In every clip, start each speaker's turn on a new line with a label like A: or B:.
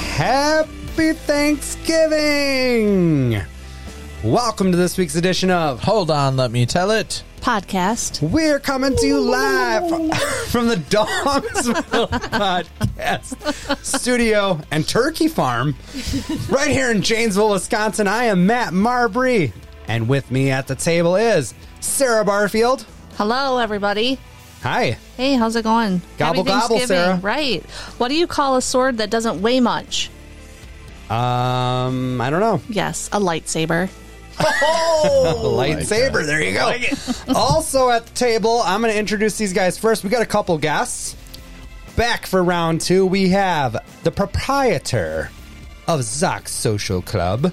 A: Happy Thanksgiving! Welcome to this week's edition of
B: Hold on, let me tell it.
C: podcast.
A: We're coming to you live from the Dogsville Podcast Studio and Turkey Farm right here in Janesville, Wisconsin. I am Matt Marbury, and with me at the table is Sarah Barfield.
C: Hello, everybody.
A: Hi.
C: Hey, how's it going?
A: Gobble, gobble,
C: Thanksgiving.
A: Sarah.
C: Right. What do you call a sword that doesn't weigh much?
A: Um, I don't know.
C: Yes, a lightsaber.
A: A Oh, lightsaber. There you go. also at the table, I'm going to introduce these guys first. We got a couple guests. Back for round two, we have the proprietor of Zox Social Club,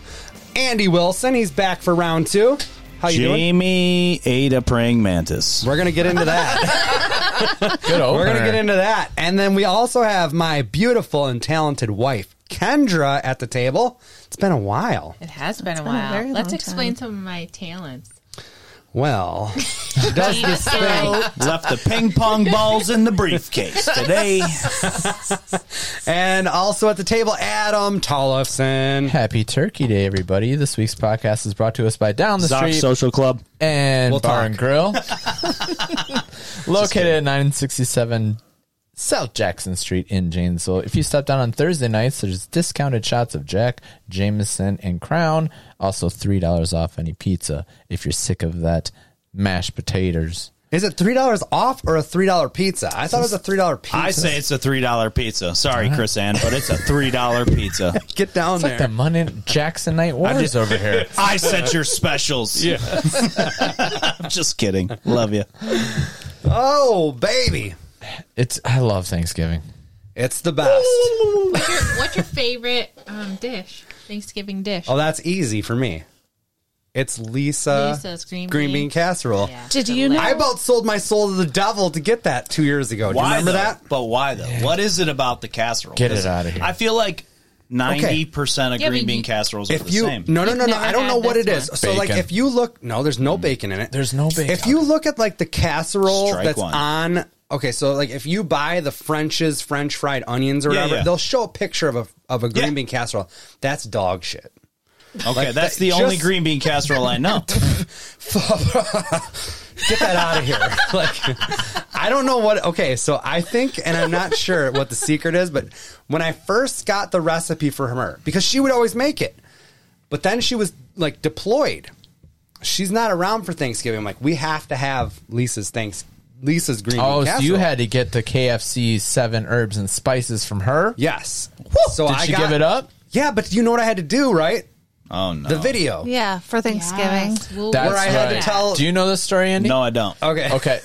A: Andy Wilson. He's back for round two. How you doing?
D: Jamie ate a praying mantis.
A: We're gonna get into that.
B: Good opener.
A: We're gonna get into that, and then we also have my beautiful and talented wife, Kendra, at the table. It's been a while.
E: It has been a
C: been a
E: while.
C: very
E: Let's
C: long
E: explain some of my talents.
A: Well, she does this thing.
D: Left the ping pong balls in the briefcase today.
A: And also at the table, Adam Tollefson.
B: Happy Turkey Day, everybody. This week's podcast is brought to us by Down the
D: Zox
B: Street
D: Social Club.
B: and
A: We'll
B: Bar
A: talk.
B: and Grill. Located at 967 South Jackson Street in Janesville. If you stop down on Thursday nights, there's discounted shots of Jack, Jameson, and Crown. Also $3 off any pizza if you're sick of that mashed potatoes.
A: Is it three dollars off or a three dollar pizza? I thought it was a three dollar pizza.
D: I say it's a three dollar pizza. Sorry, Chris Ann, but it's a three dollar pizza.
A: get down
B: It's
A: there.
B: like the Monday Jackson Night Wars
D: just-
B: over here.
D: I sent your specials. Yeah. I'm just kidding. Love you.
A: oh baby,
B: It's I love Thanksgiving.
A: it's the best.
E: What's your, what's your favorite um, dish? Thanksgiving dish.
A: Oh, that's easy for me. It's Lisa
E: Lisa's green
A: green bean
E: bean.
A: casserole.
E: Yeah.
C: Did you know?
A: I about sold my soul to the devil to get that two years ago. Do you remember
D: though?
A: that?
D: But why though? What is it about the casserole?
B: Get it
D: 'Cause
B: outta here.
D: I feel like ninety percent of
E: Yeah,
D: green
E: but
D: bean
E: you-
D: casseroles are
A: If
D: the
A: you
D: same.
A: no no
E: You've
A: no no,
E: never
A: I don't
E: had
A: know what it
E: this
A: is. So like
B: Bacon.
A: if you look, no, there's no bacon in it.
B: There's no bacon.
A: If you look at like the casserole
D: Strike
A: that's
D: one.
A: on, okay, so like if you buy the French's French fried onions or
D: Yeah,
A: whatever,
D: yeah.
A: they'll show a picture of a of a green
D: Yeah.
A: bean casserole. That's dog shit.
D: Okay, that's
A: that-
D: the only
A: just-
D: green bean casserole I know.
A: Get that out of here. like I don't know what. Okay, so I think, and I'm not sure what the secret is, but when I first got the recipe for her, because she would always make it, but then she was like deployed. She's not around for Thanksgiving. I'm like, we have to have Lisa's thanks. Lisa's green. bean
B: Oh, so you
A: casserole.
B: had to get the KFC seven herbs and spices from her?
A: Yes.
B: Did she give it up?
A: Yeah, but you know what I had to do, right?
D: Oh no.
A: The video
C: yeah, for Thanksgiving.
E: Yes, we'll-
B: That's
A: where I had to
B: right.
A: tell.
B: Do you know this story, Andy?
D: No, I don't.
A: okay.
B: Okay.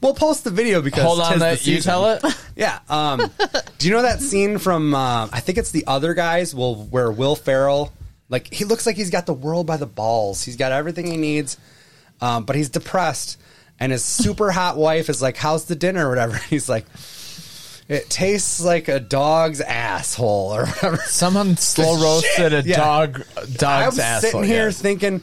A: We'll post the video because
B: Hold on,
A: tis
B: that
A: the
B: you
A: season.
B: tell it.
A: Yeah. Um, do you know that scene from? Uh, I think it's the other guys. Will where Will Ferrell, like he looks like he's got the world by the balls. He's got everything he needs, um, but he's depressed, and his super hot wife is like, "How's the dinner?" or whatever. He's like. It tastes like a dog's asshole or whatever.
B: Someone slow roasted a
A: Yeah.
B: dog dog's
A: I'm
B: asshole.
A: sitting here
B: yeah.
A: thinking,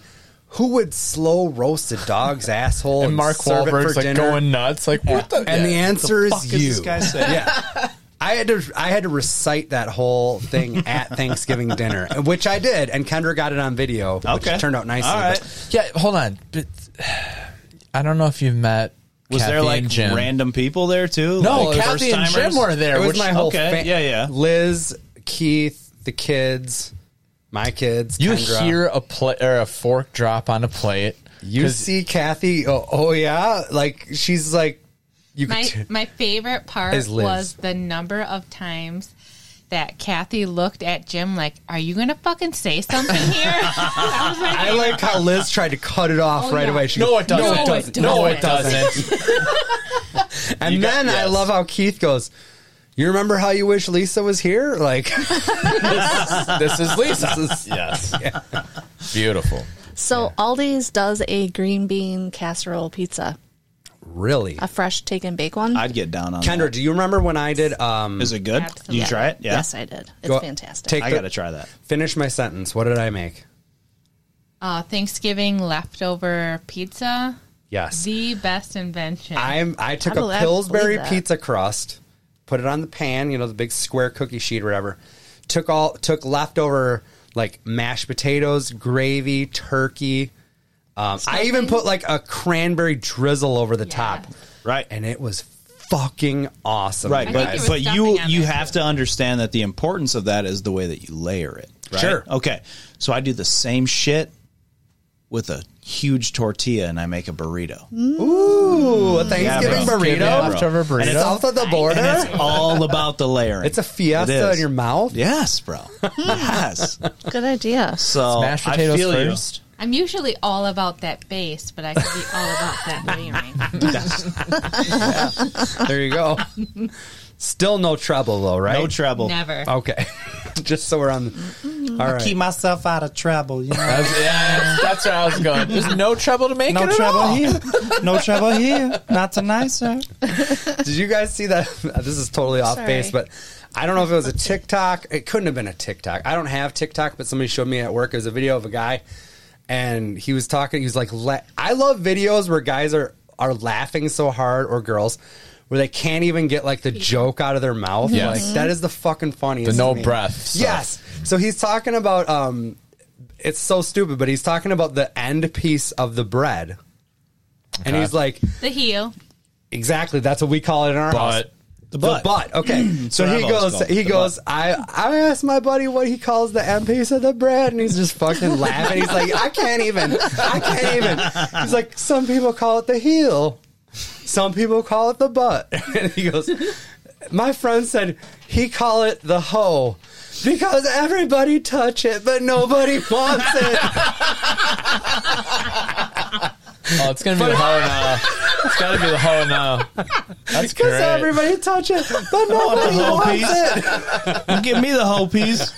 A: who would slow roast a dog's asshole?
B: and Mark
A: serve it
B: Wahlberg's
A: for
B: like
A: dinner?
B: going nuts. Like what the?
A: And the answer
D: fuck
A: is
D: is
A: you.
D: this guy saying?
A: yeah. I had to I had to recite that whole thing at Thanksgiving dinner, which I did, and Kendra got it on video, which
D: Okay.
A: turned out nicely.
D: All right.
A: but-
B: yeah. Hold on. But, I don't know if you've met.
D: Was there
B: Kathy
D: like
B: and Jim.
D: random people there too?
B: No,
D: like
B: Kathy and Jim
D: first-timers?
B: were there.
A: it was
B: which,
A: my whole
D: okay,
A: fa-
D: yeah, yeah.
A: Liz, Keith, the kids, my kids.
B: you
A: Kendra.
B: hear a pla or a fork drop on a plate.
A: you
B: 'Cause
A: see Kathy. Oh, oh yeah, like she's like you.
E: my
A: could
E: my favorite part
A: Is Liz.
E: was the number of times that Kathy looked at Jim like, "Are you gonna fucking say something here?" I was like,
A: I like how Liz tried to cut it off
E: Oh,
A: right
E: yeah.
A: away. She
B: No,
A: goes,
B: it doesn't. No,
E: No, it
B: it
E: doesn't.
B: doesn't.
A: And
D: got-
A: then I
D: yes.
A: love how Keith goes, You remember how you wish Lisa was here? Like,
B: this is Lisa.
A: this is-
D: Yes.
B: Beautiful.
C: So Aldi's does a green bean casserole pizza,
A: really?
C: a fresh take and bake one.
D: I'd get down on
A: Kendra, do you remember when I did um,
D: That. Is it good?
E: Absolutely.
D: You try it? Yeah.
C: Yes, I did. It's
A: Go-
C: fantastic.
A: take-
D: I got to try that.
A: finish my sentence? What did I make?
E: uh, Thanksgiving leftover pizza,
A: Yes.
E: the best invention.
A: I'm, I took
C: How do
A: a
C: I
A: Pillsbury
C: believe that?
A: pizza crust, put it on the pan, you know, the big square cookie sheet or whatever, took all took leftover like mashed potatoes, gravy, turkey. Um, I even put like a cranberry drizzle over the
E: Yeah.
A: top,
D: Right.
A: and it was fucking awesome.
D: Right,
E: I think it
D: but
E: was
D: but you
E: stuffing on
D: you
E: there,
D: have to understand that the importance of that is the way that you layer it. Right?
A: Sure.
D: Okay. So I do the same shit with a huge tortilla and I make a burrito.
A: Ooh, a Thanksgiving
D: bro.
A: burrito,
D: Yeah, bro.
B: Leftover burrito.
A: And it's south of the border.
D: And it's all about the layering.
A: It's a fiesta
D: It is.
A: in your mouth?
D: Yes, bro. yes.
C: Good idea.
D: So
B: Mashed
D: I
B: potatoes
D: feel you.
B: first.
E: I'm usually all about that base, but I could be all about that layering.
A: There you go. Still no trouble though, right?
D: No trouble.
E: Never.
A: Okay, just so we're on. All right.
D: myself out of trouble. You know?
B: That's, yeah, that's where I was going. There's no trouble to make it at all.
D: here. No trouble here. Not tonight, sir.
A: Did you guys see that? This is totally off
C: Sorry.
A: base, but I don't know if it was a TikTok. It couldn't have been a TikTok. I don't have TikTok, but somebody showed me at work. It was a video of a guy, and he was talking. He was like, "La- "I love videos where guys are are laughing so hard, or girls." Where they can't even get like the joke out of their mouth.
B: Yes.
A: Like that is the fucking funniest.
B: The no
A: to me.
B: breath stuff.
A: Yes. So he's talking about um it's so stupid, but he's talking about the end piece of the bread. And
B: Okay.
A: he's like,
E: The heel.
A: Exactly. That's what we call it in our house.
B: But
D: The
A: But,
D: butt.
A: but okay, so
D: what
A: he
D: I've always
A: goes.
D: called it,
A: He
D: the
A: goes. I I asked my buddy what he calls the end piece of the bread, and he's just fucking laughing. He's like, I can't even. I can't even. He's like, some people call it the heel, some people call it the butt, and he goes. My friend said he call it the hoe because everybody touch it, but nobody wants it.
B: oh, it's gonna be the hoe now. It's gotta be the hoe now. That's great.
A: Because everybody touch it, but nobody
D: hoe
A: wants
D: piece.
A: it.
D: Give me the whole piece.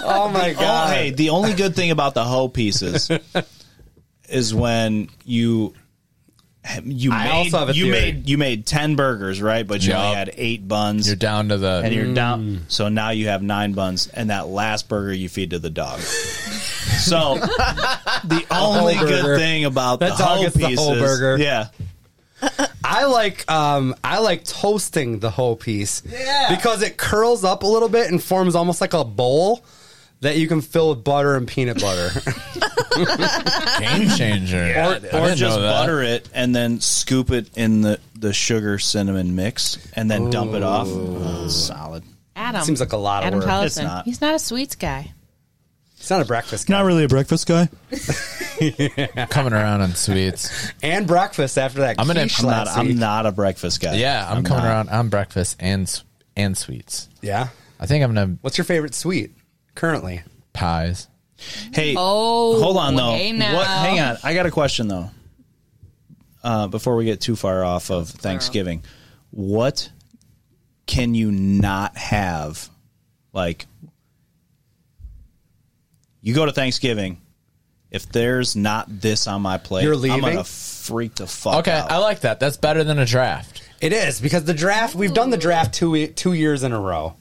A: Oh my
D: Oh,
A: god!
D: hey, the only good thing about the hoe pieces is when you you
A: I
D: made
A: also have a
D: you
A: theory.
D: made you made ten burgers, right? But you only
B: Yup.
D: had eight buns,
B: You're down to the.
D: and you're down. So now you have nine buns, and that last burger you feed to the dog. so the only
A: burger.
D: good thing about
A: That
D: the
A: dog
D: whole
A: gets the
D: pieces,
A: whole burger.
D: yeah,
A: I like um, I like toasting the whole piece because it curls up a little bit and forms almost like a bowl that you can fill with butter and peanut butter.
B: game changer.
D: or,
B: I
D: or
B: didn't
D: just
B: know that.
D: butter it and then scoop it in the the sugar cinnamon mix, and then dump it off. Oh, Solid.
E: Adam.
A: Seems like a lot of
E: Adam
A: work.
E: Collison.
D: It's not.
E: He's not a sweets guy.
A: It's not a breakfast
D: Not really a breakfast guy.
B: Coming around on sweets.
A: and breakfast after that.
B: I'm gonna-
A: quiche
D: I'm not.
A: last
D: I'm
A: week.
D: not a breakfast guy.
B: Yeah, I'm, coming around on breakfast and s- and sweets.
A: Yeah.
B: I think I'm gonna
A: What's your favorite sweet currently?
B: pies.
D: Hey.
E: Oh,
D: Hold on though.
E: hey now.
D: What? Hang on. I got a question though. Uh, before we get too far off of Thanksgiving, what can you not have? Like, you go to Thanksgiving. If there's not this on my plate,
A: You're
D: I'm
A: leaving?
D: gonna freak the fuck
B: Okay,
D: out.
B: I like that. That's better than a draft.
A: It is because the draft. We've done the draft two two years in a row.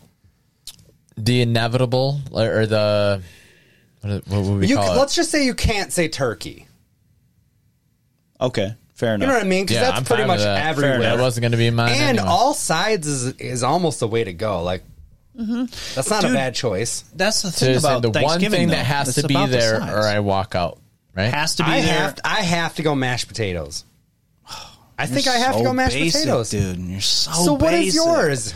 B: The inevitable or, or the what, is- what would we
A: You,
B: call it?
A: let's just say you can't say turkey.
D: okay, fair enough.
A: You know what I mean? Because
B: Yeah,
A: that's
B: I'm
A: pretty
B: fine with
A: much
B: that. Fair
A: everywhere.
B: That wasn't gonna be mine.
A: and
B: anyway.
A: all sides is is almost the way to go. Like that's not a
D: Dude.
A: bad choice.
D: That's the thing
B: Seriously,
D: about
B: the one
D: Thanksgiving,
B: thing
D: though.
B: that has
D: It's
B: to be
D: about the
B: there,
D: size.
B: or I walk out. Right?
D: has to be
A: I
D: there.
A: have to, I have to go mashed potatoes. I think I have to
D: So
A: go mashed
D: basic,
A: potatoes.
D: dude. You're so.
A: so what is
D: basic.
A: yours?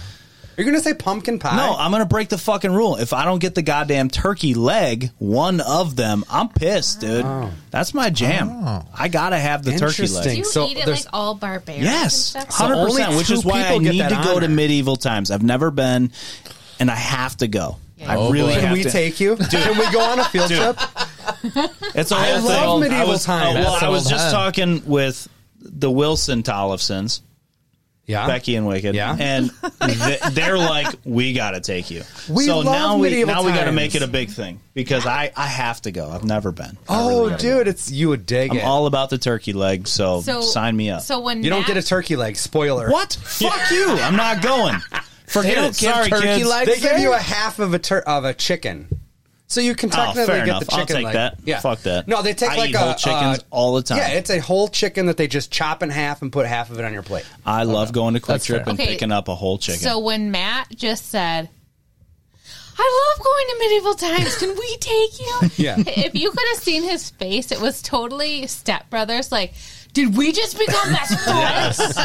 A: You're gonna say pumpkin pie?
D: No, I'm gonna break the fucking rule. If I don't get the goddamn turkey leg, one of them, I'm pissed, dude. That's my jam. I gotta have the turkey
A: Oh. Interesting.
E: Do
D: leg.
E: you
A: So
E: eat it
A: there's-
E: like all barbarians?
D: Yes,
E: And stuff?
A: So
D: hundred
A: only
D: percent. Which is
A: two
D: why I
A: people get
D: need
A: that
D: to go to
A: honor.
D: medieval times. I've never been, and I have to go. I
B: Oh,
D: really
B: boy.
A: Can
D: have
A: we
D: to.
A: take you? Can we go on a field trip?
D: It's a whole
A: I
D: thing.
A: love
D: I
A: medieval
D: was, uh,
A: times.
D: well,
B: That's
D: I was
B: old
D: just
B: time.
D: talking with the Wilson Tollefsons,
A: Yeah,
D: Becky and Wicked,
A: Yeah.
D: and th- they're like, "We got to take you."
A: We
D: so
A: love
D: now we
A: medieval
D: now we got to
A: times.
D: make it a big thing because I I have to go. I've never been. I
A: Oh,
D: really gotta go.
A: dude, it's you would dig
D: I'm
A: it.
D: all about the turkey leg, so,
E: So
D: sign me up.
E: So when
A: you don't
E: Matt-
A: get a turkey leg. Spoiler.
D: what? Fuck you! I'm not going. Forget
B: don't
D: it.
B: give
D: Sorry,
B: turkey
D: kids.
B: legs
A: They give
B: there?
A: you a half of a tur- of a chicken. So you can technically
D: Oh, fair
A: get
D: enough.
A: the
D: I'll
A: chicken
D: take
A: leg.
D: that. Fuck that.
A: No, they take
D: I
A: like
D: eat
A: a
D: whole
A: uh,
D: chickens all the time.
A: Yeah, it's a whole chicken that they just chop in half and put half of it on your plate.
D: I love going to Quick
B: That's
D: Trip
B: fair.
D: and
E: Okay.
D: picking up a whole chicken.
E: So when Matt just said, I love going to medieval times. Can we take you?
A: Yeah.
E: If you could have seen his face, it was totally Step Brothers. Like, did we just become best friends?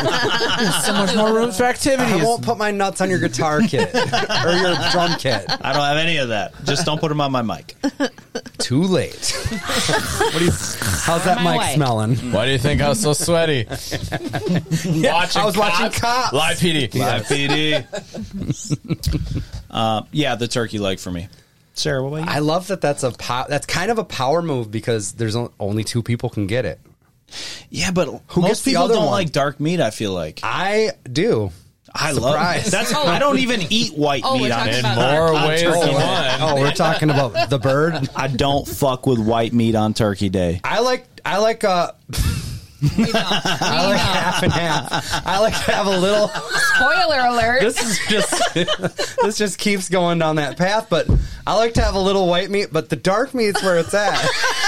B: so much more room for
A: I
B: activities.
A: won't put my nuts on your guitar kit or your drum kit.
D: I don't have any of that. Just don't put them on my mic.
A: Too late. what do you, how's that
E: my
A: mic
E: way.
A: smelling?
B: Why do you think I was so sweaty? watching
A: I was watching Cops.
B: Live PD.
D: Live PD. uh, yeah, the turkey leg for me. Sarah, what about you?
A: I love that. That's a pow- that's kind of a power move because there's o- only two people can get it.
D: yeah, but
A: Who
D: most
A: gets the
D: people
A: other
D: don't
A: one?
D: like dark meat. I feel like
A: I do.
D: I love Oh,
A: Surprise.
D: that's. I don't even eat white
E: Oh, we're
D: meat. on
E: talking
D: it.
E: about-
B: More
D: I'm
B: ways
D: turkey
B: than one.
D: leg.
A: Oh, we're talking about the bird.
D: I don't fuck with white meat on Turkey Day.
A: I like I like uh
E: We know. We know.
A: half and half. I like to have a little.
E: Spoiler alert.
A: This is just this just keeps going down that path. But I like to have a little white meat, but the dark meat's where it's at,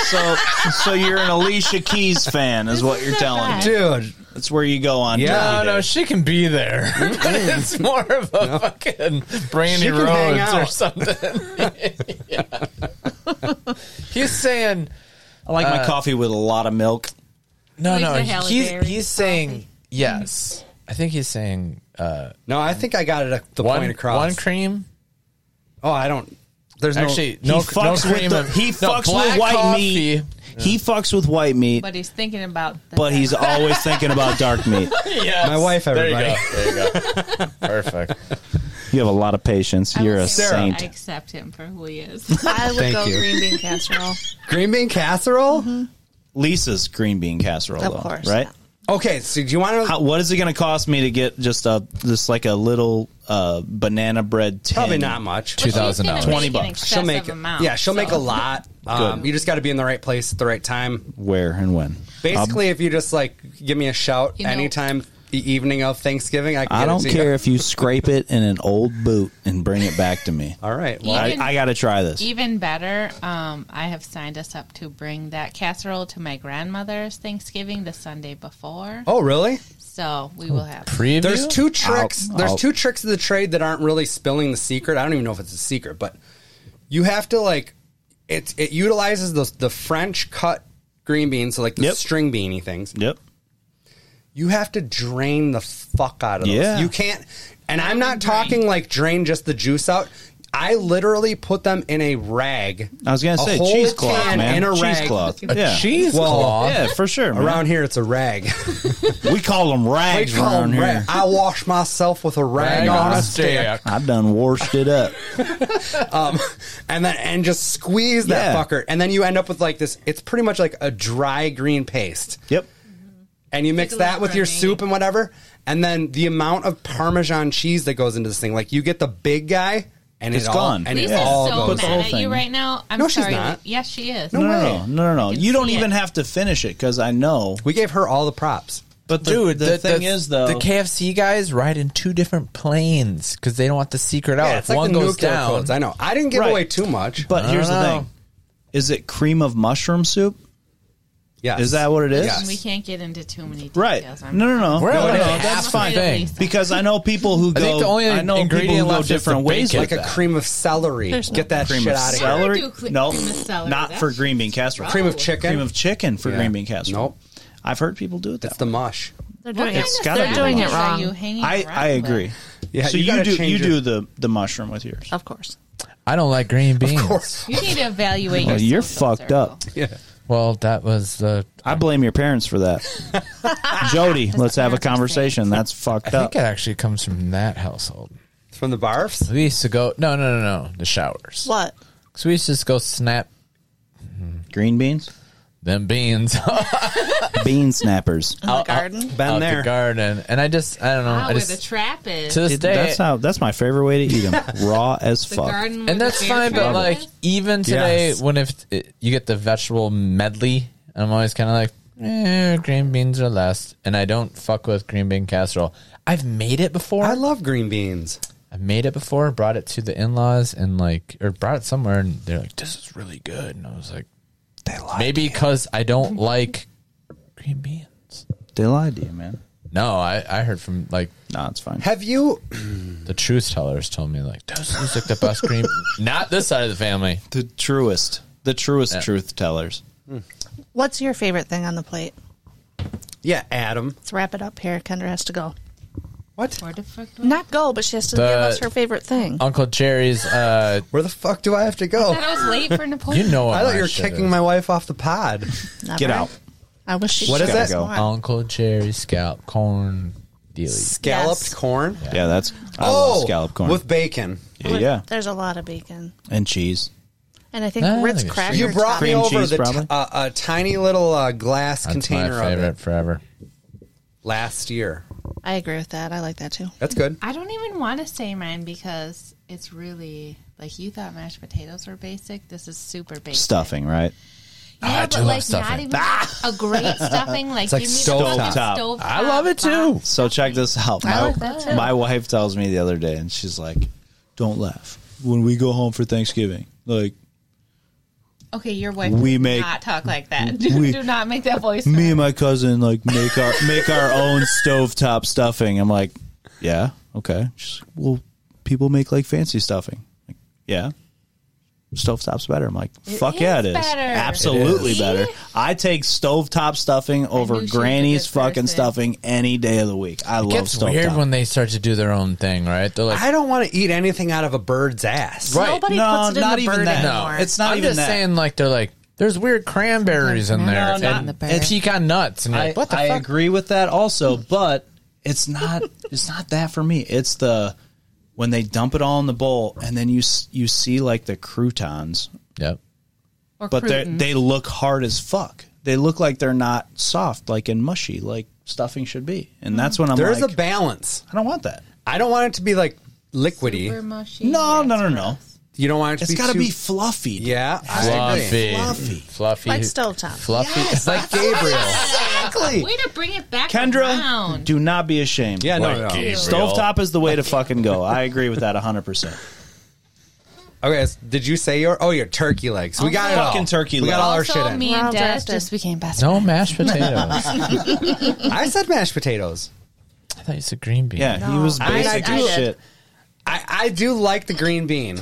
D: So, so you're an Alicia Keys fan, is what you're
E: not
D: telling me.
E: bad.
A: dude.
D: That's where you go on.
A: Yeah.
B: No,
D: Turkey Day.
B: no, she can be there. But it's more of a fucking Brandy
A: She can hang
B: Rhodes or
A: out.
B: something. Yeah. He's saying
D: I like
B: uh,
D: my coffee with a lot of milk.
B: no,
E: Like
B: no.
E: the Halle
B: He's
E: Berry
B: he's saying yes. I think he's saying uh,
A: No, I think I got it. at The
B: one
A: point across.
B: one cream.
A: oh, I don't. There's no-
B: Actually, no,
D: he fucks
B: no cream.
D: with the,
B: of-
D: he
B: no,
D: fucks with
B: black
D: white
B: coffee.
D: meat. He fucks with white meat,
E: but he's thinking about the
D: but he's always thinking about dark meat.
B: Yes.
A: My wife,
B: There you
A: everybody.
B: go. There you go. Perfect.
D: You have a lot of patience.
E: I would
D: You're a
E: say
D: saint.
E: I accept him for who he is.
C: I would
A: Thank
C: go
A: you.
C: green bean casserole.
A: green bean casserole.
D: Mm-hmm. Lisa's green bean casserole,
C: Of
D: though,
C: course,
D: right?
C: yeah.
A: Okay, so do you want to?
D: How, what is it going to cost me to get just a just like a little uh, banana bread? Tin?
A: Probably not much.
E: But she's gonna
B: $2,000.
E: make
D: 20
E: an
D: bucks.
A: She'll make
E: excessive
A: it.
E: amount,
A: yeah, she'll make a
E: so.
A: lot. Um,
D: Good.
A: you just got to be in the right place at the right time.
D: Where and when? Um,
A: Basically, if you just like give me a shout
E: You know-
A: anytime the evening of Thanksgiving, I can
D: I
A: get it
D: don't
A: to you.
D: care if you scrape it in an old boot and bring it back to me.
A: All right. Well,
D: I,
E: Even-
D: I got to try this.
E: Even better, um, I have signed us up to bring that casserole to my grandmother's Thanksgiving the Sunday before.
A: oh, really?
B: Oh,
E: So we will have.
B: Preview.
A: There's two tricks.
D: I'll-
A: There's
D: I'll-
A: two tricks of the trade that aren't really spilling the secret. I don't even know if it's a secret, but you have to like it. It utilizes the the French cut green beans, so like the
D: Yep.
A: string beany things.
D: Yep.
A: You have to drain the fuck out of those.
D: Yeah.
A: You can't. And I'm not talking like drain just the juice out. I literally put them in a rag.
D: I was going to
A: A
D: say
A: whole
D: cheesecloth,
A: can
D: man.
A: In a rag.
D: cheesecloth.
B: A
D: Yeah.
B: cheese
A: Well,
B: cloth.
D: Yeah, for sure. man.
A: Around here, it's a rag.
D: we call them
A: I
D: rags
A: call
D: around
A: 'em
D: here.
A: rag. I wash myself with a rag,
B: Hang
A: on a
B: stick.
A: stick, Um,
D: I've done washed it up.
A: and then and just squeeze that
D: Yeah.
A: fucker, and then you end up with like this. It's pretty much like a dry green paste,
D: Yep.
A: and you mix
E: Like a
A: that
E: little
A: with your
E: grenade.
A: soup and whatever, and then the amount of Parmesan cheese that goes into this thing. Like you get the big guy, and
D: It's
A: it all-
D: gone.
A: and it
D: Yeah.
E: Lisa's
A: all
E: so
A: goes.
D: Put the whole
E: mad at
D: thing.
E: you right now. I'm
A: No, she's
E: sorry.
A: not.
E: Yes, she is.
A: No
D: No,
A: way.
D: no, no, no.
E: can
D: You don't
E: see
D: even
E: it.
D: have to finish it because I know.
A: We gave her all the props.
D: But the,
B: Dude,
D: the, thing is though,
B: the KFC guys ride in two different planes because they don't want the
D: Oh,
B: secret out.
A: Yeah,
B: if one goes down,
A: codes. I know. I didn't give
D: Right.
A: away too much.
D: but
B: I
D: here's the
B: don't know.
D: thing: is it cream of mushroom soup?
A: yes.
D: Is that what it is?
A: Yes.
E: We can't get into too many details.
D: Right? No,
E: I'm-
D: no, no.
B: We're
D: no,
B: only
D: no,
B: half
D: that's
B: the
D: fine.
B: thing.
E: Lisa.
D: Because I know people who go. I,
B: think the only
D: know
B: ingredient
D: people who go
B: left is the
D: different ways.
B: bacon.
D: Like
A: like a
B: that.
A: cream of celery? Get that
D: cream
A: shit
D: of
A: out of here.
E: I
D: celery.
E: do cl-
D: no,
E: cream of celery.
D: not for
E: That's
D: green bean casserole.
A: Cream of chicken.
D: Cream of chicken for
A: Yeah.
D: green bean casserole.
A: Nope.
D: I've heard people do it that
A: It's the mush.
C: They're
E: What
C: doing
E: kind
C: it.
E: of
D: It's gotta
C: They're
D: be
C: doing it
E: sandwiches are
C: wrong.
E: you hanging
D: I,
E: around
D: I
E: with?
D: agree.
A: Yeah,
D: so
A: you
D: you,
A: gotta
D: do
A: change
D: you
A: your-
D: do the the mushroom with yours.
C: Of course.
B: I don't like green beans.
A: Of course.
E: You need to evaluate
D: Well,
E: your
D: Oh, you're
E: social
D: fucked
E: circle.
D: up.
A: Yeah.
B: Well, that was the.
D: I blame your parents for that. Jody, let's have a conversation. That's fucked
B: I
D: up.
B: think it actually comes from that household.
A: From the barfs?
B: We used to go. No, no, no, no. The showers.
C: What?
B: So we used to just go snap
D: Green beans,
B: them beans out
D: bean snappers.
C: In the garden?
A: Been
B: the garden, and I just I don't know.
E: Ah,
B: I
E: where
B: just
E: the trap is.
B: to this
D: It-
B: day.
D: that's how. That's my favorite way to eat them. Raw as
E: the
D: fuck.
E: garden. where
B: and
E: the
B: that's
E: bear
B: fine, but
E: trap
B: like
E: is.
B: even today,
A: Yes.
B: when if it, you get the vegetable medley, and I'm always kind of like, eh, green beans are last, and I don't fuck with green bean casserole. I've made it before.
A: I love green beans.
B: I made it before, brought it to the in laws, and like, or brought it somewhere, and they're like, "This is really good," and I was like,
D: They lied.
B: maybe because I don't like green beans.
D: They lied to you, man.
B: No, I, I heard from like
D: No, it's fine.
A: Have you?
B: the truth tellers told me like this is like the best cream. Not this side of the family.
D: The truest, the truest truth tellers.
C: What's your favorite thing on the plate?
A: Yeah, Adam.
C: Let's wrap it up here. Kendra has to go.
A: What?
E: Where the fuck do I-
C: Not go, but she has to
B: The-
C: give us her favorite
A: Oh,
C: thing.
B: Uncle Jerry's. Uh,
A: Where the fuck do I have to
E: I
A: go?
E: thought I was late for Napoleon.
B: you know what?
A: I thought
B: my
A: you were
B: shit
A: kicking
B: is.
A: my wife off the pod.
C: Never.
D: Get out.
C: I wish she
A: What is
C: showed us
A: that?
C: more.
B: Uncle Jerry's scalp corn dealy.
A: Scalloped
C: Yes.
A: corn. Oh,
D: Yeah, that's I love scallop corn.
A: with bacon.
D: yeah, yeah.
C: There's a lot of bacon.
D: and cheese.
C: And I think
B: Ah, I
C: Ritz
B: think it's
C: crackers.
A: You brought me
D: Cream
A: over
D: cheese,
A: the t-
D: probably?
A: uh, a tiny little uh, glass
B: That's
A: container
B: my
A: of
B: favorite
A: it
B: forever.
A: last year.
C: I agree with that. I like that too.
A: That's good.
E: I don't even want to say mine because it's really like you thought mashed potatoes were basic. This is super basic
D: Stuffing, right?
E: Yeah,
B: I do
E: but
B: love
E: like not
B: stuffing.
E: even a great stuffing. Like
A: like
E: give me the
A: stove
E: fucking
D: top.
E: stove
B: I love it
E: top.
B: too.
D: So check this out.
C: I
D: My,
C: like that too.
D: my wife tells me the other day, and she's like, "Don't laugh when we go home for Thanksgiving. Like
E: Okay, your wife.
D: We
E: We
D: make-
E: make not talk like that. Do,
D: we-
E: do not make that voice.
D: me and my cousin, like make our make our own stovetop stuffing." I'm like, "Yeah, okay." She's like, "Well, people make like fancy stuffing." Like, yeah. Stovetop's better. I'm like, fuck
E: is
D: yeah, it is.
E: better.
D: Absolutely
E: It is.
D: better.
E: See?
D: I take stovetop stuffing
E: knew
D: over
E: she was a
D: granny's
E: good
D: fucking
E: person.
D: stuffing any day of the week. I love
B: It's
D: stovetop.
B: weird when they start to do their own thing, right? They're like,
A: I don't want to eat anything out of a bird's ass.
B: Right.
C: Nobody
D: No,
C: puts it in
D: not
C: the
D: even
C: bird
D: that. No.
C: anymore.
D: It's not
B: I'm
D: even
B: just
D: that.
B: saying, like they're like, there's weird cranberries in
E: No,
B: there
E: not in
B: and,
E: the berry.
B: and pecan nuts, and you're
D: I,
B: like, what the
D: I
B: fuck?
D: agree with that also, but it's not it's not that for me. It's the when they dump it all in the bowl and then you s- you see like the croutons,
B: Yep.
E: Or
D: but they
E: croutons.
D: they look hard as fuck. They look like they're not soft like and mushy like stuffing should be.
C: Mm-hmm.
D: And that's when I'm
A: There's
D: like
A: a balance.
D: I don't want that.
A: I don't want it to be like liquidy.
E: Super mushy.
D: No,
E: Yes,
D: no, no,
E: for
D: no.
E: us.
A: You don't want it to
D: It's
A: be
D: got to
A: too-
D: be fluffy. dude.
A: Yeah, I agree.
B: Fluffy.
D: Fluffy.
B: Fluffy.
C: Like stovetop.
B: Fluffy.
D: Yes,
B: It's like
A: Gabriel. Exactly.
E: Way to bring it back,
D: Kendra,
E: around.
D: do not be ashamed.
A: Yeah, no,
B: Like
A: no.
B: Gabriel.
D: Stovetop is the way to fucking go. I agree with that 100%.
A: Okay, so did you say your? Oh, your turkey legs. We got it all.
D: Fucking turkey
A: We got all our
E: Also,
A: shit in.
E: me
C: We're all
E: and Dennis
C: drafted.
E: just became best
B: No
E: friends.
B: mashed potatoes.
A: I said mashed potatoes.
B: I thought you said green bean.
D: Yeah, he
C: No.
D: was
C: I-
D: basic
A: I
D: as
A: did.
D: shit.
A: I, I do like the green bean.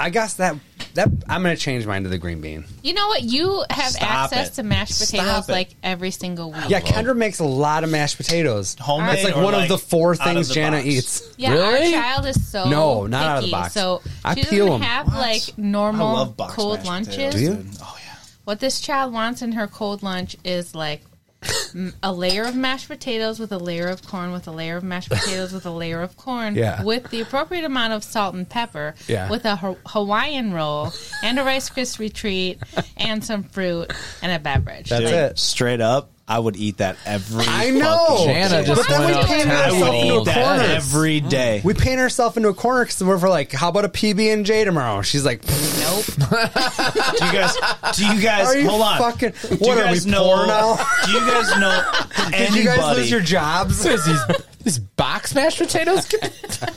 A: I guess that that I'm gonna change mine to the green bean.
E: You know what? You have
D: Stop
E: access
D: it.
E: to mashed
D: Stop
E: potatoes
D: it.
E: like every single week.
A: Yeah, Kendra makes a lot of mashed potatoes.
D: Oh, Homemade
A: It's like
D: or
A: one
D: like
A: of the four
D: out of
A: things
D: the
A: Jana
D: box?
A: eats.
E: Yeah,
B: Really?
E: our child is so
A: No, not out of the
E: picky,
A: box.
E: So
A: I
E: she
A: peel 'em.
E: doesn't have like
D: I
E: normal
D: love box
E: cold
D: mashed
E: lunches.
D: potatoes,
A: Do you?
D: dude. Oh yeah.
E: What this child wants in her cold lunch is like m- a layer of mashed potatoes with a layer of corn with a layer of mashed potatoes with a layer of corn
A: Yeah.
E: with the appropriate amount of salt and pepper
A: Yeah.
E: with a Ha- Hawaiian roll and a Rice Krispie treat and some fruit and a beverage.
A: That's
D: Dude,
A: it.
D: Straight up, I would eat that every.
A: I know.
D: fucking
B: Jana
D: day.
B: just
A: But then
B: went
A: we
B: up
A: painted
B: 10
A: ourselves into a
D: Eat
B: years.
A: corner.
D: that every day.
A: We paint ourselves into a corner because we're for like, how about a PB and J tomorrow? She's like, "Pfft,
E: Nope.
D: do you guys? Do you guys?
A: Are you
D: hold on.
A: fucking-
D: do you
A: what are we,
D: guys know?
A: poor now?
D: Do you guys know anybody?
A: did you guys lose your jobs?
B: What is these, these box mashed potatoes?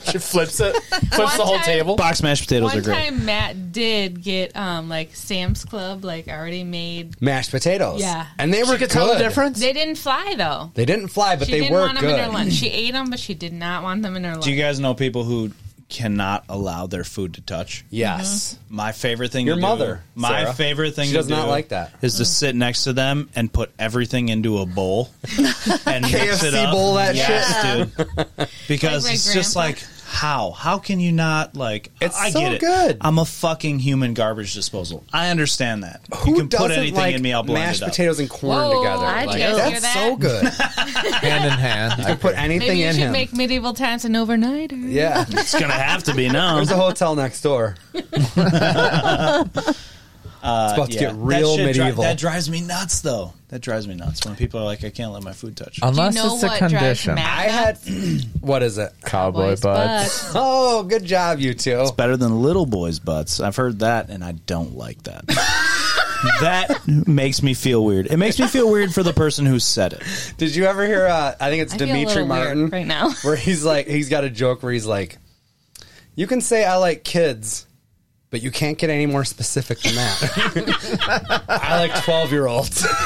B: she flips it, flips the whole
E: time-
B: table.
D: box mashed potatoes are
E: One
D: great.
E: time Matt did get um like Sam's Club like already made.
A: mashed potatoes.
E: Yeah.
A: and they were
B: could
A: good.
B: tell the difference.
E: They didn't fly though.
A: They didn't fly, but
E: she
A: they
E: didn't
A: were
E: want them
A: good.
E: in her lunch. She ate them, but she did not want them in her lunch.
D: Do you guys know people who cannot allow their food to touch?
A: Yes.
E: Mm-hmm.
D: My favorite thing.
A: Your
D: to
A: mother,
D: Do, my
A: Sarah.
D: favorite thing.
A: She
D: to
A: does not
D: do
A: like that.
D: Is to sit next to them and put everything into a bowl and mix it
A: KFC
D: up.
A: bowl that
D: yes, dude. Because
E: Like my
D: it's just
E: grandpa.
D: like how how can you not like?
A: It's
D: I
A: so
D: get it.
A: good.
D: I'm a fucking human garbage disposal. I understand that.
A: Who
D: you can
A: doesn't
D: put anything
A: like
D: in me. I'll blend
A: mashed
D: it up.
A: potatoes and corn
E: Whoa,
A: together?
E: I
A: Like,
E: do. Did you guys
A: that's
E: hear
A: so
E: that?
A: good.
B: hand in hand. I
A: Put anything
E: Maybe you
A: in
E: should
A: him.
E: make medieval times an overnighter.
A: yeah.
D: It's gonna have to be now.
A: There's a hotel next door. it's about to
D: Uh, Yeah.
A: get real
D: that shit dri-
A: medieval.
D: that drives me nuts, though. That drives me nuts when people are like, "I can't let my food touch."
B: Unless
E: know
B: it's a
E: what drives
B: condition. Oh,
E: Matt?
A: I had what is it?
B: Cowboy
E: Boys,
B: butts.
E: butts.
A: Oh, good job, you two.
D: better than little boys' butts. I've heard that, and I don't like that. that makes me feel weird. It makes me feel weird for the person who said it.
A: Did you ever hear? Uh, I think it's
E: I feel a
A: Dimitri
E: little weird
A: Martin
E: right now.
A: where he's like, he's got a joke where he's like, "You can say I like kids, but you can't get any more specific than that." I like twelve year olds.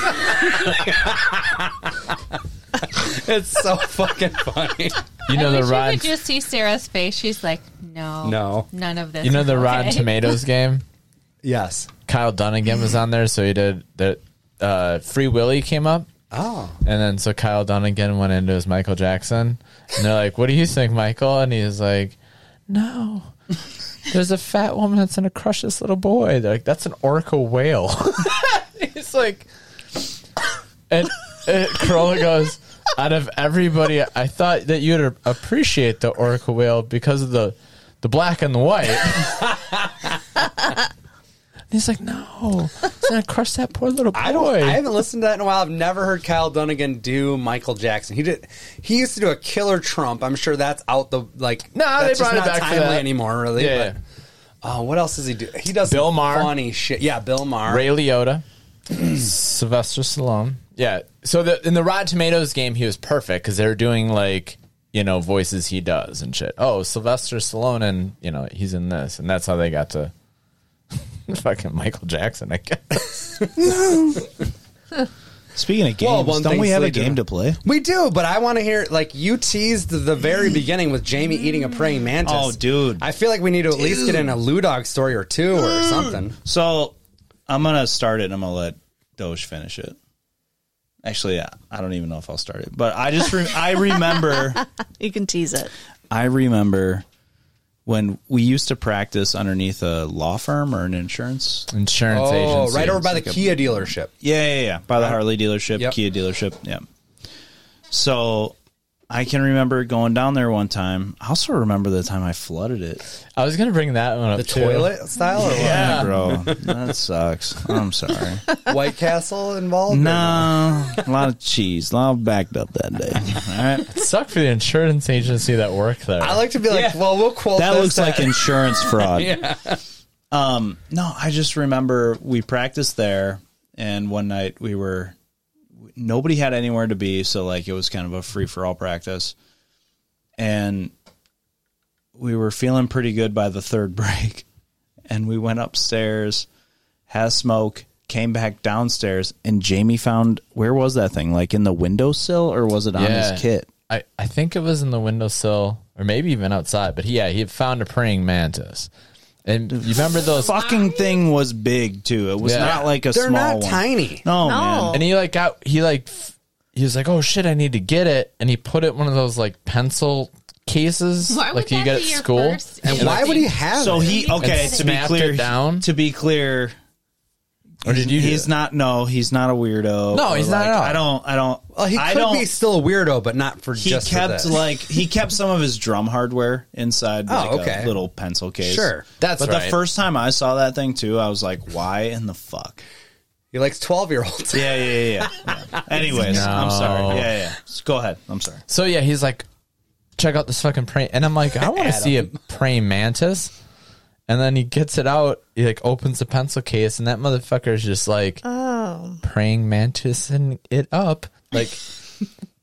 A: It's so fucking funny.
B: You know
E: I
B: the
E: wish
B: Rod.
E: You could just see Sarah's face. She's like, no,
A: No.
E: none of this.
B: You know
E: is
B: the Rotten
E: okay.
B: Tomatoes game.
A: Yes.
B: Kyle Dunnigan was on there, so he did the uh, Free Willy came up,
A: Oh.
B: and then so Kyle Dunnigan went into his Michael Jackson, and they're like, "What do you think, Michael?" And he's like, "No." There's a fat woman that's gonna crush this little boy. They're like, that's an orca whale. he's like, and, and Corolla goes, out of everybody, I thought that you'd appreciate the orca whale because of the the black and the white. and he's like, no, it's gonna crush that poor little boy.
A: I don't. I haven't listened to that in a while. I've never heard Kyle Dunnigan do Michael Jackson. He did. He used to do a killer Trump. I'm sure that's out the like.
B: No, they
A: that's
B: brought it back for
A: timely
B: that.
A: anymore. Really.
B: yeah,
A: but- Oh, what else does he do? He does
B: Bill
A: some
B: Maher.
A: funny shit. Yeah, Bill Maher.
B: Ray Liotta, Sylvester Stallone. Yeah. So the, in the Rotten Tomatoes game, he was perfect because they were doing like you know voices he does and shit. Oh, Sylvester Stallone, and you know he's in this, and that's how they got to fucking Michael Jackson. I guess.
D: Speaking of games,
A: Well, one
D: don't
A: thing's
D: we have a
A: leading
D: game
A: up.
D: to play?
A: We do, but I want to hear like you teased the very beginning with Jamie eating a praying mantis.
D: Oh, dude.
A: I feel like we need to at least get in a Lou Dog story or two or something.
D: So I'm gonna start it. and I'm gonna let Doge finish it. Actually, I I don't even know if I'll start it, but I just re- I remember
C: You can tease it.
D: I remember when we used to practice underneath a law firm or an insurance.
B: Insurance
A: Oh,
B: agency.
A: right over by the Kia dealership.
D: Yeah, yeah, yeah. By the Harley dealership,
A: Yep.
D: Kia dealership. Yeah. So I can remember going down there one time. I also remember the time I flooded it.
B: I was gonna bring that one up.
A: The toilet style or
D: Yeah, bro, that sucks. I'm sorry.
A: what? White Castle involved? or
D: No, a lot of cheese. A lot of backed up that day. All right.
B: Suck for the insurance agency that worked there.
A: I like to be like, well, we'll quote
D: That
A: this
D: looks
A: to-
D: like insurance fraud. Um, no, I just remember we practiced there, and one night we were nobody had anywhere to be, so like it was kind of a free for all practice, and we were feeling pretty good by the third break, and we went upstairs, had a smoke. Came back downstairs and Jamie found where was that thing? Like in the windowsill or was it on his kit?
B: I, I think it was in the windowsill or maybe even outside, but yeah, he had found a praying mantis. And you remember those
D: fucking thing was big too. It was
B: Yeah.
D: not like a
A: They're
D: small
A: not
D: one.
A: tiny.
D: No,
C: No.
B: and he like got he like f- he was like, "Oh shit, I need to get it." And he put it in one of those like pencil cases
E: Why would
B: like you
E: that
B: get at
E: be your
B: school.
E: first
A: And why would he have
D: man. So
A: it?
D: he okay.
B: And
D: To be
B: snapped
D: clear,
B: it down?
D: To be clear,
B: Or did you do
D: he's
B: it?
D: not. No, he's not a weirdo.
B: No,
D: or,
B: he's not
D: like,
B: at all.
D: I don't. I don't.
A: Well, he
D: I
A: could
D: don't.
A: be still a weirdo, but not for
D: he
A: just for
D: kept
A: this.
D: like he kept some of his drum hardware inside
A: Oh,
D: like
A: okay.
D: a little pencil case.
A: Sure.
B: That's
D: but
B: right.
D: the first time I saw that thing too, I was like, "Why in the fuck?"
A: he likes twelve year olds.
D: Yeah, yeah, yeah. yeah. yeah. Anyways, I'm sorry. Yeah, yeah. Go ahead. I'm sorry.
B: So yeah, he's like, check out this fucking praying, and I'm like, I want to see a praying mantis. And then he gets it out, he like opens the pencil case, and that motherfucker is just like
E: Oh.
B: praying mantis and it up, like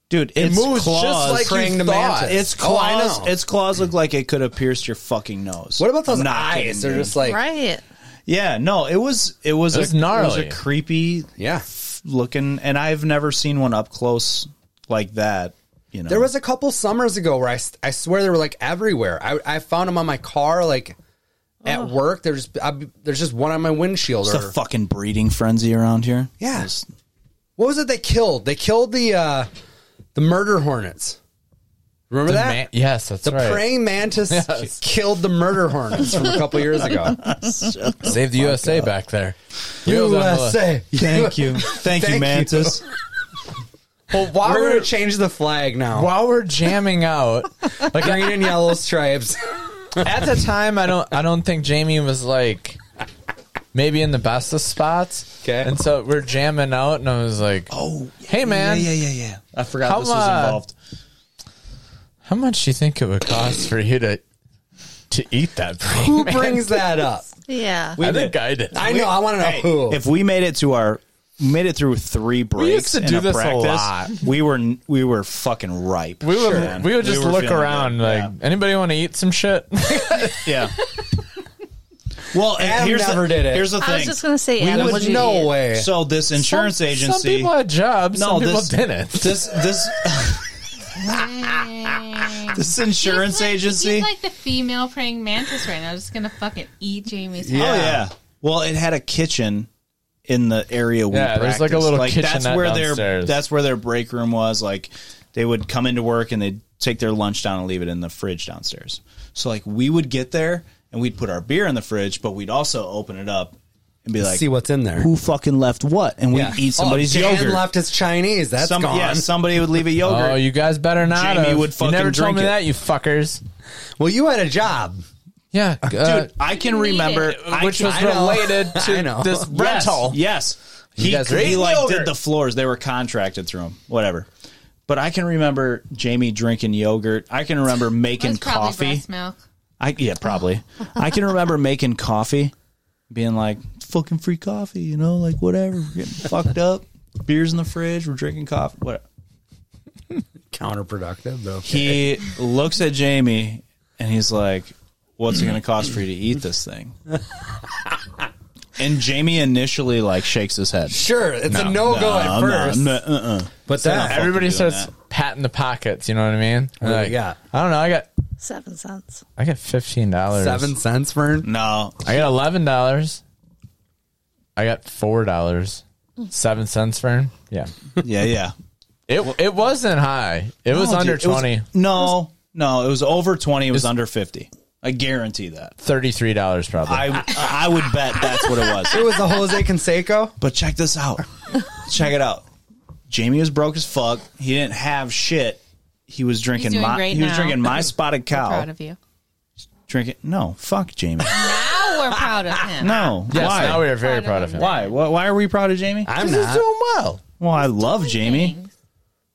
D: Dude, it
B: moves just like you
A: praying to
B: thought.
A: mantis.
D: Its
A: Oh, I
D: claws,
A: know.
D: its claws look like it could have pierced your fucking nose.
A: What about those
D: I'm not
A: eyes?
D: kidding,
A: They're
D: dude.
A: just like
C: Right.
D: yeah, no. It was it was,
B: It was
D: a, It was
B: gnarly.
D: a creepy
A: yeah.
D: looking, and I've never seen one up close like that. You know,
A: There was a couple summers ago where I, s- I swear they were like everywhere. I, I found them on my car, like at work. There's I, there's just one on my windshield.
D: It's a
A: Or,
D: fucking breeding frenzy around here.
A: Yeah.
D: It's-
A: what was it they killed? They killed the uh, the murder hornets. Remember
B: the
A: that?
B: man- yes, that's
A: the
B: right.
A: praying mantis
B: Yes.
A: killed the murder hornets from a couple years ago.
B: Save the USA back there. We was on the list.
A: USA.
D: thank you, thank,
A: Thank
D: you,
A: you.
D: mantis.
B: Well, while
A: We're
B: we're,
A: gonna change the flag now.
B: while we're jamming out, like
A: Green and yellow stripes.
B: at the time, I don't I don't think Jamie was like maybe in the best of spots.
A: 'Kay.
B: and so we're jamming out, and I was like,
D: Oh, yeah,
B: Hey, man.
D: yeah, yeah, yeah. yeah. I forgot
B: How
D: this
B: mu-
D: was
A: uh,
D: involved.
B: How much do you think it would cost for you to to eat that praying
A: Who brings that up?
C: Yeah.
B: I think I did.
A: I know. I want to know
D: Hey,
A: who.
D: If we made it to our made it through three breaks
B: used to
D: in
B: do
D: a
B: this a
D: practice,
B: lot.
D: we were we were fucking ripe.
B: we would
D: man.
B: we would just
D: were
B: look
D: feeling
B: around
D: good.
B: like anybody want to eat some shit?
D: yeah. yeah. Well, and
A: Adam
D: here's
A: never
D: the,
A: did it.
D: Here's the
C: I was
D: thing.
C: just gonna say,
A: We
C: Adam,
A: would-
C: would you
A: no
C: do?
A: way.
D: so this insurance
B: Some-
D: agency.
B: Some people had jobs. some
D: no,
B: people
D: this
B: didn't.
D: This this this insurance
E: He's like-
D: agency.
E: He's like the female praying mantis right now. Just gonna fucking eat Jamie's.
A: Yeah.
E: Yeah.
D: Oh yeah. Well, it had a kitchen in the area we
B: Yeah, there's, like, a
D: practiced.
B: little
D: that's
B: kitchenette
D: where their
B: downstairs.
D: that's where their break room was. Like they would come into work and they'd take their lunch down and leave it in the fridge downstairs. So like we would get there and we'd put our beer in the fridge, but we'd also open it up and be like,
A: see what's in there.
D: who fucking left what, and we'd
A: Yeah.
D: eat somebody's
A: oh, Dan
D: yogurt.
A: left his Chinese. That's
D: Some-
A: gone.
D: yeah, somebody would leave a yogurt.
B: Oh, you guys better not.
D: Jamie
B: have.
D: would
B: you
D: fucking
B: never
D: drink
B: told me
D: it.
B: that, you fuckers.
A: Well, you had a job.
B: Yeah, uh,
D: Dude, I can
E: Need it.
D: remember I
B: which
D: can-
B: was
A: I know.
B: related
A: I
B: to
A: know.
B: this
D: Yes,
B: rental.
D: Yes. He,
B: guys are
D: he
B: eating
D: like
B: yogurt.
D: did the floors. They were contracted through him. Whatever. But I can remember Jamie drinking yogurt. I can remember making coffee.
E: breast milk.
D: I yeah, probably. I can remember making coffee, being like fucking free coffee, you know, like whatever. We're getting fucked up. Beers in the fridge. We're drinking coffee. What?
A: Counterproductive though.
D: He looks at Jamie and he's like, "What's it going to cost for you to eat this thing?" And Jamie initially like shakes his head.
A: Sure, it's a no go at Oh,
D: I'm not-
A: first.
D: I'm not- uh-uh.
A: But then
D: not-
B: Everybody
D: fucking doing
B: starts patting the pockets. You know what I mean?
A: do
B: Like,
A: you got?
B: I don't know. I got
C: Seven cents.
B: I got fifteen dollars.
A: seven cents for
D: No,
B: I got eleven dollars. I got four dollars. Seven cents, Fern. Yeah.
D: yeah, yeah.
B: It it wasn't high. It was
D: No,
B: under
D: dude, it was-
B: twenty.
D: no, no, it was over twenty. It was under fifty. I guarantee that.
B: Thirty-three dollars probably.
D: I I would bet that's what it
A: It was
D: was.
A: the Jose Canseco.
D: But check this out. Check it out. Jamie was broke as fuck. He didn't have shit. He was drinking
E: doing
D: my.
E: great
D: he was
E: now.
D: drinking my spotted
E: We're
A: Oh.
E: proud
D: cow.
E: of you.
D: Drinking no, fuck Jamie.
E: Now Oh, we're proud of him.
D: No,
B: yes.
D: why?
B: Now we are very
E: Proud
B: proud
E: of
B: of him.
D: why? Why? Why are we proud of Jamie?
A: I'm
B: This is
A: not.
B: doing well.
D: Well, I love Jamie,
E: Things.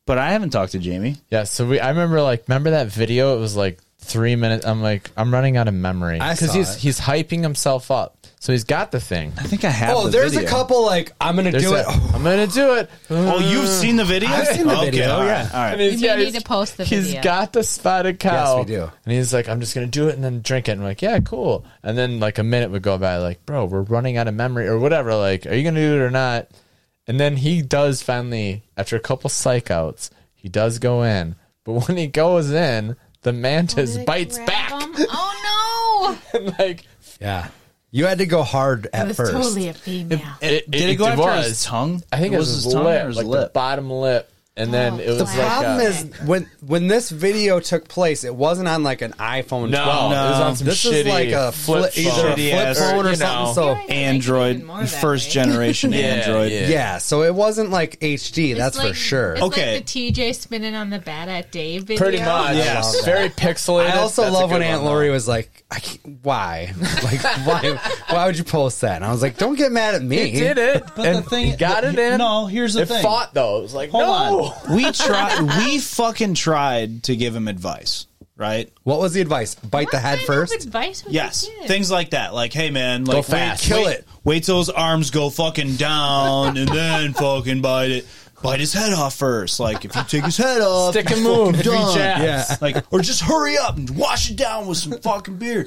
D: but I haven't talked to Jamie.
B: Yeah. So we. I remember like remember that video. It was like three minutes. I'm like I'm running out of memory
A: I saw
B: he's
A: it.
B: he's hyping himself up. So he's got the thing.
D: I think I have.
A: Oh,
D: the
A: there's a
D: video.
A: couple like I'm gonna
B: There's
A: do
B: a-
A: it. Oh,
B: I'm gonna do it.
D: Oh, you've seen the video?
A: I've seen the
D: okay,
A: video.
D: All right. All right.
B: And he's-
E: We
B: yeah,
E: need
B: he's-
E: to post the
B: He's
E: video.
B: got the spotted cow.
A: Yes, we do.
B: And he's like, I'm just gonna do it and then drink it. And I'm like, yeah, cool. And then like a minute would go by, like, bro, we're running out of memory or whatever. Like, are you gonna do it or not? And then he does finally, after a couple psych outs, he does go in. But when he goes in, the mantis bites
E: Grab
B: back.
E: him. Oh no!
B: And like
A: yeah. You had to go hard at
E: It's
A: first.
E: totally a female.
B: it,
D: Did it, go after his
B: was.
D: tongue?
B: I think it was, his
D: tongue
B: lip,
D: or his
B: like the
D: lip.
B: bottom lip. And
E: Oh,
B: then it was
A: the
B: like
A: problem
B: a-
A: is when when this video took place, it wasn't on like an iPhone.
B: No,
A: 12.
B: it was on some
A: this
B: shitty
A: is like a
B: flip
A: flip, either
D: phone.
A: a flip
D: Shitty-ass,
A: phone or,
B: you know.
A: something. So
E: Right.
D: Android,
E: Even more that
D: first
E: way.
D: generation
B: Yeah,
D: Android.
B: yeah.
A: yeah, so it wasn't like HD.
E: It's
A: that's for
E: like-
A: sure.
E: It's
D: Okay.
E: like the TJ spinning on the bad at Dave video.
B: pretty much
D: Yeah.
B: yes. very pixelated.
A: I also
B: That's a
A: love when
B: good
A: Aunt
B: one,
A: Lori was like, I can't, "Why? Like, why? why would you post that?" And I was like, "Don't get mad at me."
B: though. He did it.
D: But
B: and
D: the thing,
B: got it in.
D: No, here's the
B: it
D: thing.
B: fought though. It was like,
D: Hold
B: no.
D: on. We tried. we fucking tried to give him advice, right?
A: What was the advice? Bite
E: What
A: the head
E: kind of
A: first.
E: Advice would
D: Yes,
E: you give?
D: things like that. Like, hey man, like
B: fast.
D: wait,
A: Kill
D: wait-
A: it.
D: Wait till his arms go fucking down, and then fucking bite it. Bite his head off first. Like, if you take his head off,
B: Stick
D: you're
B: and move,
D: fucking
B: three
D: done.
B: jabs.
A: Yeah.
D: Like, or just hurry up and wash it down with some fucking beer.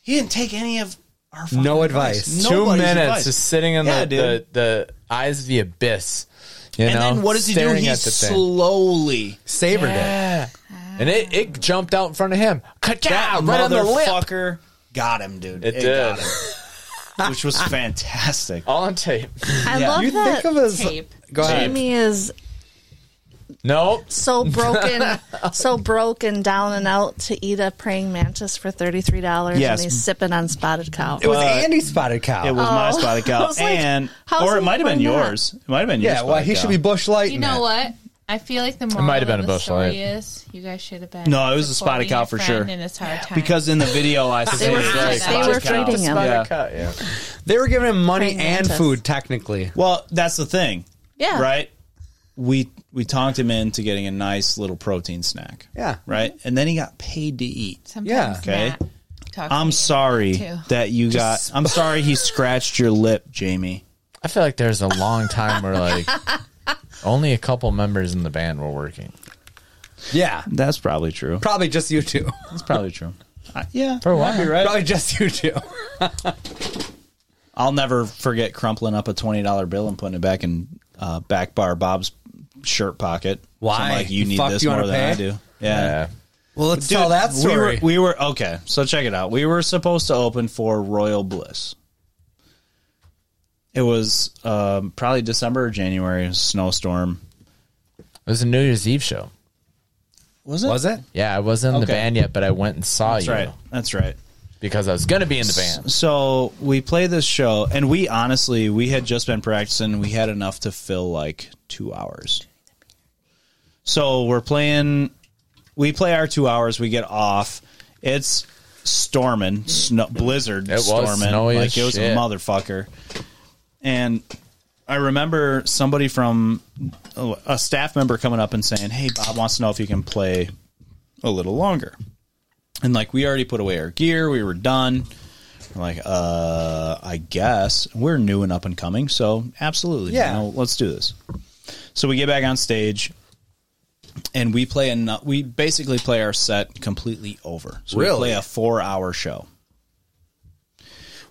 D: He didn't take any of our fucking
A: No advice.
B: Two
D: Nobody's
B: minutes
D: advice.
B: just sitting in the,
D: Yeah,
B: the
D: dude.
B: the eyes of the abyss. You
D: And
B: know,
D: then what does he do?
B: staring
D: He
B: at the thing.
D: slowly
A: Savored it.
B: Yeah. And it, it jumped out in front of him.
D: that
B: Ka-chow, right on the lip.
D: motherfucker got him, dude.
B: It
D: got
B: did. Oh.
D: him, which was fantastic.
B: All on tape.
C: I
D: Yeah.
C: love
A: You
C: that
A: think of as
E: Tape.
A: go ahead.
C: Jamie is
B: Nope.
C: so broken, so broken down and out to eat a praying mantis for thirty three dollars,
D: Yes.
C: and he's sipping on spotted cow.
A: It was Andy spotted cow.
D: It was my spotted
C: Oh. I
D: cow,
C: was like,
D: and
C: how's
D: or it
C: he
D: might have been
C: find that?
D: yours. It might have been yours.
A: yeah, well, he should be bush light.
E: You know what? I feel like the moral
B: might have been
E: of
B: a
E: the
B: bush
E: story
B: light.
E: is you guys should have been.
D: No, it was a spotted
E: supporting
D: cow
E: your
D: for
E: friend
D: sure.
E: In his hard time.
D: because in the video I see
C: were-
D: it's
E: they
D: spotted
E: were
D: cow.
C: feeding him.
B: Spotted
D: Yeah.
B: cow, yeah.
A: They were giving him money
C: Praying
A: and
C: mantis.
A: food, technically.
D: Well, that's the thing,
C: yeah,
D: right? We we talked him into getting a nice little protein snack.
A: Yeah.
D: Right, and then he got paid to eat.
E: Sometimes
A: Yeah.
D: Okay. Um,
E: Matt talks
D: I'm
E: me
D: sorry
E: too.
D: that you got. I'm sorry he scratched your lip, Jamie.
B: I feel like there's a long time where like only a couple members in the band were working.
A: Yeah,
D: That's probably true.
A: probably just you two.
D: That's probably true. Uh, yeah.
B: For a while.
D: Might be right.
A: Probably just you two.
D: I'll never forget crumpling up a twenty dollar bill and putting it back in uh, back bar Bob's shirt pocket.
A: Why?
D: So I'm like you
A: You
D: need
A: fuck,
D: this
A: you
D: more
A: wanna
D: than
A: pay?
D: I do. Yeah.
B: Yeah.
A: Well, let's tell
D: Dude,
A: that story.
D: We were, we were okay. So check it out. We were supposed to open for Royal Bliss. It was um, probably December or January. Snowstorm.
B: It was a New Year's Eve show.
D: Was
A: was it?
B: Yeah, I wasn't in the
D: Okay.
B: band yet, but I went and saw
D: That's
B: you
D: right. That's right.
B: because I was gonna be in the band.
D: So we play this show, and we honestly we had just been practicing. We had enough to fill like two hours. So we're playing. We play our two hours. We get off. It's storming, snow, blizzard,
B: It was
D: storming.
B: snowy
D: like
B: as
D: it was
B: shit.
D: a motherfucker. And I remember somebody from a staff member coming up and saying, "Hey, Bob wants to know if you can play a little longer." And like we already put away our gear, we were done. I'm like, uh, I guess we're new and up and coming, so absolutely,
A: Yeah.
D: you know, let's do this. So we get back on stage, and we play a we basically play our set completely over. So
A: Really?
D: we play a four hour show.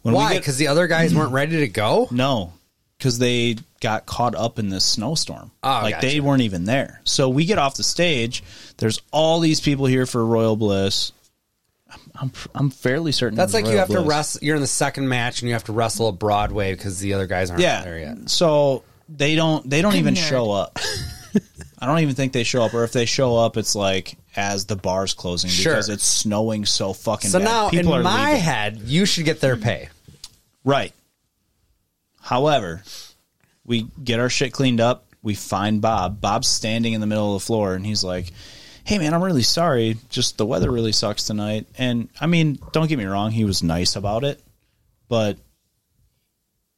D: When
A: Why?
D: We get,
A: Because the other guys weren't ready to go.
D: no, because they got caught up in this snowstorm.
A: Oh,
D: like
A: gotcha.
D: they weren't even there. So we get off the stage. There's all these people here for Royal Bliss. I'm I'm, I'm fairly certain
A: That's
D: it was
A: like you
D: Royal
A: have to
D: Bliss.
A: wrestle. You're in the second match and you have to wrestle a Broadway because the other guys aren't there
D: Yeah.
A: yet.
D: So they don't they don't even
E: Nerd.
D: show up. I don't even think they show up, or if they show up, it's like as the bar's closing
A: Sure.
D: because it's snowing so fucking.
A: So
D: bad.
A: now,
D: people are
A: in my
D: leaving.
A: head, you should get their pay.
D: Right. However, we get our shit cleaned up. We find Bob. Bob's standing in the middle of the floor and he's like, Hey, man, I'm really sorry. Just the weather really sucks tonight. And I mean, don't get me wrong, he was nice about it. But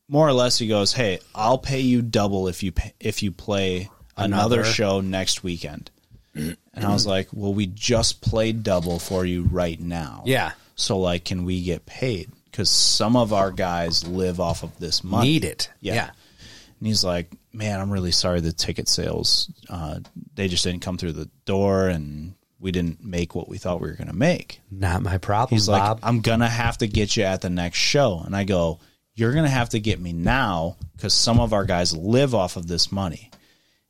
D: more or less, he goes, Hey, I'll pay you double if you, pay, if you play another,
A: Another.
D: show next weekend. and I was like, Well, we just played double for you right now.
A: Yeah.
D: So like, can we get paid? Because some of our guys live off of this money.
A: Need it.
D: Yeah.
A: yeah.
D: And he's like, man, I'm really sorry. The ticket sales, uh, they just didn't come through the door, and we didn't make what we thought we were gonna make.
A: Not my problem,
D: He's
A: Bob.
D: like, I'm gonna have to get you at the next show. And I go, You're gonna have to get me now because some of our guys live off of this money.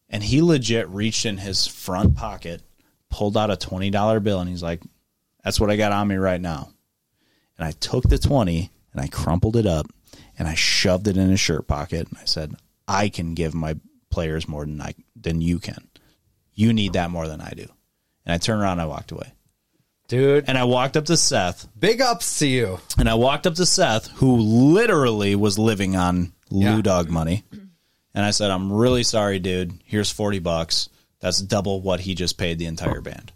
D: And he legit reached in his front pocket, pulled out a twenty dollar bill, and he's like, That's what I got on me right now. And I took the twenty and I crumpled it up and I shoved it in his shirt pocket and I said, I can give my players more than I than you can. You need that more than I do. And I turned around and I walked away.
A: Dude,
D: And I walked up to Seth
A: big ups to you.
D: and I walked up to Seth, who literally was living on Lou
A: Yeah.
D: Dog money. And I said, I'm really sorry, dude. Here's 40 bucks. That's double what he just paid the entire band.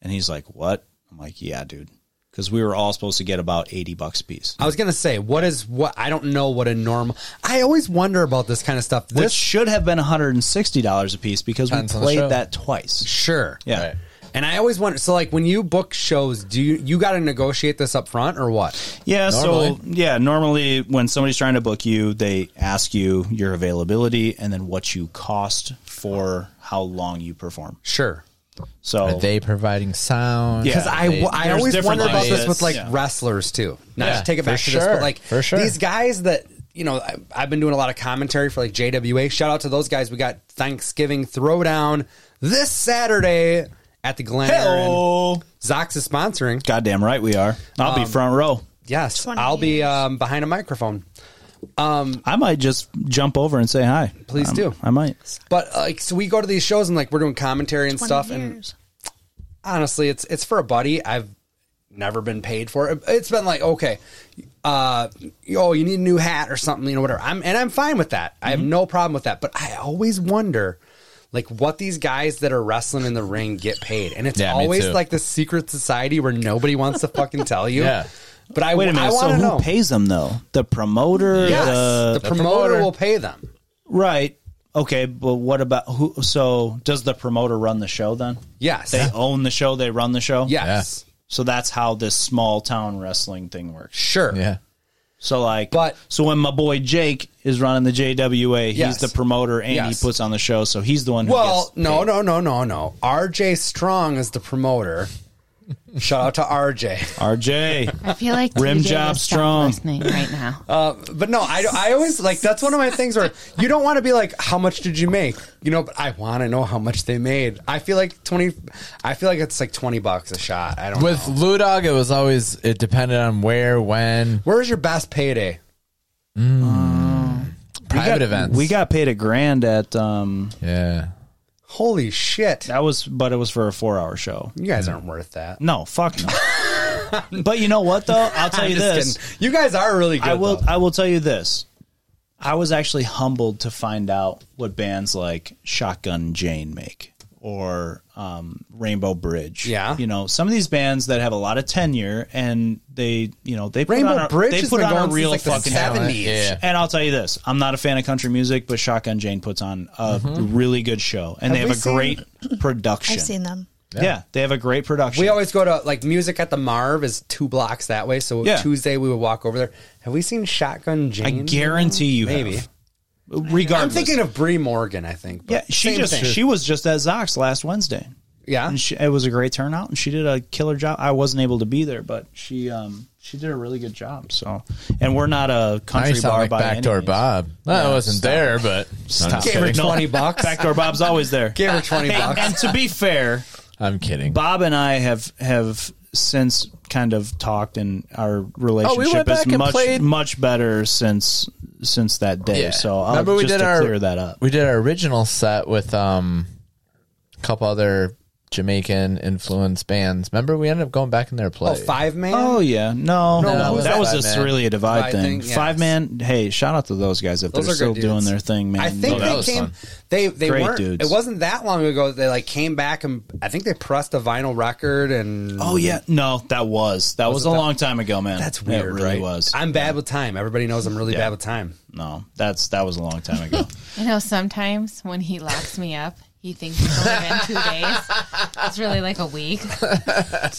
D: And he's like, What? I'm like, Yeah, dude. Because we were all supposed to get about 80 bucks a piece.
A: I was gonna say, what is what? I don't know what a normal. I always wonder about this kind of stuff.
D: Which
A: This
D: should have been $160 a piece because we
B: Depends on the show.
D: played that twice.
A: sure,
D: Yeah.
B: Right.
A: And I always wonder. So, like, when you book shows, do you you got to negotiate this up front or what?
D: Yeah, so
B: Normally.
D: yeah, normally when somebody's trying to book you, they ask you your availability and then what you cost for how long you perform.
A: Sure.
D: So
B: Are they providing sound?
D: Yeah.
A: Because I, w- I
D: There's
A: always
D: different
A: wonder about this
D: ideas.
A: with like
D: Yeah.
A: wrestlers too. Not
B: Yeah,
A: to take it
B: for
A: back to this,
B: sure,
A: but like
B: for sure.
A: these guys that you know, I, I've been doing a lot of commentary for like JWA. Shout out to those guys. We got Thanksgiving Throwdown this Saturday at the Glen. Aaron.
D: Hello.
A: Zox is sponsoring.
D: Goddamn right we are. I'll
A: Um,
D: be front row.
A: Yes,
C: 20
A: I'll be um, behind a microphone.
D: I might just jump over and say hi.
A: Please
D: I'm-
A: do.
D: I might.
A: But uh, like, so we go to these shows and like we're doing commentary and
C: 20
A: stuff. And
C: years.
A: honestly, it's it's for a buddy. I've never been paid for it. It's been like okay, uh, oh, you need a new hat or something, you know, whatever. I'm and I'm fine with that. I have no problem with that. But I always wonder. Like what these guys that are wrestling in the ring get paid, and it's
B: Yeah, me
A: always
B: too.
A: like this secret society where nobody wants to fucking tell you.
B: Yeah.
A: But I
D: Wait a minute.
A: I
D: so
A: want
D: who
A: to know.
D: pays them though? The promoter.
A: yes,
D: the-
A: the, promoter
B: promoter.
A: will pay them.
D: right. Okay, but what about who? So does the promoter run the show then?
A: Yes,
D: They own the show. They run the show.
A: yes,
D: So that's how this small town wrestling thing works.
A: sure.
B: Yeah.
D: So like,
A: But-
D: so when my boy Jake is running the JWA,
A: Yes.
D: he's the promoter and
A: Yes.
D: he puts on the show. So he's the one. Who
A: Well,
D: gets
A: no,
D: paid.
A: no, no, no, no. RJ Strong is the promoter, Shout out to RJ.
D: RJ.
E: I feel like
D: Rim
E: TJ
D: job
E: is
D: strong.
E: listening right now.
A: Uh, but no, I, I always like that's one of my things where you don't want to be like, how much did you make? You know, but I want to know how much they made. I feel like twenty. I feel like it's like twenty bucks a shot. I don't.
B: With
A: know.
B: Lou Dog, it was always it depended on where, when,
A: where's your best payday?
D: We
B: private
D: got-
B: events.
D: We got paid a grand at um
B: yeah.
A: Holy shit!
D: that was but it was for a four hour show.
A: You guys aren't worth that.
D: No, fuck no. but you know what though? I'll tell you
A: Just
D: this.
A: kidding. You guys are really good.
D: I will
A: though.
D: I will tell you this. I was actually humbled to find out what bands like Shotgun Jane make or um, Rainbow Bridge.
A: Yeah.
D: You know, some of these bands that have a lot of tenure and they, you know, they put
A: Rainbow
D: on a,
A: Bridge
D: they
A: has
D: put
A: been
D: on
A: going
D: a
A: since,
D: real
A: like, the
D: fucking
A: 70s.
B: Yeah.
D: And I'll tell you this, I'm not a fan of country music, but Shotgun Jane puts on a really good show and
A: Mm-hmm. Have
D: they
A: we
D: have a
A: seen-
D: great production.
C: I've seen them.
D: Yeah. they have a great production.
A: We always go to like music at the Marv is two blocks that way. So
D: Yeah.
A: Tuesday we would walk over there. Have we seen Shotgun Jane?
D: I guarantee you
A: Maybe.
D: have. Regardless.
A: I'm thinking of Bree Morgan. I think. but
D: Yeah, she
A: same
D: just
A: thing.
D: she was just at Zox last Wednesday.
A: yeah.
D: And she, it was a great turnout, and she did a killer job. I wasn't able to be there, but she um she did a really good job. So, and we're not a
B: Now you
D: country
B: sound
D: bar
B: like
D: by any
B: Backdoor
D: means.
B: Bob. Well, I
D: Yeah,
B: wasn't
D: stop.
B: there, but I'm,
D: Stop.
B: just
A: Gave her
B: kidding.
D: No.
A: twenty bucks.
D: Backdoor Bob's always there.
A: Gave her twenty
D: Hey,
A: bucks.
D: and to be fair,
B: I'm kidding.
D: Bob and I have have since kind of talked, and
A: Oh,
D: our relationship
B: went
D: is
B: back and
D: much
B: played-
D: much better since since that day.
B: Yeah.
D: So, I'll,
B: Remember we
D: just
B: did
D: to
B: our-
D: clear that up.
B: We did our original set with um, a couple other Jamaican influenced bands. Remember, we ended up going back in their play.
A: Oh, five man.
D: Oh yeah, no,
A: No,
D: that,
A: who's
D: that
A: that
D: was
B: five
D: just
B: man?
D: really a divide,
A: Divide
D: thing.
A: thing, yeah.
D: Five man, hey, shout out to those guys if
A: Those
D: they're
A: are
D: still
A: good
D: doing
A: dudes.
D: their thing, man. Oh,
A: I think
B: that
A: they
B: was
A: came.
B: fun.
A: They they
D: Great
A: weren't.
D: dudes.
A: It wasn't that long ago. They like came back and I think they pressed a vinyl record and.
D: oh yeah, no, that was that was, a long time ago, man.
A: that's weird.
D: It really
A: right?
D: was.
A: I'm bad with time. Everybody knows I'm really bad with time.
D: no, that's that was a long time ago.
E: You know, sometimes when he locks me up, he thinks it's only been two days. It's really like a week.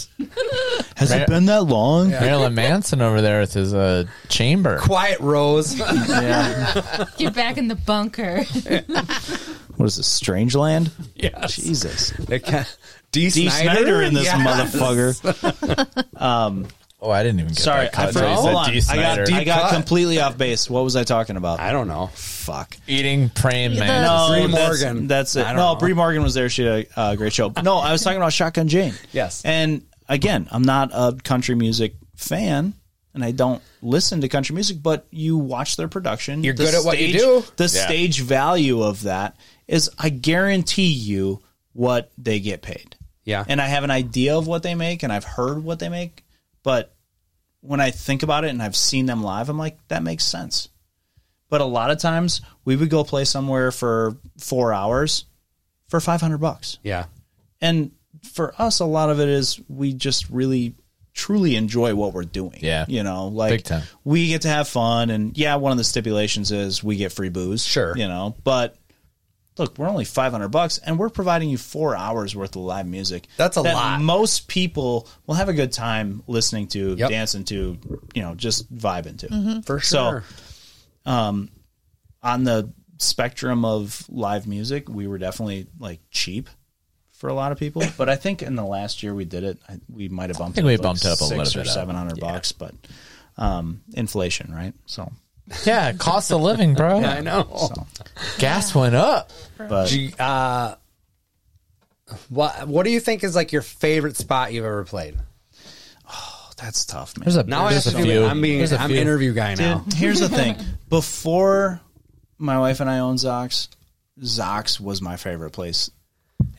D: Has
B: Right.
D: it been that long?
B: Marilyn Manson over there with his uh, chamber.
A: Quiet Rose.
E: Get back in the bunker.
D: What is this, Strange Land?
A: Yes.
D: Jesus,
A: They ca- D.
D: D.
A: Snyder?
D: Snyder in this
A: Yes.
D: motherfucker.
B: Oh, I didn't even get
D: Sorry,
B: that cut.
D: I forgot.
B: Sorry,
D: Hold
B: said
D: on,
B: D.
D: I got
B: Snyder.
D: I got
A: cut.
D: completely off base. What was I talking about?
A: I don't know.
D: Fuck.
B: eating praying man.
C: No.
A: Bree
D: that's-
A: Morgan.
D: That's,
A: I
D: it.
A: don't
D: No,
A: know.
D: Bree Morgan was there. She had a uh, great show. No, I was talking about Shotgun Jane.
A: Yes.
D: And again, I'm not a country music fan. And I don't listen to country music, but you watch their production.
A: You're
D: The
A: good at what you
D: stage-
A: do.
D: The stage value of that is, I guarantee you, what they get paid.
A: Yeah.
D: And I have an idea of what they make, and I've heard what they make. But when I think about it and I've seen them live, I'm like, that makes sense. But a lot of times we would go play somewhere for four hours for 500 bucks.
A: Yeah.
D: And for us, a lot of it is we just really truly enjoy what we're doing.
B: Yeah.
D: You know, like
B: Big time.
D: we get to have fun. And yeah, one of the stipulations is we get free booze.
A: Sure.
D: You know, but look, we're only 500 bucks and we're providing you four hours worth of live music.
A: That's a
D: that
A: lot.
D: Most people will have a good time listening to,
A: Yep.
D: dancing to, you know, just vibing to
A: For
D: So-
A: sure.
D: on the spectrum of live music, we were definitely like cheap for a lot of people. But I think in the last year we did it, I, we might have bumped.
B: think we
D: like,
B: bumped it up a
D: six
B: little
D: or
B: bit up.
D: seven hundred bucks, but um, inflation, right? So,
B: Yeah, cost of living, bro.
A: I know.
D: so
B: Gas went up.
D: but
A: Gee, uh, what What do you think is like your favorite spot you've ever played?
D: oh, that's tough, man.
B: There's a
A: Now
B: there's
A: I
B: a
A: have to
B: few.
A: do. I'm being.
B: There's a
A: I'm
B: few.
A: interview guy now.
D: Dude, here's the thing: before my wife and I owned Zox, Zox was my favorite place,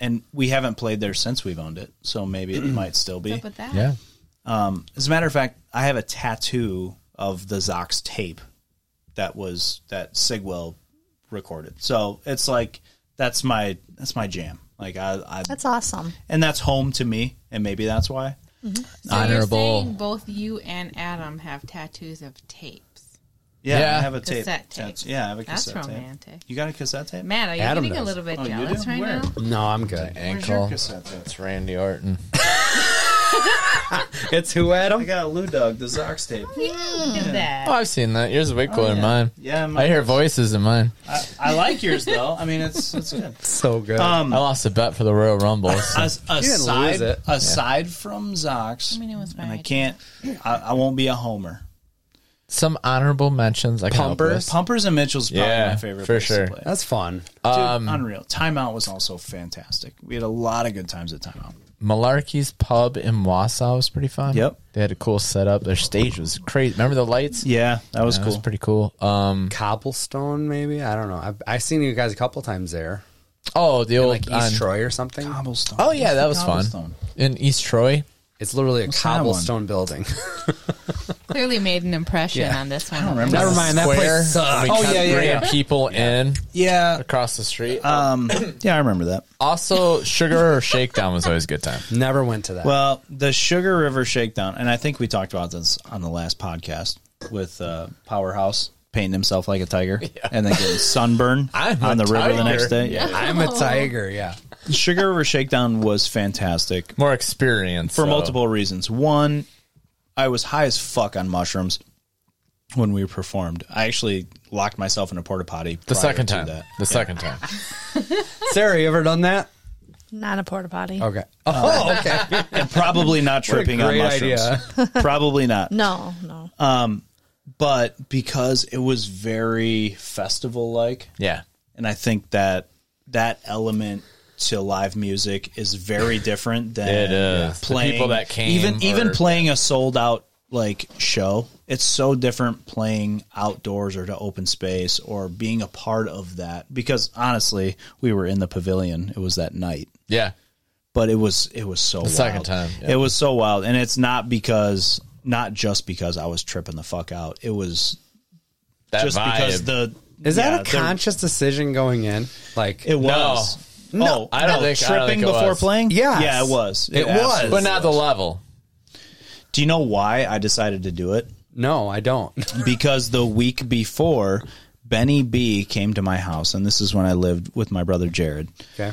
D: and we haven't played there since we've owned it. So maybe it might still be.
E: What's up with that?
B: Yeah.
D: Um, as a matter of fact, I have a tattoo of the Zox tape that was that Sigwell recorded. So it's like that's my that's my jam. Like I, I
C: That's awesome.
D: and that's home to me, and maybe that's why.
E: So
B: Honorable.
E: You're saying both you and Adam have tattoos of tapes.
D: Yeah,
B: Yeah.
D: I have a tape.
E: Cassette tape.
D: That's- Yeah, I have a
E: That's
D: cassette
E: romantic.
D: tape. You got a cassette tape?
E: Matt, are you
A: Adam
E: getting a
A: does.
E: little bit
D: Oh, you
E: jealous
D: do?
E: right
D: Where?
E: now?
A: No, I'm good.
D: Where's your
B: Ankle.
D: cassette tape?
B: It's Randy Orton.
A: It's who Adam?
D: got a Lou Dog, the Zox tape.
E: Do that.
B: Oh, I've seen that. Yours is way cooler than
D: Oh, yeah.
B: mine.
D: Yeah,
B: I
D: mine
B: hear voices in mine.
D: I, I like yours though. I mean, it's it's good.
A: So good.
D: Um,
B: I lost a bet for the Royal Rumble. so-
D: As,
A: didn't
D: aside,
A: lose it.
D: aside from Zox,
E: I mean, it was my
D: and I
E: idea.
D: can't. I, I won't be a homer.
B: Some honorable mentions. I can help
A: Pumper?
B: with.
D: Pumpers and Mitchell's probably
B: Yeah,
D: my favorite
B: for
D: place
B: sure.
D: to play.
A: That's fun. Uh,
D: Dude, unreal. Timeout was also fantastic. We had a lot of good times at timeout.
B: Malarkey's Pub in Wausau was pretty fun.
D: Yep.
B: They had a cool setup. Their stage was crazy. Remember the lights?
D: Yeah, that was
B: That
D: cool.
B: was pretty cool. Um,
A: Cobblestone, maybe? I don't know. I've, I've seen you guys a couple times there.
B: oh, the old
A: Like East
B: on-
A: Troy or something.
D: Cobblestone.
B: Oh yeah,
D: What's
B: that
D: the
B: was fun.
D: cobblestone?
B: In East Troy,
A: It's literally a
D: What's that one?
A: cobblestone building.
D: Oh.
E: Clearly made an impression
A: Yeah.
E: on this one.
D: don't remember. Never
A: mind, that
B: Square,
A: place sucks.
B: and We
D: Oh,
B: kept
D: yeah, yeah,
B: bringing
D: yeah.
B: people in
D: Yeah.
B: across the street.
A: Uh,
D: Um, yeah, I remember that.
B: also, Sugar or Shakedown was always a good time.
A: Never went to that.
D: Well, the Sugar River Shakedown, and I think we talked about this on the last podcast with uh, Powerhouse painting himself like a tiger and then getting sunburn
B: I'm a
D: on the river
B: tiger.
D: the next day. Yeah.
A: I'm a tiger, yeah.
D: Sugar River Shakedown was fantastic
B: More experience
D: for
B: so-
D: multiple reasons. One, I was high as fuck on mushrooms when we performed. I actually locked myself in a porta potty
B: The
D: prior
B: second
D: to
B: time.
D: that.
B: The second time.
A: Sarah, you ever done that?
C: Not a porta potty.
A: Okay. Oh, okay.
D: And probably not tripping on
A: great
D: mushrooms. probably not.
C: No, no.
D: Uh, But because it was very festival like,
B: Yeah.
D: and I think that that element to live music is very different than
B: It is. The
D: playing
B: people that came
D: even even
B: or-
D: playing a sold out like show. It's so different playing outdoors or to open space or being a part of that because honestly, we were in the pavilion. It was that night
B: Yeah.
D: but it was it was so the wild.
B: second time, yeah.
D: It was so wild, and it's not because not just because I was tripping the fuck out. It was
B: That
D: just
B: vibe.
D: because the
A: Is
D: yeah,
A: that a
D: there-
A: conscious decision going in? Like,
D: It was. No,
B: Oh, I don't think- I
D: tripping
B: don't think it
D: before
B: was.
D: playing.
A: Yes.
D: yeah, it was.
A: It was.
D: absolutely
B: but not the level.
D: Do you know why I decided to do it?
A: no, I don't.
D: because the week before, Benny B came to my house, and this is when I lived with my brother Jared.
A: Okay.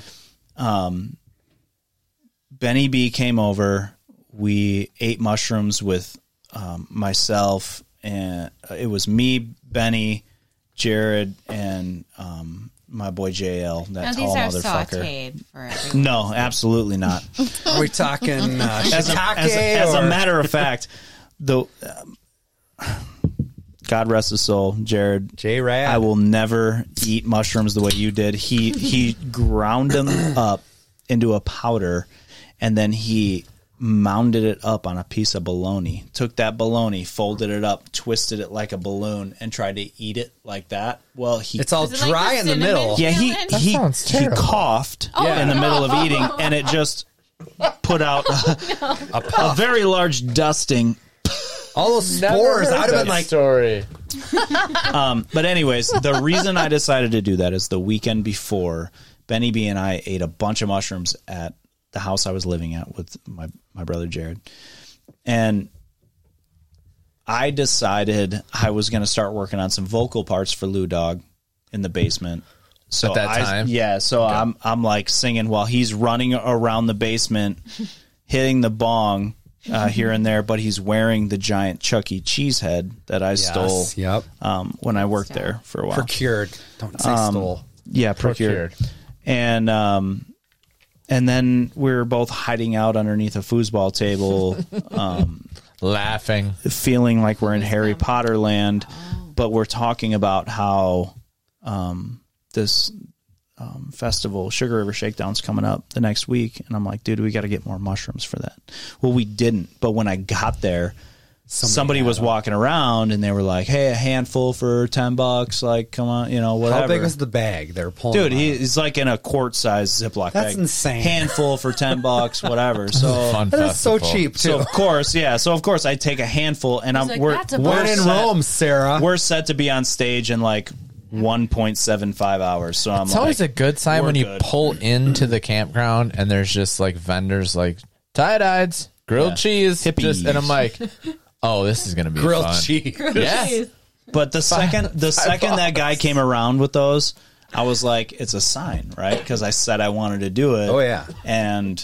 D: Benny B came over. We ate mushrooms with um, myself, and uh, it was me, Benny, Jared, and um, my boy JL. That
E: Now,
D: tall
E: these are
D: motherfucker.
E: sauteed for everyone.
D: No, absolutely not.
A: Are we talking uh,
D: As a,
A: shiitake
D: as, as
A: or-
D: a matter of fact, the um, God rest his soul, Jared.
A: J. Rad.
D: I will never eat mushrooms the way you did. He he ground them up into a powder, and then he mounded it up on a piece of bologna. Took that bologna, folded it up, twisted it like a balloon, and tried to eat it like that. Well, he
A: It's all
E: Is it like
A: dry
E: the
A: in the
E: cinnamon?
A: middle.
D: yeah he
E: That
D: he,
B: sounds
D: he
B: terrible. Oh,
D: coughed in the middle of eating, and it just put out
A: A
D: a
A: puff.
D: very large dusting.
A: All those spores. I'd have been like,
B: story.
D: Um, But anyways, the reason I decided to do that is the weekend before Benny B and I ate a bunch of mushrooms at the house I was living at with my my brother Jared, and I decided I was going to start working on some vocal parts for Lou Dog in the basement. So
B: At that
D: I-
B: time?
D: yeah. So I'm I'm like singing while he's running around the basement, hitting the bong. Uh, here and there, but he's wearing the giant Chuck E. Cheese head that I stole
A: Yep.
D: um, when I worked there for a while.
A: Procured. Don't say stole.
D: yeah, procured. And um, and then we were both hiding out underneath a foosball table,
B: Laughing.
D: feeling like we're in Harry Potter land, but we're talking about how um, this um, festival, Sugar River Shakedown's coming up the next week, and I'm like, dude, we got to get more mushrooms for that. Well, we didn't, but when I got there. Somebody, was walking around and they were like, "Hey, a handful for ten bucks. Like, come on, you know, whatever."
A: How big was the bag they were pulling? out?
D: Dude, he, he's like in a quart size Ziploc
A: That's
D: bag.
A: insane.
D: Handful for 10 bucks, whatever. So,
B: Fun
A: That is so
B: festival.
A: cheap, too.
D: so of course, yeah. So, of course, I take a handful and I'm,
E: like,
D: we're,
E: "That's a
D: we're,
A: we're in
D: set,
A: Rome, Sarah.
D: we're set to be on stage in like 1.75 hours. So, I'm
B: It's
D: like,
B: always a good sign
D: we're
B: when you
D: good.
B: pull into the campground and there's just like vendors like tie dyes, grilled cheese,
D: Hippies.
B: just- and I'm like, oh, this is gonna be
A: grilled
B: fun.
A: cheese.
B: Yeah,
D: But the second the second that guy came around with those, I was like, it's a sign, right? Because I said I wanted to do it.
A: Oh, yeah.
D: And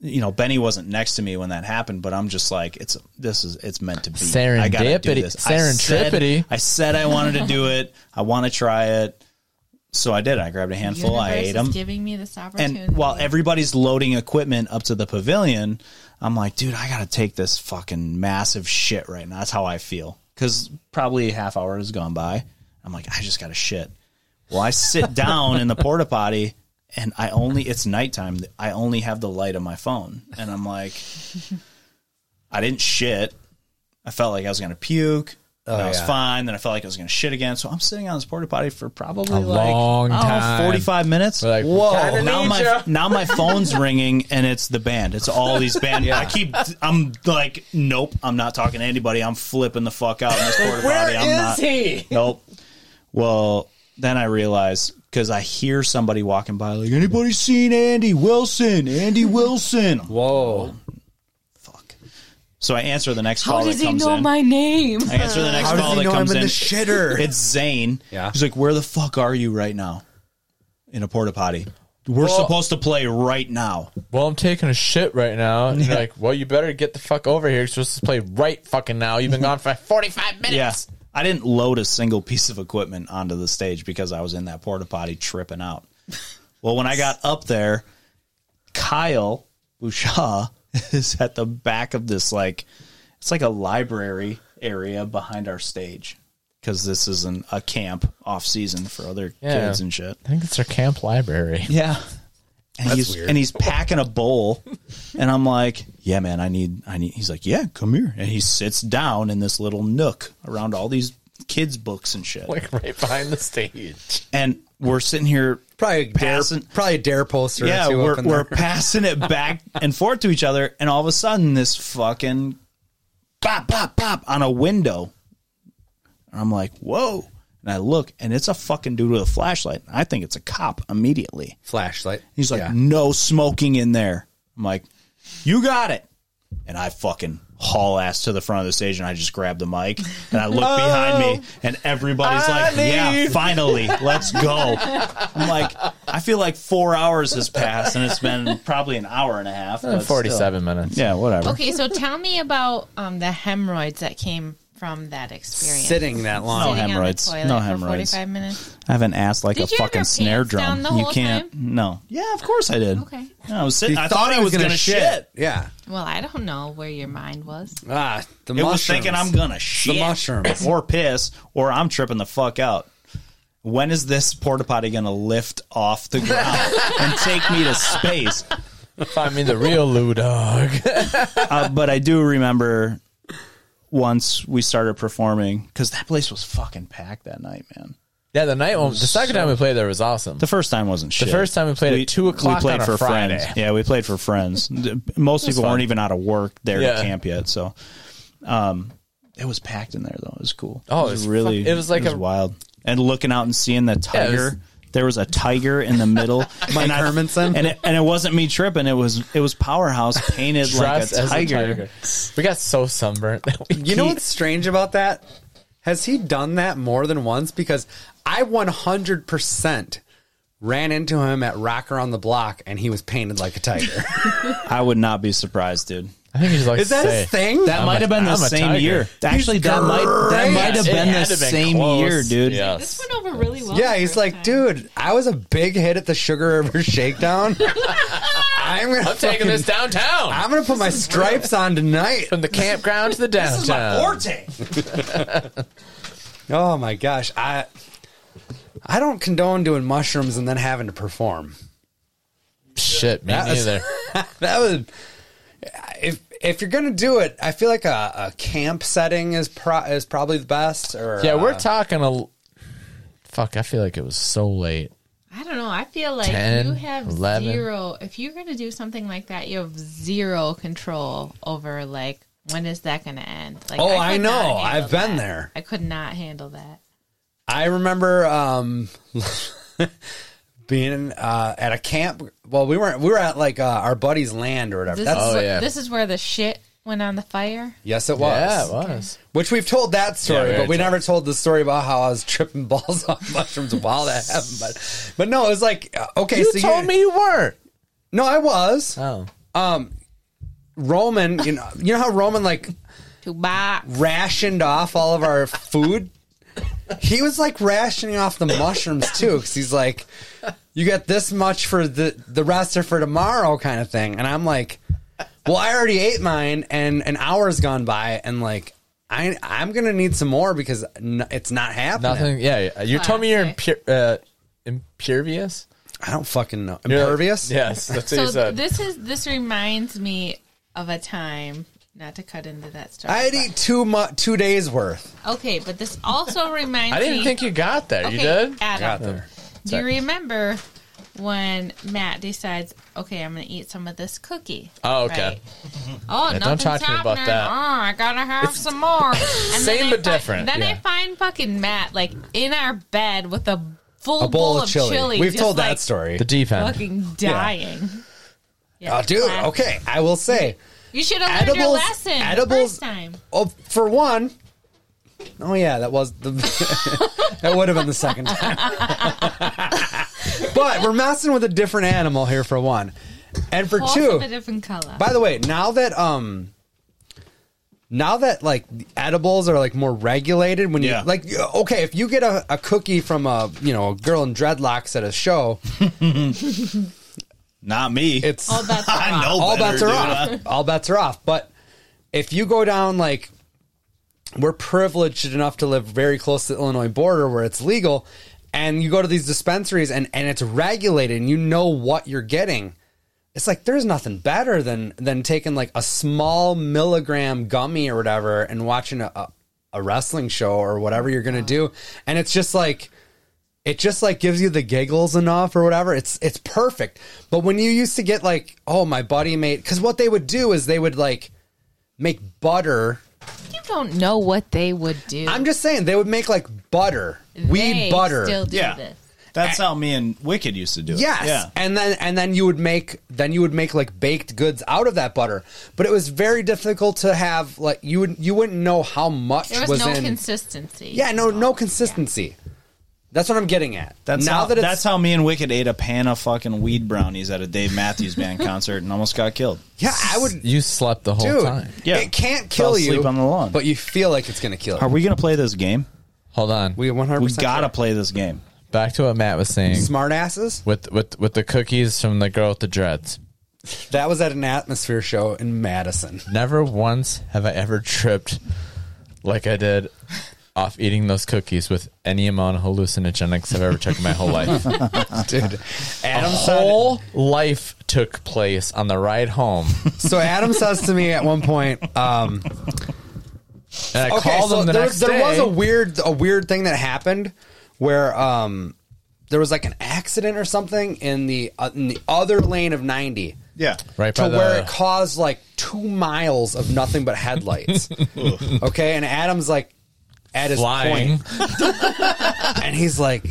D: you know, Benny wasn't next to me when that happened, but I'm just like, it's this is it's meant to be.
B: Serendipity-
D: I gotta do this. I said-
B: serendipity.
D: I said I wanted to do it. I want to try it, so I did. I grabbed a handful. I
E: Universe
D: ate
E: is
D: them.
E: giving me this opportunity.
D: And while everybody's loading equipment up to the pavilion, I'm like, dude, I gotta take this fucking massive shit right now. That's how I feel. Cause probably a half hour has gone by. I'm like, I just gotta shit. Well, I sit down in the porta potty and I only it's nighttime. I only have the light on my phone. And I'm like, I didn't shit. I felt like I was gonna puke.
B: Oh,
D: and I was
A: yeah.
D: fine. Then I felt like I was gonna shit again. So I'm sitting on this porta potty for probably
B: A
D: like
B: long
D: I don't know,
B: time.
D: 45 minutes.
B: We're like,
A: kinda
D: Now
A: need
D: my
A: ya.
D: now my phone's ringing and it's the band. It's all these band. I keep. I'm like, nope. I'm not talking to anybody. I'm flipping the fuck out in this porta potty. I'm not.
A: he?
D: Nope. Well, then I realize because I hear somebody walking by, like, anybody seen Andy Wilson? Andy Wilson.
A: Whoa.
D: Fuck. So I answer the next call that comes in.
E: name?
D: I answer the next
A: How does
D: call
A: he
D: that
A: know I'm
D: comes
A: in
D: in.
A: the shitter?
D: It's Zane.
A: Yeah.
D: He's like, where the fuck are you right now? In a porta potty. We're
B: Well-
D: supposed to play right now.
B: well, I'm taking a shit right now. And you're like, well, you better get the fuck over here. You're supposed to play right fucking now. You've been gone for 45 minutes.
D: Yes. I didn't load a single piece of equipment onto the stage because I was in that porta potty tripping out. well, when I got up there, Kyle Bouchard is at the back of this like it's like a library area behind our stage because this is an, a camp off season for other
B: Yeah.
D: kids and shit.
B: I think it's our camp library.
D: Yeah. And
A: That's
D: he's
A: weird.
D: and he's packing a bowl, and I'm like, "Yeah, man, I need, I need." He's like, "Yeah, come here," and he sits down in this little nook around all these kids' books and shit.
B: Like right behind the stage.
D: And we're sitting here,
A: Probably a dare,
D: Passing-
A: probably a dare poster. or
D: yeah,
A: two up
D: we're
A: in
D: we're
A: there.
D: passing it back and forth to each other, and all of a sudden, this fucking pop, pop, pop on a window, and I'm like, "Whoa!" And I look, and it's a fucking dude with a flashlight. I think it's a cop immediately.
A: flashlight.
D: He's like,
A: Yeah.
D: no smoking in there. I'm like, you got it. And I fucking haul ass to the front of the stage and I just grab the mic and I look behind me and everybody's like, yeah, finally, let's go. I'm like, I feel like four hours has passed and it's been probably an hour and a half. but still.
B: 47 minutes.
D: Yeah, whatever.
E: Okay, so tell me about um, the hemorrhoids that came from that experience.
A: sitting that long.
E: Sitting on the
D: hemorrhoids.
E: toilet
D: No
E: for
D: hemorrhoids.
E: 45 minutes.
D: I have an ass like
E: Did
D: a
E: you have
D: fucking
E: your
D: snare
E: pants
D: drum.
E: down the
D: you
E: whole
D: can't. No. Yeah, of course I did.
E: Okay.
D: I was sitting.
A: He
D: I thought, I was gonna, shit.
A: Yeah.
E: Well, I don't know where your mind was.
A: Ah, the
D: It
A: mushrooms.
D: was thinking I'm gonna shit
A: mushrooms.
D: or piss or I'm tripping the fuck out. When is this porta potty gonna lift off the ground and take me to space?
B: Find me the real Lou Dog.
D: Uh, but I do remember once we started performing because that place was fucking packed that night, man.
B: yeah, the night one, the second time we played there was awesome.
D: The first time wasn't shit.
B: first time we played at 2 o'clock on a Friday.
D: friends. Yeah, we played for friends. The- Most people
B: fun.
D: weren't even out of work there
B: Yeah.
D: to camp yet, so um, it was packed in there though. It was cool.
B: Oh, it was fuck- it was like a-
D: wild. And looking out and seeing the
B: Yeah, it
D: tiger.
B: was-
D: there was a tiger in the middle.
A: Mike
D: and I-
A: Hermanson?
D: and it, and it wasn't me tripping. It was it was powerhouse painted like a
B: Dressed
D: tiger.
B: as a tiger. We got so sunburnt. That we
A: You know what's strange about that? Has he done that more than once? Because I 100% ran into him at Rocker on the Block and he was painted like a tiger.
D: I would not be surprised, dude.
B: I think he's like
A: Is that
B: say,
A: his thing?
D: That
B: I'm
D: might
B: a-
D: have been the
B: I'm a
D: same
B: tiger.
D: year. Actually, that might that
A: great.
D: might have
B: It
D: been the
B: had to been
D: same
B: close.
D: year, dude.
B: Yes.
E: This went over really well.
A: yeah,
E: the
A: he's
E: first
A: like,
E: time.
A: dude, I was a big hit at the Sugar River Shakedown. I'm gonna
B: I'm taking
A: fucking-
B: this downtown.
A: I'm gonna put my stripes on tonight.
B: from the campground to the downtown.
A: Oh my gosh, I I don't condone doing mushrooms and then having to perform.
B: Shit, me
A: That was-
B: neither.
A: that was if if you're gonna do it, I feel like a, a camp setting is pro, is probably the best. Or
B: Yeah, we're
A: uh,
B: talking a. Fuck, I feel like it was so late.
E: I don't know. I feel like
B: 10,
E: you have
B: 11.
E: zero. If you're going to do something like that, you have zero control over like when is that going to end. Like,
A: Oh, I
E: could not
A: know.
E: handle
A: I've been
E: that.
A: there.
E: I could not handle that.
A: I remember um, being uh, at a camp. Well, we weren't. We were at like uh, our buddy's land or whatever.
E: This,
A: That's,
E: is,
B: Oh, yeah.
E: this is where the shit went on the fire.
A: yes, it was.
B: Yeah, it was.
A: Which we've told that
B: Yeah, we
A: story, but
B: already
A: we
B: told
A: never told the story about how I was tripping balls off mushrooms while that happened. But but no, it was like uh, okay.
B: You
A: so
B: told me you weren't.
A: no, I was.
B: Oh,
A: Roman, you know, you know how Roman like
E: To box.
A: rationed off all of our food. He was like rationing off the mushrooms too, because he's like, "You got this much for the the rest are for tomorrow," kind of thing. And I'm like, "Well, I already ate mine, and an hour's gone by, and like, I I'm gonna need some more because n- it's not happening.
B: Nothing. Yeah, yeah. you told me you're imper- uh, impervious.
A: I don't fucking know.
B: You're-
A: Impervious.
B: Yes, that's what
E: So
B: you said.
E: this is this reminds me of a time not to cut into that story.
A: I'd eat two mu- two days worth.
E: but- okay, but this also reminds.
B: I didn't
E: me,
B: think you got there.
E: Okay,
B: You did.
A: Got
E: Adam,
A: there.
E: do you remember when Matt decides, okay, I'm going to eat some of this cookie?
B: Oh, okay.
E: Oh,
B: Yeah, don't
E: nothing's
B: talk to me
E: happening.
B: about that.
E: Oh, I gotta have some more. And then
B: same
E: I
B: but
E: fi-
B: different,
E: Then I
B: yeah.
E: find fucking Matt like in our bed with a full
A: A bowl of chili. We've
E: just,
A: told
E: like,
A: that story.
B: The defense.
E: Fucking dying. Yeah,
A: Oh, dude.
E: classic.
A: Okay, I will say.
E: You should have learned your
A: Edibles-
E: lesson
A: edibles-
E: first time.
A: Oh, for one. Oh yeah, that was the. that would have been the second time. but we're messing with a different animal here for one, and for
E: Pulse
A: two.
E: of a different color.
A: By the way, now that um, now that like edibles are like more regulated, when you
D: Yeah.
A: like you- okay, if you get a, a cookie from a you know a girl in dreadlocks at a show,
D: Not me.
A: it's
E: Ah, All bets are
D: I
E: off.
D: know
A: all
D: better,
A: bets are off.
D: dude.
A: all bets are off. But if you go down like we're privileged enough to live very close to the Illinois border where it's legal, and you go to these dispensaries and, and it's regulated and you know what you're getting. It's like there's nothing better than than taking like a small milligram gummy or whatever and watching a, a, a wrestling show or whatever you're gonna do. And it's just like it just like gives you the giggles enough or whatever. It's it's perfect. But when you used to get like, oh my buddy made because what they would do is they would like make butter.
E: You don't know what they would do.
A: I'm just saying they would make like butter,
E: They
A: weed butter.
E: Still do
D: Yeah.
E: this.
D: That's how me and Wicked used to do it.
A: Yes.
D: Yeah.
A: And then and then you would make then you would make like baked goods out of that butter. But it was very difficult to have like you would you wouldn't know how much
E: There was,
A: was,
E: no
A: in.
E: consistency.
A: yeah, no no consistency. That's what I'm getting at.
D: That's
A: now
D: how,
A: that it's
D: that's how me and Wicked ate a pan of fucking weed brownies at a Dave Matthews Band concert and almost got killed.
A: yeah, I would
B: You slept the whole
A: Dude,
B: time.
D: Yeah.
A: it can't
D: Fell
A: kill you.
D: asleep on the lawn.
A: but you feel like it's gonna kill you.
D: Are we gonna play this game?
B: Hold on.
A: We one hundred
D: We
A: percent
D: gotta play this game.
B: Back to what Matt was saying
A: smart asses.
B: with with with the cookies from the girl with the dreads.
A: That was at an atmosphere show in Madison.
B: Never once have I ever tripped like I did off eating those cookies with any amount of hallucinogenics I've ever taken my whole life.
A: Dude, Adam said,
B: whole life took place on the ride home.
A: so Adam says to me at one point, um,
B: And I
A: okay,
B: called
A: so
B: them the
A: there,
B: next
A: there
B: day.
A: was a weird a weird thing that happened where um, there was like an accident or something in the uh, in the other lane of 90
D: Yeah.
B: right by
A: to
B: the,
A: where it caused like 2 miles of nothing but headlights. okay, and Adam's like at his point
B: flying.
A: and he's like,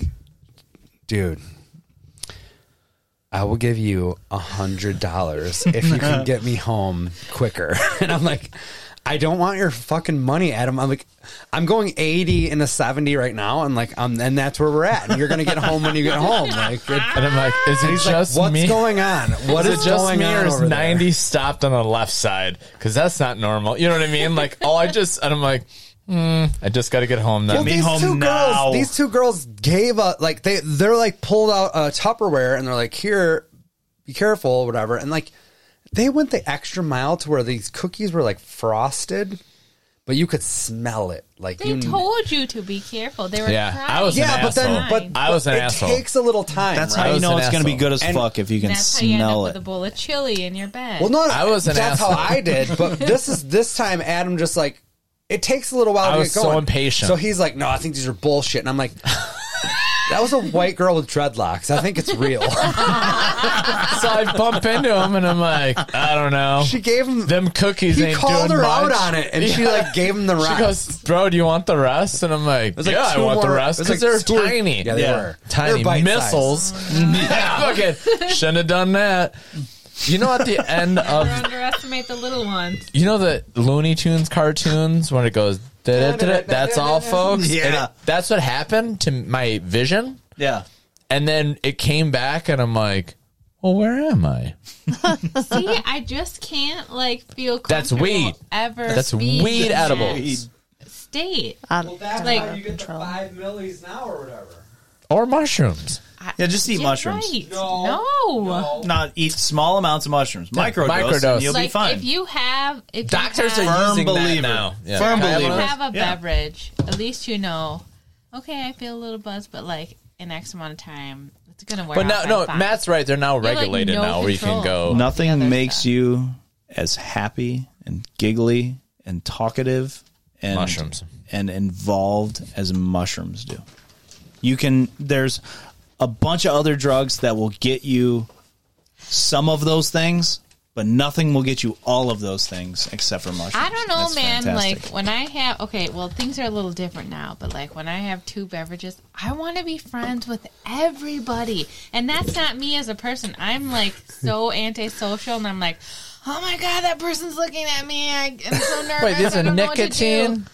A: dude, I will give you a hundred dollars if you can get me home quicker. And I'm like, I don't want your fucking money, Adam. I'm like, I'm going 80 in a 70 right now, and like, um, and that's where we're at. And you're gonna get home when you get home. Like, it-
B: And I'm like, is it
A: he's like,
B: just
A: what's
B: me?
A: going on? What is,
B: is it just
A: going
B: me
A: on
B: or is
A: over there?"
B: 90 stopped on the left side? Because that's not normal. You know what I mean? Like, all I just, and I'm like, mm, I just got to get home
A: Well,
B: then.
D: me
A: these
D: home
A: two
D: now.
A: girls, these two girls gave up. Like they, they're like pulled out uh, Tupperware and they're like, "Here, be careful, whatever." And like, they went the extra mile to where these cookies were like frosted, but you could smell it. Like
E: They
A: you,
E: told you to be careful. They were
B: Yeah,
E: crying.
B: I was an
A: yeah, but then,
B: asshole.
A: but, but
B: I was an
A: it
B: asshole.
A: takes a little time.
D: That's
A: right?
D: how you
B: was
D: know
B: an
D: it's gonna be
B: asshole.
D: good as
A: And
D: fuck if you can
E: That's how you end up
D: smell
E: with
D: it.
E: a bowl of chili in your bed.
A: Well, no,
B: I was an
A: that's
B: asshole.
A: how I did. But this is this time, Adam just like it takes a little while
B: I
A: to
B: was
A: get
B: so
A: going.
B: impatient.
A: So he's like, "No, I think these are bullshit," and I'm like. That was a white girl with dreadlocks. I think it's real.
B: so I bump into him and I'm like, I don't know.
A: She gave him
B: Them cookies
A: He
B: ain't
A: called
B: doing
A: her
B: much.
A: out on it, and she like gave him the
B: She
A: rest.
B: goes, bro, do you want the rest? And I'm like,
A: like
B: yeah, I
A: two
B: want the
A: more-
B: rest
A: it was
B: because
A: like
B: they're
A: two-
B: tiny.
A: Yeah, they Mm-hmm.
D: Yeah.
A: were They
B: tiny
A: were
B: missiles. yeah, fucking shouldn't have done that. You know, at the end of
E: Never underestimate the little ones.
B: you know the Looney Tunes cartoons when it goes da da da. That's all, folks.
D: Yeah.
B: And it- that's what happened to my vision,
D: Yeah.
B: and then it came back, and I'm like, well, where am I?
E: See, I just can't like feel.
B: That's
E: comfortable
B: weed.
E: Ever.
B: That's
E: being
B: weed
E: in that
B: edibles.
E: State.
C: Out
A: Well,
C: of
A: that's
E: Like-
A: why
C: out
A: you
C: of
A: get the
C: control.
A: five millis now or whatever.
B: Or mushrooms.
E: I-
D: Yeah, just eat
E: You're
D: mushrooms.
E: right.
A: No.
E: No.
D: Not eat small amounts of mushrooms. Microdose,
B: microdose.
D: and you'll
E: like
D: be fine.
E: if you have if
B: Doctors
E: you
B: are
E: have,
D: Firm
B: using that
D: believer.
B: now.
D: Firm
B: Can I have
E: if
B: one
E: you
B: of those?
E: have a
D: Yeah.
E: beverage, at least you know. Okay, I feel a little buzz, but like in X amount of time, it's gonna work.
B: But no, no, Matt's right. They're now
E: like,
B: regulated
E: no
B: now, where you can
E: control.
D: Oh.
B: go.
E: No. the
D: Nothing
E: other
D: makes
E: stuff.
D: you as happy and giggly and talkative and
B: Mushrooms.
D: and involved as mushrooms do. You can there's a bunch of other drugs that will get you some of those things, but nothing will get you all of those things except for mushrooms.
E: I don't know,
D: That's
E: man.
D: fantastic.
E: Like when I have okay, well things are a little different now, but like when I have two beverages, I want to be friends with everybody, and that's not me as a person. I'm like so antisocial, and I'm like, oh my god, that person's looking at me. I, I'm so nervous.
B: Wait, there's
E: I
B: a
E: don't know what to do.
B: nicotine.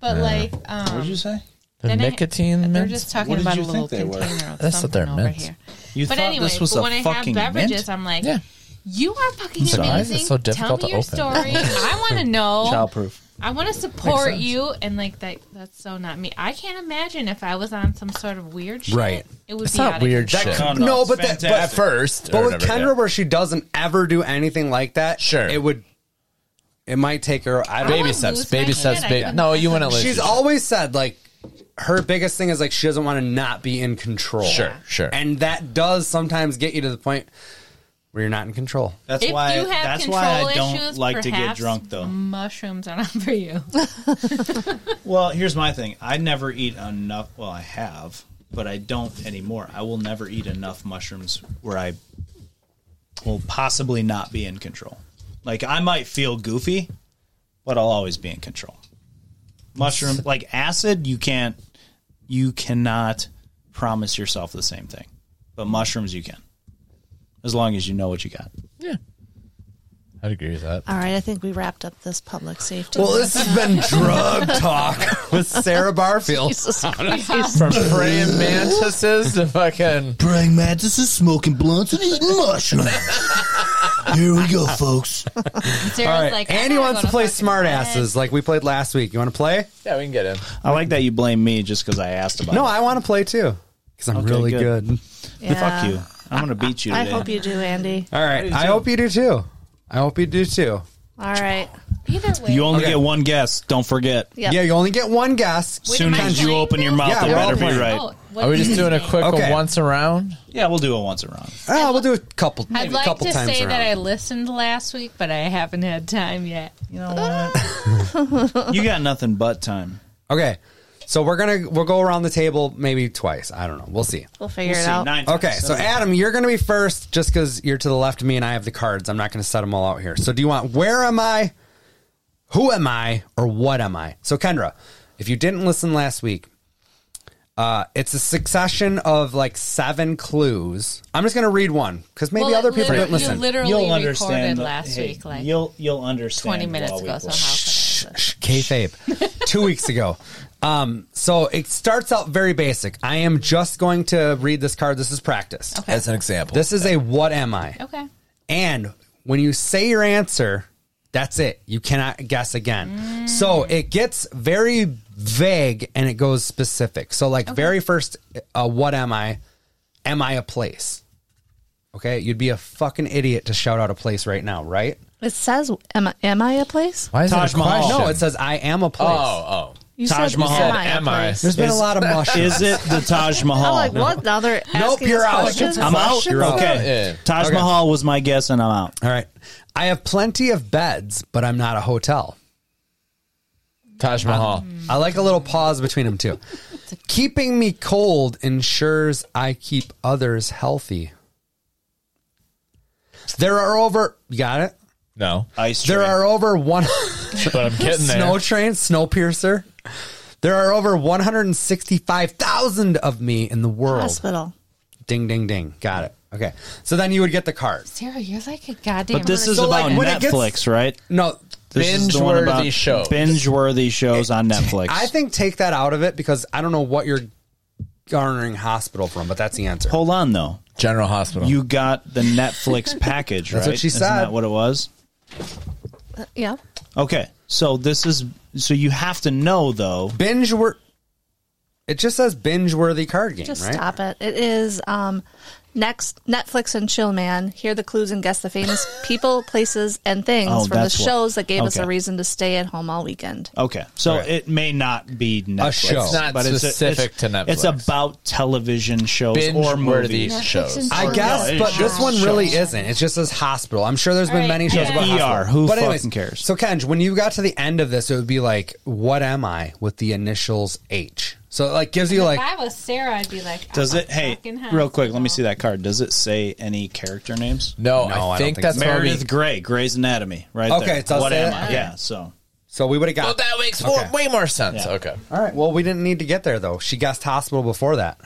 E: But like, um,
D: What did you say?
B: The
E: Then I-
B: nicotine
E: They're
B: mints?
E: just talking
D: What did
E: about
D: you
E: a little
D: think they were?
E: container of
B: That's what
E: something
B: they're
E: over
B: mints.
E: here.
D: You
E: but
D: thought
E: anyway,
D: this was
E: but
D: a
E: when I have
D: fucking mint?
E: beverages, I'm like,
B: Yeah.
E: you are fucking
B: sorry, why is
E: amazing.
B: it so difficult
E: Tell
B: to
E: me your
B: open?
E: story. I want to know.
D: Childproof.
E: I want to support
B: sense.
E: you, and like that. That's so not me. I can't imagine if I was on some sort of weird shit.
A: Right.
E: It would
B: It's
E: be out
B: not
E: of
B: weird
E: control.
B: shit.
A: Oh, no, No, but that-
B: At first.
A: But
B: or
A: with
B: whatever,
A: Kendra,
B: yeah.
A: where she doesn't ever do anything like that,
B: Sure.
A: it would. It might take her. I don't.
E: I
B: Baby
E: wouldn't
B: steps,
E: lose
B: baby
E: my
B: steps,
E: shit. I
B: baby-
E: couldn't-
B: no,
E: I
B: you wouldn't lose
E: couldn't-
A: She's always said like her biggest thing is like she doesn't want to not be in control.
B: Sure, sure.
A: And that does sometimes get you to the point where you're not in control.
D: That's
E: If
D: why
E: you have
D: that's
E: control
D: why I don't
E: issues,
D: like to get
E: perhaps
D: drunk though.
E: Mushrooms are not for you.
D: Well, here's my thing. I never eat enough. Well, I have, but I don't anymore. I will never eat enough mushrooms where I will possibly not be in control. Like I might feel goofy, but I'll always be in control. Mushroom, like acid, you can't, you cannot promise yourself the same thing. But mushrooms, you can, as long as you know what you got.
B: Yeah. I'd agree with that.
C: All right, I think we wrapped up this public safety.
A: Well, this has been drug talk with Sarah Barfield.
C: Jesus
B: From praying mantises to fucking.
F: Praying mantises, smoking blunts, and eating mushrooms. Here we go, folks.
E: Sarah's
A: All right,
E: like, I
A: Andy
E: gotta
A: wants
E: go
A: to play
E: fucking
A: smart
E: bed.
A: asses like we played last week. You want to play?
B: Yeah, we can get in.
D: I like that you blame me just because I asked about.
A: No,
D: it.
A: I want to play too because I'm
D: Okay,
A: really good.
D: good.
C: Yeah.
D: fuck you. I'm gonna beat you.
C: I
D: today.
C: hope you do, Andy.
A: All right, I hope you do too. I hope you do too.
C: All right.
E: Either way,
D: You only
A: Okay.
D: get one guess. Don't forget.
C: Yep.
A: Yeah, you only get one guess.
E: Wait,
D: Soon
E: am I
D: as you
E: playing
D: open your
E: this?
D: mouth,
A: Yeah,
D: it
A: we're
D: better
A: all
D: be
A: playing.
D: right.
E: Oh, what
B: Are we
E: do
B: just
E: you
B: doing a
E: think?
B: quick
A: Okay.
B: one once around?
D: Yeah, we'll do it once around.
A: Ah, we'll do a couple.
E: I'd
A: maybe a
E: like
A: couple
E: to
A: times
E: say that
A: around.
E: I listened last week, but I haven't had time yet.
D: You know what? you got nothing but time.
A: Okay. So we're gonna we'll go around the table maybe twice. I don't know. We'll see.
C: We'll figure
D: See,
C: it out.
D: nine times.
A: Okay, so Adam, you're gonna be first just because you're to the left of me and I have the cards. I'm not gonna set them all out here. So do you want where am I, who am I, or what am I? So Kendra, if you didn't listen last week, uh, it's a succession of like seven clues. I'm just gonna read one because maybe
E: Well,
A: other
E: it
A: people
E: liter-
A: didn't listen.
E: You literally
D: you'll
E: recorded
D: understand
E: last
D: hey,
E: week, like
D: you'll you'll understand.
E: 20 minutes
D: while we
E: ago, so
D: play.
E: how could I?
A: kayfabe two weeks ago. Um, so it starts out very basic. I am just going to read this card. This is practice.
E: Okay.
B: an example.
A: This is a what am I?
E: Okay.
A: And when you say your answer, that's it. You cannot guess again. So it gets very vague and it goes specific. So, like, very first, uh, what am I? Am I a place? Okay, you'd be a fucking idiot to shout out a place right now, right?
C: It says, am I, am I a place?
B: Why is
D: Taj
B: it a question?
D: Mahal.
A: No, it says I am a place.
B: Oh, oh.
C: You
D: Taj
C: said,
D: Mahal.
C: am I a
B: Am I?
C: place?
A: There's been a
D: Is-
A: lot of mushrooms.
D: Is it the Taj Mahal?
C: I'm like, what? Now they're asking
A: Nope, you're
C: us
A: out.
C: questions?
D: I'm out.
A: You're out.
D: Okay.
B: Yeah.
D: Taj
A: Okay.
D: Mahal was my guess, and I'm out.
A: All right. I have plenty of beds, but I'm not a hotel.
B: Taj Mahal.
A: I like a little pause between them too. Keeping me cold ensures I keep others healthy. There are over you got it?
B: No.
D: Ice.
A: There
D: tray.
A: are over one
B: But I'm getting there.
A: snow train, snow piercer. There are over 165,000 of me in the world.
C: Hospital.
A: Ding ding ding. Got it. Okay. So then you would get the cards.
E: Sarah, you're like a goddamn.
D: But this is
A: So, like,
D: about
A: when it gets-
D: Netflix, right?
A: No,
D: This is the one
B: Binge-worthy
D: about
B: shows.
D: Binge-worthy shows on Netflix.
A: I think take that out of it because I don't know what you're garnering hospital from? But that's the answer.
D: Hold on though.
B: General Hospital.
D: You got the Netflix package,
A: That's
D: right?
A: what she
D: Isn't
A: said.
D: that what it was?
C: Yeah.
D: Okay. So this is so you have to know though.
A: binge wor- It just says binge worthy card game,
C: Just
A: right?
C: stop it. It is um, next Netflix and Chill Man. Hear the clues and guess the famous people, places, and things
D: Oh,
C: from the
D: that's what-
C: shows that gave us
D: okay.
C: a reason to stay at home all weekend.
D: Okay. So
A: Right.
D: it may not be Netflix.
A: show. It's
B: not
D: a-
B: specific to Netflix.
D: It's about television shows or
B: Binge-worthy
D: movies.
B: shows.
E: Netflix and
A: I
E: Oh,
A: guess,
D: no, it
A: but
D: shows.
A: this one really
D: Shows.
A: isn't. It just says hospital. I'm sure there's been
E: All right,
A: many shows
E: yeah.
A: about
E: ER,
A: hospital.
D: who
A: but anyways,
D: fucking cares?
A: So, Kenj, when you got to the end of this, it would be like, "What am I?" with the initials H. So, it, like, gives you like
E: if I was Sarah, I'd be like,
D: Does
E: "I'm
D: it? Hey,
E: fucking
D: real quick, let me
E: hospital."
D: see that card. Does it say any character names?
B: no,
A: No, I don't
B: I think
A: think
B: that's
A: so.
B: where we-
D: Meredith Grey, Grey's Anatomy, right
A: Okay,
D: there.
A: so I'll
D: what
A: say
D: am
A: that.
D: I? Yeah, so
A: so we would have got.
B: Well, that makes more,
A: Okay.
B: way more sense.
D: Yeah.
B: Okay.
A: All right. Well, we didn't need to get there though. She guessed hospital before that.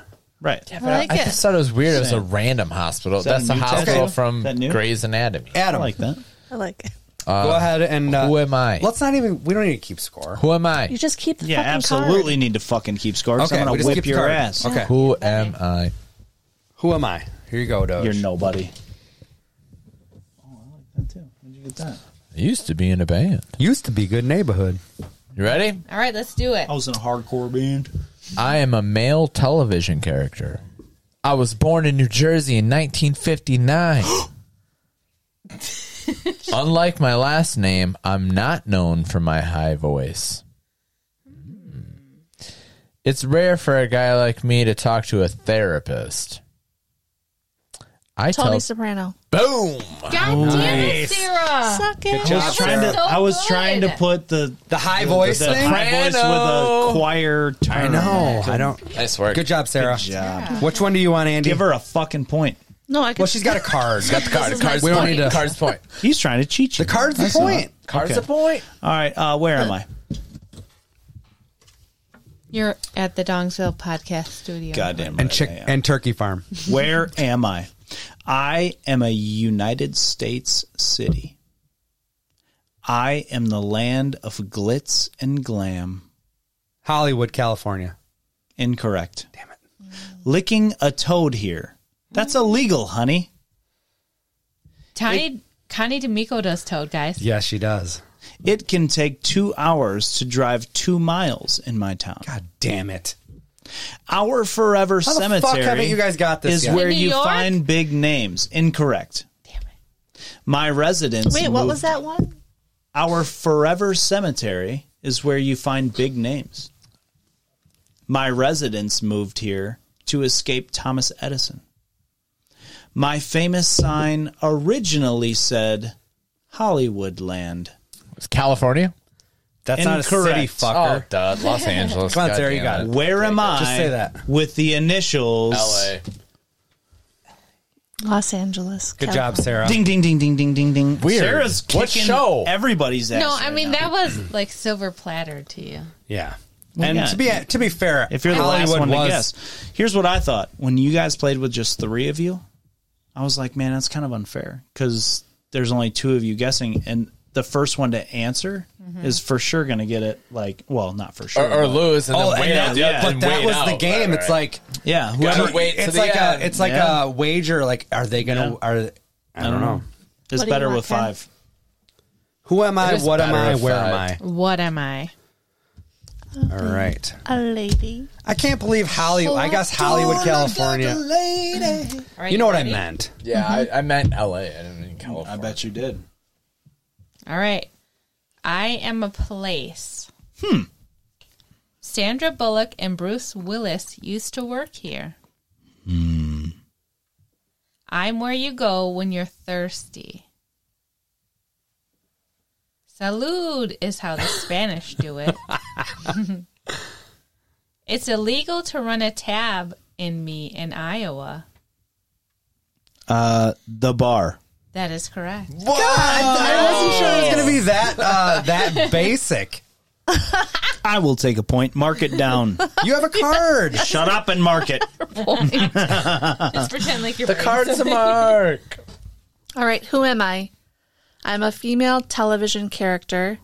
D: right.
C: I like
B: I
C: it.
B: just thought it was weird. It was a
D: Same.
B: random hospital.
D: that
B: That's
D: a
B: a
D: new
B: hospital
D: tattoo?
B: from
D: Is that new?
B: Grey's Anatomy.
D: I
A: Adam,
D: like that.
C: I like it.
A: go ahead and uh,
B: who am I?
A: Let's not even. We don't need to keep score.
B: Who am I?
C: You just keep the
D: Yeah,
C: fucking
D: absolutely
C: card.
D: need to fucking keep score. 'cause
A: Okay,
D: I'm
A: we
D: gonna
A: just
D: whip
A: keep
D: your
A: scoring.
D: ass.
A: Okay.
B: Who am I?
A: Who am I? Here you go, Doge.
D: You're nobody. Oh, I like that too. Where'd you get that?
B: I used to be in a band.
A: Used to be good neighborhood.
B: You ready?
E: All right, let's do it.
D: I was in a hardcore band.
B: I am a male television character. I was born in New Jersey in 1959. Unlike my last name, I'm not known for my high voice. Hmm. It's rare for a guy like me to talk to a therapist. I
C: Tony
B: tell
C: Soprano.
B: boom.
E: God damn it, Sarah!
C: Suck it.
A: Ah, job.
D: I was trying to.
E: so
D: I was
E: Oh, good.
D: trying to put the
A: The high voice
D: the
A: thing?
D: high voice with a
B: Soprano.
D: choir. Turn.
A: I know. I don't.
B: Nice work.
A: Good job, Sarah.
D: job.
A: Which one do you want, Andy?
D: Give her a fucking point.
C: No, I could.
A: well, she's got a card.
B: Got the card.
C: This is
B: Cards
C: my
B: we don't
C: point.
B: need to. Cards point.
D: He's trying to cheat you.
A: the card's the point.
B: Cards
D: Okay.
B: a point.
D: All right. Uh, where am I?
E: You're at the Dongsville Podcast Studio.
D: Goddamn.
A: And
D: right
A: chick
D: I am.
A: and turkey farm.
D: Where am I? I am a United States city. I am the land of glitz and glam.
A: Hollywood, California.
D: Incorrect.
A: Damn it.
D: Licking a toad here. That's illegal, honey.
E: Tiny Connie D'Amico does Toad, guys.
A: Yes, she does.
D: It can take two hours to drive two miles in my town.
A: God damn it.
D: Our Forever
A: How the fuck
D: Cemetery.
A: haven't you guys got this
D: Is
A: yet?
D: where
E: In New
D: you
E: York?
D: find big names. Incorrect.
E: Damn it.
D: My residence.
C: Wait, what
D: moved-
C: was that one?
D: Our Forever Cemetery is where you find big names. My residents moved here to escape Thomas Edison. My famous sign originally said Hollywood Land.
B: It's California.
A: That's not a city
D: Incorrect.
A: fucker.
B: Oh, duh. Los Angeles.
A: Come on,
B: God
A: Sarah, you
B: damn
A: got it.
D: Where am I?
A: Just say that.
D: With the initials
B: L.A.
C: Los Angeles.
A: Good
C: California.
A: job, Sarah.
D: Ding ding ding ding ding ding ding.
B: Weird.
D: Sarah's kicking
B: What show?
D: everybody's ass.
E: No, I
D: right
E: mean
D: now.
E: that was like silver platter to you.
A: Yeah.
D: Well,
A: And
D: yeah.
A: to be to be fair,
D: If you're the
A: Hollywood
D: last one
A: was
D: to guess, here's what I thought when you guys played with just three of you. I was like, man, that's kind of unfair because there's only two of you guessing, and the first one to answer is for sure going to get it. Like, well, not for sure.
B: Or, or
D: but-
B: lose and
A: Oh,
B: then
A: and
B: wait
A: that,
B: out.
D: yeah,
A: but
B: and
A: that
B: wait
A: was
B: out.
A: the game.
B: Right,
A: It's
B: right.
A: like
D: yeah,
B: Gotta
D: whoever
B: wait to
A: it's
B: the
A: like
B: end.
A: a it's like
D: Yeah.
A: a wager. Like, are they gonna
D: Yeah.
A: are I don't know.
D: is
C: What do you
D: better
C: want,
D: with
C: Ken?
D: five.
A: Who am I?
B: is
A: What am
B: better
A: I?
B: if
A: Where am
B: I-
A: I?
E: What am I?
A: All right.
C: A lady.
A: I can't believe Hollywood. I guess Hollywood, California.
E: All right,
A: You know what I
E: ready?
A: meant.
B: Yeah, I, I meant LA. I didn't mean California.
D: I bet you did.
E: All right. I am a place. Hmm. Sandra Bullock and Bruce Willis used to work here. Hmm.
A: Hmm.
E: I'm where you go when you're thirsty. Salud is how the Spanish do it. it's illegal to run a tab in me in Iowa.
D: Uh, the bar.
E: That is correct.
A: I wasn't sure it was going to be that uh, that basic.
D: I will take a point. Mark it down.
A: You have a card.
D: Shut up and mark it.
E: Just pretend like you're
B: The card's a mark.
C: All right, who am I? I'm a female television character.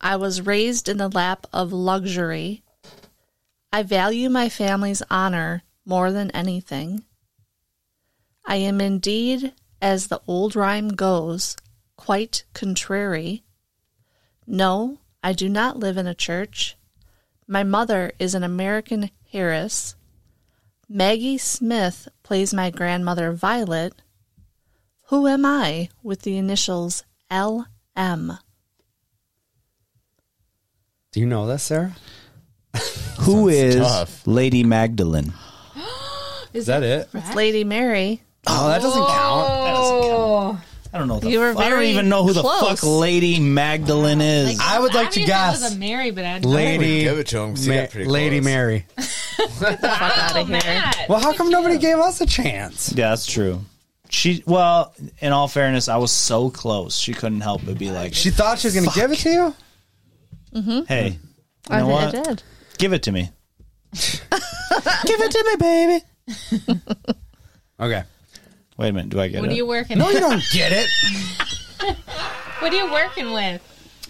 C: I was raised in the lap of luxury. I value my family's honor more than anything. I am indeed, as the old rhyme goes, quite contrary. No, I do not live in a church. My mother is an American heiress. Maggie Smith plays my grandmother Violet. Who am I with the initials L.M.?
A: Do you know this, Sarah?
D: Who is
B: tough.
D: Lady Magdalene?
A: Is that it?
C: It's Lady Mary.
A: Oh, that doesn't count.
E: Oh,
D: I don't know. The
C: You were
D: f- I don't
C: very
D: even know who the
C: close.
D: fuck Lady Magdalene is.
A: I would like to
E: obviously
A: guess.
E: It was a Mary, but I don't
A: Lady,
G: give it to him 'cause he
A: Ma-
G: got pretty
A: Lady
G: close.
A: Mary.
E: know. Matt.
A: Well, how come nobody gave us a chance?
D: yeah, that's true. She well, in all fairness, I was so close. She couldn't help but be like,
A: She thought she was going to give it to you.
D: "Hey, you
C: I
D: know
C: I
D: what?
C: did.
D: Give it to me."
A: Give it to me, baby. okay.
D: Wait a minute. Do I get
E: What
D: it?
E: are you working?
A: No,
E: with?
A: you don't get it.
E: What are you working with?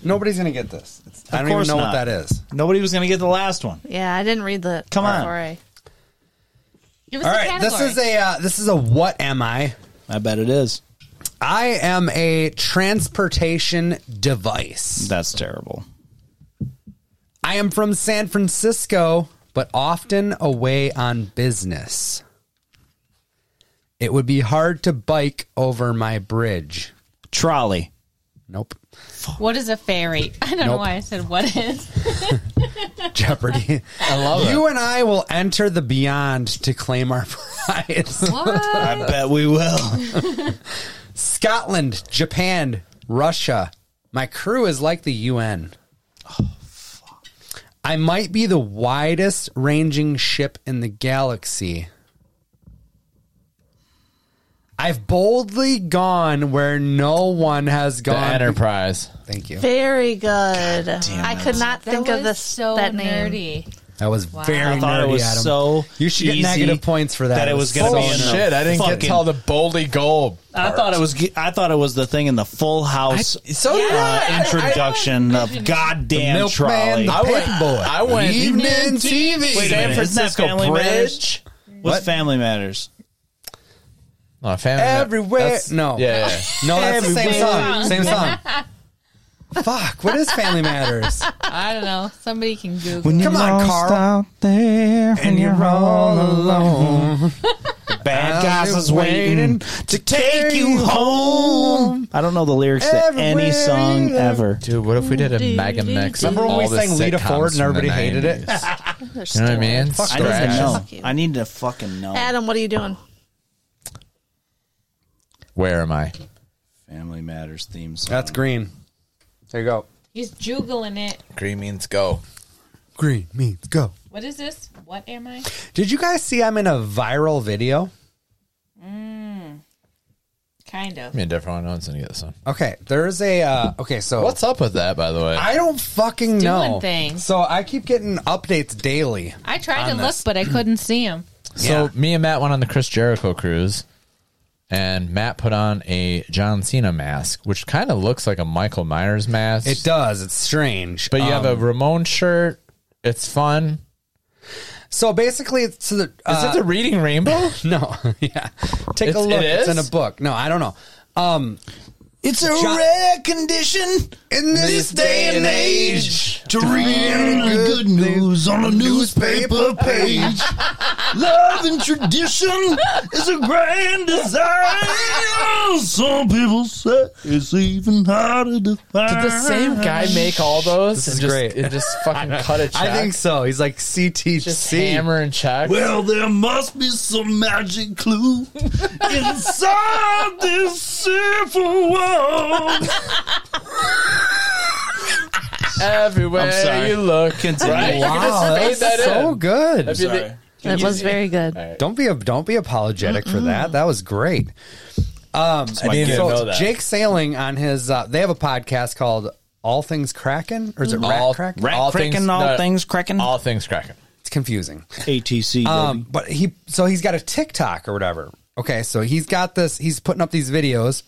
A: Nobody's going to get this. It's, I don't
D: Of
A: even
D: course
A: know what
D: not.
A: that is.
D: Nobody was gonna get the last one.
C: Yeah, I didn't read the.
D: Come on.
C: before I-
E: Give us
A: All
E: the
A: right, this
E: category.
A: is a uh, this is a what am I?
D: I bet it is.
A: I am a transportation device.
D: That's terrible.
A: I am from San Francisco, but often away on business. It would be hard to bike over my bridge.
D: Trolley.
A: Nope.
E: What is a fairy? I don't know
A: Nope.
E: why I said what is.
A: Jeopardy.
B: I love it.
A: you and I will enter the beyond to claim our prize.
E: What?
D: I bet we will.
A: Scotland, Japan, Russia. My crew is like the UN. I might be the widest ranging ship in the galaxy. I've boldly gone where no one has
B: The
A: gone.
B: Enterprise.
A: Thank you.
C: Very good. I could not think
E: That
C: of
E: was
C: this
E: so
C: that name.
E: nerdy.
A: That was very
D: I thought it
A: nerdy,
D: was
A: Adam.
D: so.
A: you should get
D: easy
A: negative points for that.
D: That it was gonna
A: so
D: be in
A: nerdy.
D: the-
B: Shit, I didn't get
D: Fucking-
B: to all the boldly gold.
D: I thought it was. ge- I thought it was the thing in the Full House
B: So did
D: uh,
B: I.
D: introduction of goddamn trolley.
A: Milkman, the
B: I went-
A: paper boy.
B: I went-
A: evening TV.
B: San
D: Wait a minute, isn't that
B: Francisco
D: Family
B: Bridge.
D: What's Family Matters?
B: Oh, family
A: Everywhere.
B: That's-
A: no.
B: Yeah, yeah.
A: No, that's the same
E: Everywhere.
A: song. Same song. Fuck, what is Family Matters?
E: I don't know. Somebody can Google.
A: Come on, Carl.
D: out there and
A: you're all alone.
D: bad guys is
A: I'm
D: waiting to take you home. I don't know the lyrics to
A: Everywhere
D: any song
A: you
D: ever.
B: Dude, what if we did a mega mix? of
A: Remember when
B: all
A: we
B: the
A: sang Lita
B: sitcoms
A: Ford and
B: from the
A: everybody hated it?
B: 90s?
C: They're
B: You know what I
C: still-
B: mean?
A: Fuck
D: I need to
B: Scratch.
D: know.
C: Fuck you.
D: I need to fucking know.
C: Adam, what are you doing?
B: Where am I?
D: Family Matters theme song.
A: That's green. There you go.
E: He's juggling it.
B: Green means go.
A: Green means go.
E: What is this? What am I?
A: Did you guys see I'm in a viral video?
E: Kind of.
B: Give me a different one. No one's gonna get this one.
A: Okay, there's a uh, okay, so
B: What's up with that, by the way?
A: I don't fucking know.
E: things.
A: So I keep getting updates daily.
E: I tried
A: On
E: to
A: this.
E: look, but I couldn't see him.
B: so
A: yeah.
B: me and Matt went on the Chris Jericho cruise, and Matt put on a John Cena mask, which kind of looks like a Michael Myers mask.
A: It does. It's strange. Um,
B: But you have a Ramon shirt. It's fun.
A: so basically, it's to the
B: Is
A: uh,
B: it the Reading Rainbow?
A: No, yeah. Take
B: It's-
A: a look.
B: it
A: it's in
B: is?
A: a book. No, I don't know. Um,
D: It's a
A: John-
D: rare condition
A: in this day and age, to read
F: Really good news on a newspaper page. Love and tradition is a grand design. Some people say it's even harder to find.
B: Did the same guy make all those?
A: is
B: This and just,
A: great.
B: And just fucking cut a check.
A: I think so. He's like
B: Just
A: CTC.
B: hammer and check.
F: Well, there must be some magic clue inside this simple world.
B: Everywhere
D: I'm sorry.
B: you look.
D: Continue.
B: Right? You can
A: Wow,
B: just fade
A: that's
B: that
A: so
B: in.
A: good.
B: That'd be the-
D: Sorry.
C: That was very good.
A: Don't be a, don't be apologetic for that. That was great. Um,
B: I didn't
A: so
B: know Oh, that.
A: Jake Sailing on his uh, they have a podcast called All Things Kraken or is it
B: All-
A: Rat Kraken?
D: Rat
B: All
D: cracking,
B: things-
D: all
B: no.
D: things cracking.
B: All things cracking. Oh,
A: It's confusing.
D: ATC.
A: Um, but he so he's got a TikTok or whatever. Okay, so he's got this. He's putting up these videos,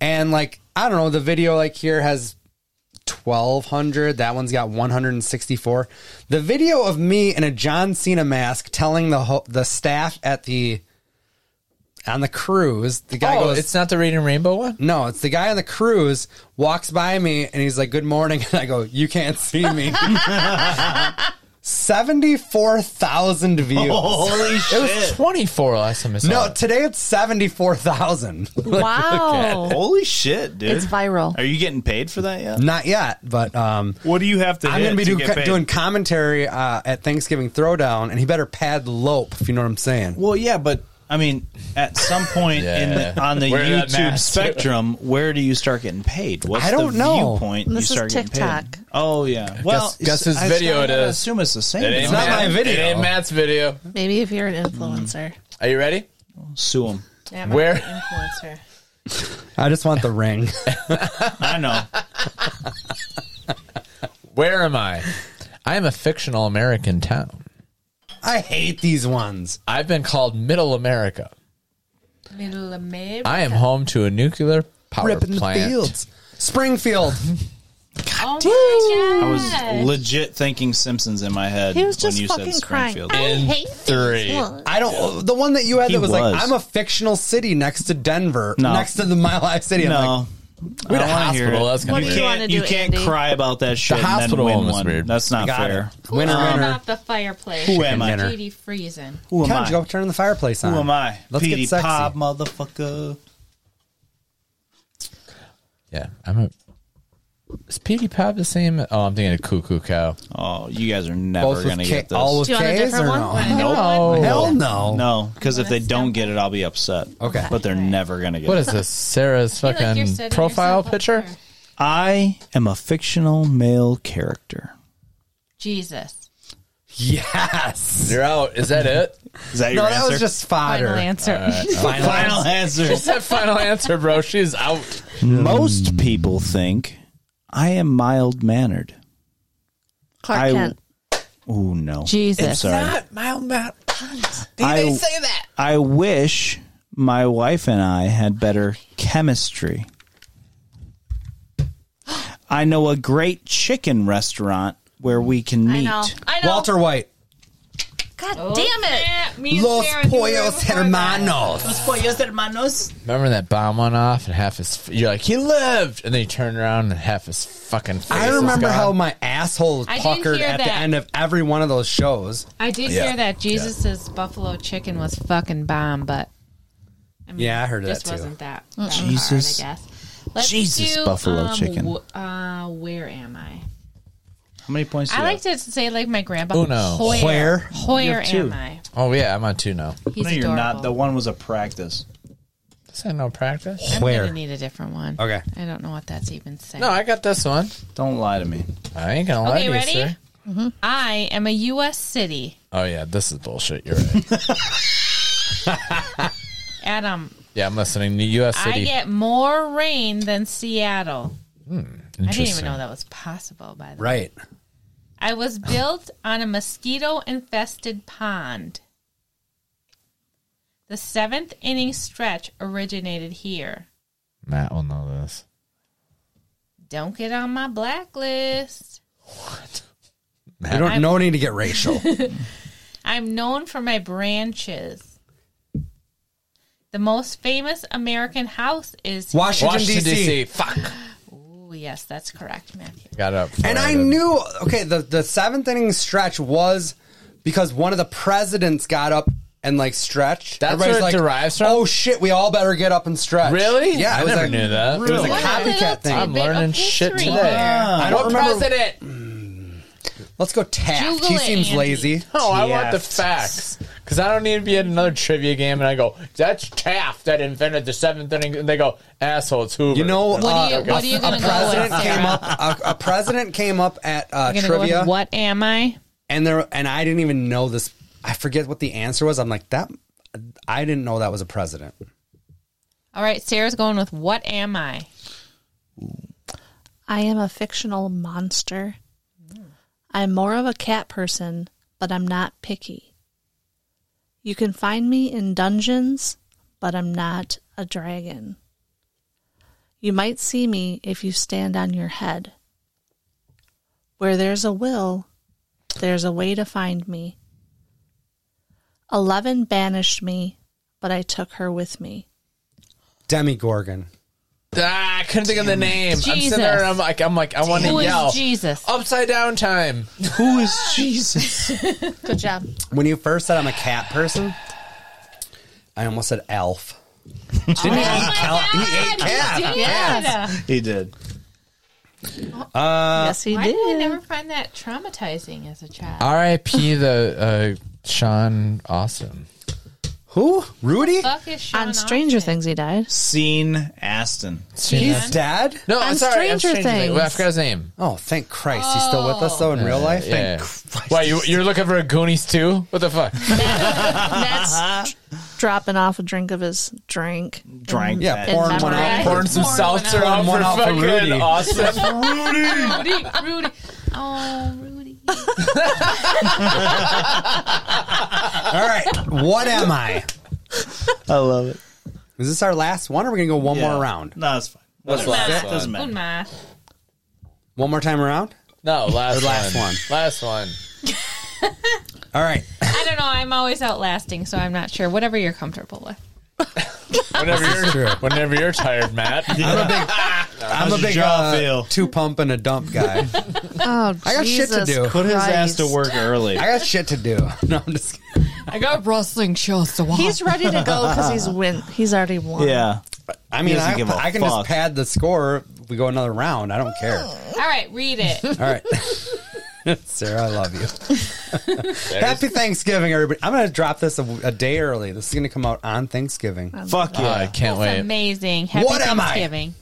A: and like I don't know, the video like here has tw- 1200. That one's got 164. The video of me in a John Cena mask telling the ho- the staff at the on the cruise, the guy
B: Oh,
A: goes,
B: it's not the Raiden Rainbow one?
A: no, it's the guy on the cruise walks by me and he's like, "Good morning," and I go, "You can't see me." Seventy-four thousand views.
B: Oh,
D: Holy
B: It was 24 last time I saw
A: no,
B: it.
A: today it's seventy-four thousand.
C: Wow.
D: Holy shit, dude!
C: It's viral.
D: Are you getting paid for that yet?
A: Not yet, but um,
D: What do you have to?
A: I'm
D: hit
A: going to be
D: to
A: do,
D: get paid?
A: doing commentary uh, at Thanksgiving Throwdown, and he better pad lope if you know what I'm saying.
D: Well, yeah, but I mean, at some point in
B: Yeah.
D: the, on the
B: Wear that
D: YouTube
B: mask.
D: spectrum, where do you start getting paid? What's
A: I don't
D: the
A: know.
D: Viewpoint
C: This is
D: you start getting
C: TikTok.
D: paid. Oh yeah. Well,
B: guess
D: it's-
B: whose
D: I
B: video
D: still
B: it
D: gotta
B: is.
D: Assume it's the same.
B: It
D: It's
B: ain't
A: not
B: Matt-
A: my video.
B: It ain't Matt's video.
C: Maybe if you're an influencer.
B: Are you ready?
D: Sue him.
E: Yeah,
B: Where-
E: Where? Influencer.
A: I just want the ring.
D: I know.
B: Where am I? I am a fictional American town.
A: I hate these ones.
B: I've been called Middle America.
E: Middle of May.
B: I am home to a nuclear power
A: Ripping the
B: plant.
A: fields. Springfield.
E: Oh my god!
D: I was legit thinking Simpsons in my head
C: He was
D: when
C: just
D: you
C: fucking
D: said
C: crying.
D: Springfield.
B: In
C: hate these
B: three.
C: ones.
A: I don't. The one that you had
D: He
A: that was,
D: was.
A: like, I'm a fictional city next to Denver,
D: No.
A: next to the Mile High City. I'm like,
D: No.
B: We had
D: I
B: a
D: don't wanna
B: hospital.
D: hear it.
B: That's gonna
C: What
B: be
C: do you
B: weird.
C: want to do,
D: You can't
C: Andy?
D: cry about that shit and then
B: hospital one
D: win
B: was
D: one.
B: weird.
D: That's not
A: got
D: fair.
A: it. Winner,
E: What
A: winner.
E: about the fireplace?
D: Who am I?
A: Dinner.
E: Judy freezing.
D: Who am
A: Come on,
D: I?
A: go turn the fireplace on.
D: Who am I?
A: Let's
D: Petey
A: get sexy.
D: Pop, motherfucker.
B: Yeah, I'm a. Is Petey Pop the same? Oh, I'm thinking of Cuckoo Cow.
D: Oh, you guys are never
A: Both
D: gonna
A: with K,
D: get this.
A: all with
C: Do you want a
A: K's or
C: different one?
A: no?
E: Want a different
B: No.
E: one?
A: Hell no.
D: No, because if they don't get it, I'll be upset.
A: Okay.
D: But they're never going to get
B: What
D: it.
B: is this? Sarah's
E: I feel like you're
B: fucking
E: setting
B: profile
E: yourself up
B: picture?
E: for
D: I am a fictional male character.
E: Jesus.
A: Yes.
B: You're out. Is that it?
D: Is that
A: No,
D: your
A: that
D: answer?
A: was just fodder.
E: Final answer.
D: Final, answer.
B: Is that final answer, bro? She's out.
D: Most people think I am mild mannered.
C: Clark
D: I-
C: Kent.
D: Oh, no.
E: Jesus.
D: I'm sorry.
B: mild Matt.
D: I, I wish my wife and I had better chemistry. I know a great chicken restaurant where we can
C: I
D: meet.
C: know. I know.
A: Walter White.
C: God
E: Oh,
C: damn it.
E: snap. Me and
A: Los
E: Sarah knew we were
A: Pollos
E: before that.
A: Hermanos.
B: Remember that bomb went off and half his. You're like, he lived! And then you turn around and half his fucking face.
A: I
B: is
A: remember
B: gone.
A: how my asshole was
E: I didn't
A: puckered
E: hear
A: at the
E: that.
A: end of every one of those shows.
E: I did
B: Yeah.
E: hear that Jesus' buffalo chicken was fucking bomb, but I mean,
A: Yeah, I heard
E: it
A: that
E: just
A: too.
E: wasn't that, that
D: Jesus.
E: Hard, I guess. Let's
D: Jesus, buffalo chicken.
E: wh- uh, where am I?
D: How many points do
E: I
D: you
E: like
D: have?
E: to say like my grandpa.
B: Uno.
A: Where?
E: Where?
D: You
E: Where
D: have two.
E: am I?
B: Oh, yeah, I'm on two now.
E: He's
D: no,
E: adorable.
D: you're not. The one was a practice.
B: This ain't no practice.
E: I'm
A: Where?
E: gonna need a different one.
A: Okay.
E: I don't know what that's even saying.
B: No, I got this one.
D: Don't lie to me.
B: I ain't gonna lie
E: Okay,
B: to you,
E: ready?
B: sir.
E: I am a U.S. city.
B: Oh yeah, this is bullshit. You're right.
E: Adam,
B: yeah, I'm listening to U.S. City.
E: I get more rain than Seattle. I didn't even
B: Interesting.
E: know that was possible. By the way,
A: Right.
E: I was built on a mosquito-infested pond. The seventh inning stretch originated here.
B: Matt will know this.
E: Don't get on my blacklist.
A: I don't no need to get racial.
E: I'm known for my branches. The most famous American house is
A: Washington,
B: Washington
A: D.C.
B: D.C. Fuck.
E: Ooh, yes, that's correct, Matthew.
B: Got up. before
A: And I
B: did.
A: knew okay, the the seventh inning stretch was because one of the presidents got up and like stretched.
B: That's
A: Everybody's
B: where it
A: like,
B: derives from?
A: Oh shit, we all better get up and stretch.
B: Really?
A: Yeah,
B: I
A: it was
B: never
A: like-
B: knew that.
A: It was like a
E: What a little
A: copycat thing.
B: I'm
E: tidbit of
B: learning shit
E: history
B: today.
E: there.
A: I don't
B: Ah. what
A: remember-
B: president?
A: Let's go Taft.
E: Google
A: he
E: it,
A: seems
E: Andy.
A: lazy.
B: No, I want the
D: Taft.
B: facts because I don't need to be at another trivia game and I go, "That's Taft that invented the seventh inning," and they go, "Asshole, it's Hoover."
A: You know,
E: do you-
A: uh,
E: what are you
A: a,
E: gonna
A: a
E: go with,
A: president
E: Sarah?
A: came up. A, a president came up at uh,
E: You're gonna go
A: trivia,
E: with what am I?
A: and there, and I didn't even know this. I forget what the answer was. I'm like that. I didn't know that was a president.
E: All right, Sarah's going with what am I?
C: I am a fictional monster. I'm more of a cat person, but I'm not picky. You can find me in dungeons, but I'm not a dragon. You might see me if you stand on your head. Where there's a will, there's a way to find me. Eleven banished me, but I took her with me.
A: Demi Gorgon.
B: Ah, I couldn't think of the name. I'm sitting
E: Jesus.
B: there and I'm like, I'm like, I want to
E: Who is
B: yell.
E: Jesus?
B: Upside down time.
D: Who is Jesus?
C: Good job.
A: When you first said I'm a cat person, I almost said elf. Didn't he eat cal- He ate cats.
E: Yeah.
D: he did.
C: yes, he
E: Why did I
C: did.
E: never find that traumatizing as a
A: Uh,
E: child?
B: R.I.P. the uh, Sean Awesome.
A: Who? Rudy?
E: Fuck is Sean
C: On Stranger
E: Austin?
C: Things, he died.
D: Scene Aston.
A: He's dead?
B: No,
C: On
B: I'm sorry. I'm
C: Stranger
B: Stranger Things.
C: Things.
B: Well, I forgot his name.
A: Oh, thank Christ. He's still with us, though, in real life?
B: Yeah.
A: Thank
B: Why you, you're looking for a Goonies too? What the fuck?
C: That's dropping off a drink of his drink.
D: Drank
A: Yeah,
D: that.
C: porn
A: pouring one
C: memory.
A: out.
B: Pouring
A: Pouring
B: some
E: Pouring
B: seltzer
E: one
A: out.
B: on
A: Pouring
B: one
A: one
B: for
A: out for
B: fucking
A: Rudy.
B: Awesome.
E: Rudy, Rudy. Oh, Rudy.
A: All right. What am I?
D: I love it.
A: Is this our last one, or are we going to go one
D: Yeah.
A: more round?
D: No, it's fine.
B: That's
D: Whatever.
B: fine.
D: Doesn't
E: Good
D: matter.
E: math.
A: One more time around?
B: No, last,
A: The last
B: one.
A: one.
B: Last one.
A: All right.
E: I don't know. I'm always outlasting, so I'm not sure. Whatever you're comfortable with.
B: Whenever
A: true.
B: you're whenever you're tired, Matt.
A: I'm a
D: your
A: big
D: jaw
A: uh,
D: feel?
A: two pump and a dump guy.
C: Oh,
A: I got shit to
C: Jesus
A: do.
D: Put his ass to
C: Christ.
D: work early.
A: I got shit to do. No, I'm just kidding.
E: I got wrestling shows to watch.
C: He's ready to go because he's win. He's already won.
D: yeah.
A: I mean,
D: doesn't
A: I,
D: give a
A: I can
D: fuck.
A: just pad the score. if We go another round. I don't care.
E: All right, read it.
A: All right. Sarah, I love you. Happy Thanksgiving, everybody. I'm going to drop this a, a day early. This is going to come out on Thanksgiving.
D: Fuck yeah.
B: Oh, I can't
E: That's
B: wait.
E: amazing. Happy
A: What am I?
E: Thanksgiving.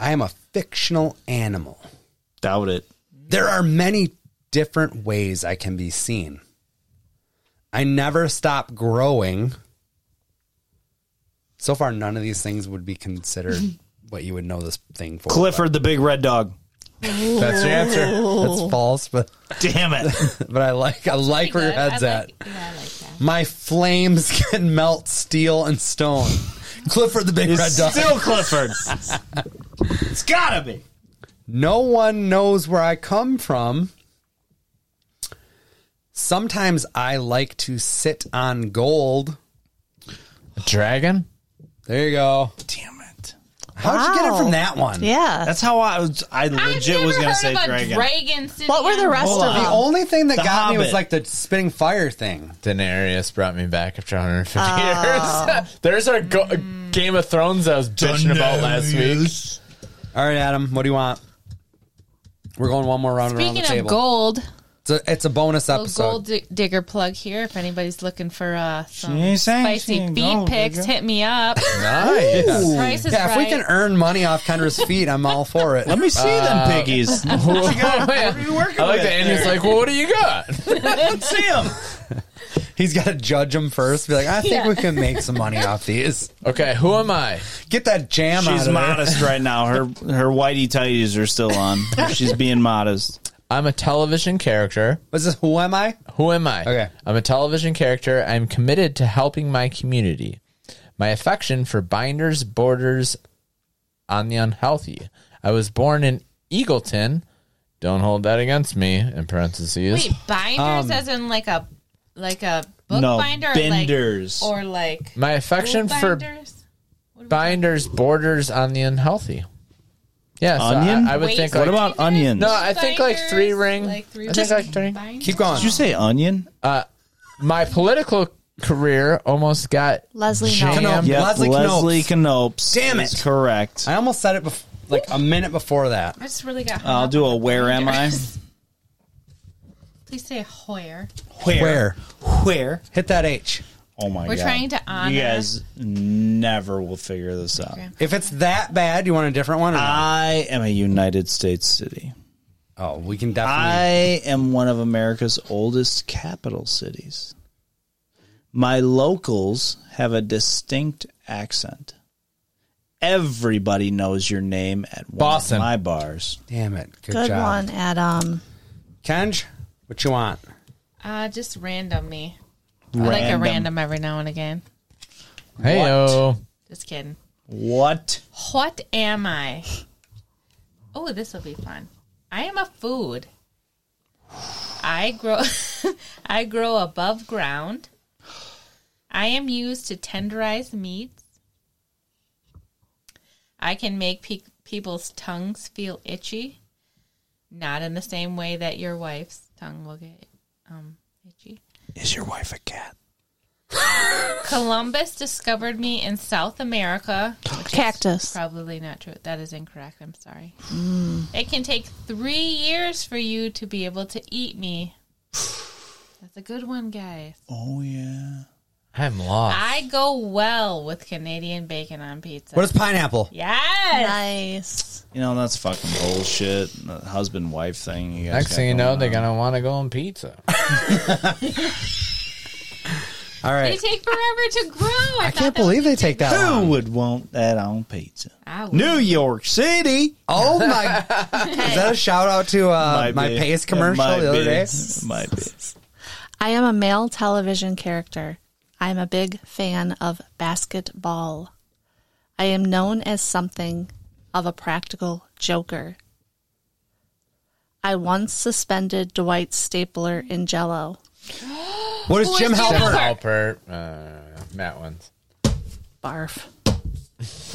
A: I am a fictional animal.
D: Doubt it.
A: There are many different ways I can be seen. I never stop growing. So far, none of these things would be considered what you would know this thing for.
D: Clifford the big red dog.
B: That's your answer.
A: but That's false, but
D: Damn it.
A: but I like I like where your
E: Good. I
A: head's at.
E: like, Yeah, I like that.
A: My flames can melt steel and stone. Clifford the Big Red
D: It's
A: Dog.
D: still Clifford. it's gotta be.
A: no one knows where I come from. Sometimes I like to sit on gold.
B: Dragon?
A: There you go.
D: Damn it.
A: How would you get it
C: Wow.
A: from that one?
C: Yeah.
D: That's how I was. I
E: I've
D: legit was gonna
E: never heard
D: say
E: of a
D: dragon.
E: dragon sitting
C: What were the
E: on-
C: rest
D: Hold
C: of
D: on.
A: The
C: them?
A: only thing that
D: The
A: got me was
D: Hobbit.
A: like the spitting fire thing.
B: Daenerys brought me back after 150
E: Oh.
B: years. There's our go- uh, Game of Thrones I was bitching about last week.
A: All right, Adam, what do you want? We're going one more round around the
E: Speaking
A: table.
E: of gold,
A: It's, a, it's a bonus
E: a
A: episode.
E: gold dig- digger plug here. If anybody's looking for uh, some
D: ain't saying she
E: spicy
D: ain't
E: feet
D: gold
E: pics,
D: digger.
E: hit me up.
B: Nice.
E: Price is
A: yeah, if
E: right.
A: we can earn money off Kendra's feet, I'm all for it.
D: Let me see them piggies. I
B: I like that Andy's like, well, what do you got?
D: can see them.
A: He's got to judge them first. Be like, I think we can make some money off these.
B: Okay, who am I?
A: Get that jam out of
D: She's
A: there.
D: modest right now. Her her whitey tighties are still on. She's being modest.
B: I'm a television character.
A: What's this? Who am I?
B: Who am I?
A: Okay.
B: I'm a television character. I'm committed to helping my community. My affection for binders borders on the unhealthy. I was born in Eagleton. Don't hold that against me, in parentheses.
E: Wait, binders as in like a like a book
D: No,
E: binder, or
D: binders.
E: like, or like
B: My affection
E: rule
B: for
E: binders?
B: binders borders on the unhealthy. Yeah, so
D: Onion?
B: I, I would
E: Wait,
B: think
D: What
B: like
D: about onions?
B: no, I think like
E: Binders,
B: three ring.
E: like three
B: I think
E: ring
B: like three.
E: binders?
A: Keep going.
D: Did you say onion?
B: My political career almost got
C: Leslie
B: Jam.
C: Knope.
A: Yep, Leslie
D: Leslie Knopes.
A: Damn
D: is
A: it.
D: correct.
A: I almost said it bef- like a minute before that.
E: I just really got. hung
D: I'll
E: up
D: do
E: on
D: a
E: the
D: where am I?
E: binders. Please say where.
A: Where?
D: Where?
A: Hit that H.
D: Oh my
E: We're
D: god.
E: trying to honor.
D: You guys never will figure this out.
E: Okay.
A: If it's that bad, you want a different one? Or
D: Uh,
A: not?
D: I am a United States city.
A: oh, we can definitely.
D: I am one of America's oldest capital cities. My locals have a distinct accent. Everybody knows your name at one
B: Boston.
D: of my bars.
A: Damn it. Good,
C: Good
A: job.
C: one, Adam.
A: Kenj, what you want?
E: Uh, just random me. I like a random every now and again.
B: Hey yo.
E: Just kidding.
D: What?
E: What am I? Oh, this will be fun. I am a food. I grow I grow above ground. I am used to tenderize meats. I can make pe- people's tongues feel itchy, not in the same way that your wife's tongue will get um, itchy.
D: Is your wife a cat?
E: Columbus discovered me in South America. which is
C: Cactus.
E: Probably not true. That is incorrect. I'm sorry.
A: Mm.
E: It can take three years for you to be able to eat me. That's a good one, guys.
D: Oh yeah.
B: I'm lost.
E: I go well with Canadian bacon on pizza.
A: What is pineapple?
E: yes.
C: Nice.
D: You know that's fucking bullshit. Husband wife thing. You guys
B: Next
D: got
B: thing you
D: going
B: know,
D: on.
B: they're gonna want to go on pizza.
A: All
E: They
A: right.
E: take forever to grow. I,
A: I can't believe they take that
D: Who
A: long.
D: would want that on pizza?
E: I would.
D: New York City.
A: Oh my! Is that a shout out to uh,
D: Might
A: my
D: be.
A: Pace commercial
D: Might
A: the other
D: be.
A: day?
D: Might be.
C: I am a male television character. I am a big fan of basketball. I am known as something of a practical joker. I once suspended Dwight Stapler in jello.
A: What is
E: Who is
A: Jim
E: Jim
A: Halpert?
E: Halpert?
B: Halpert, uh, Matt wins.
C: Barf.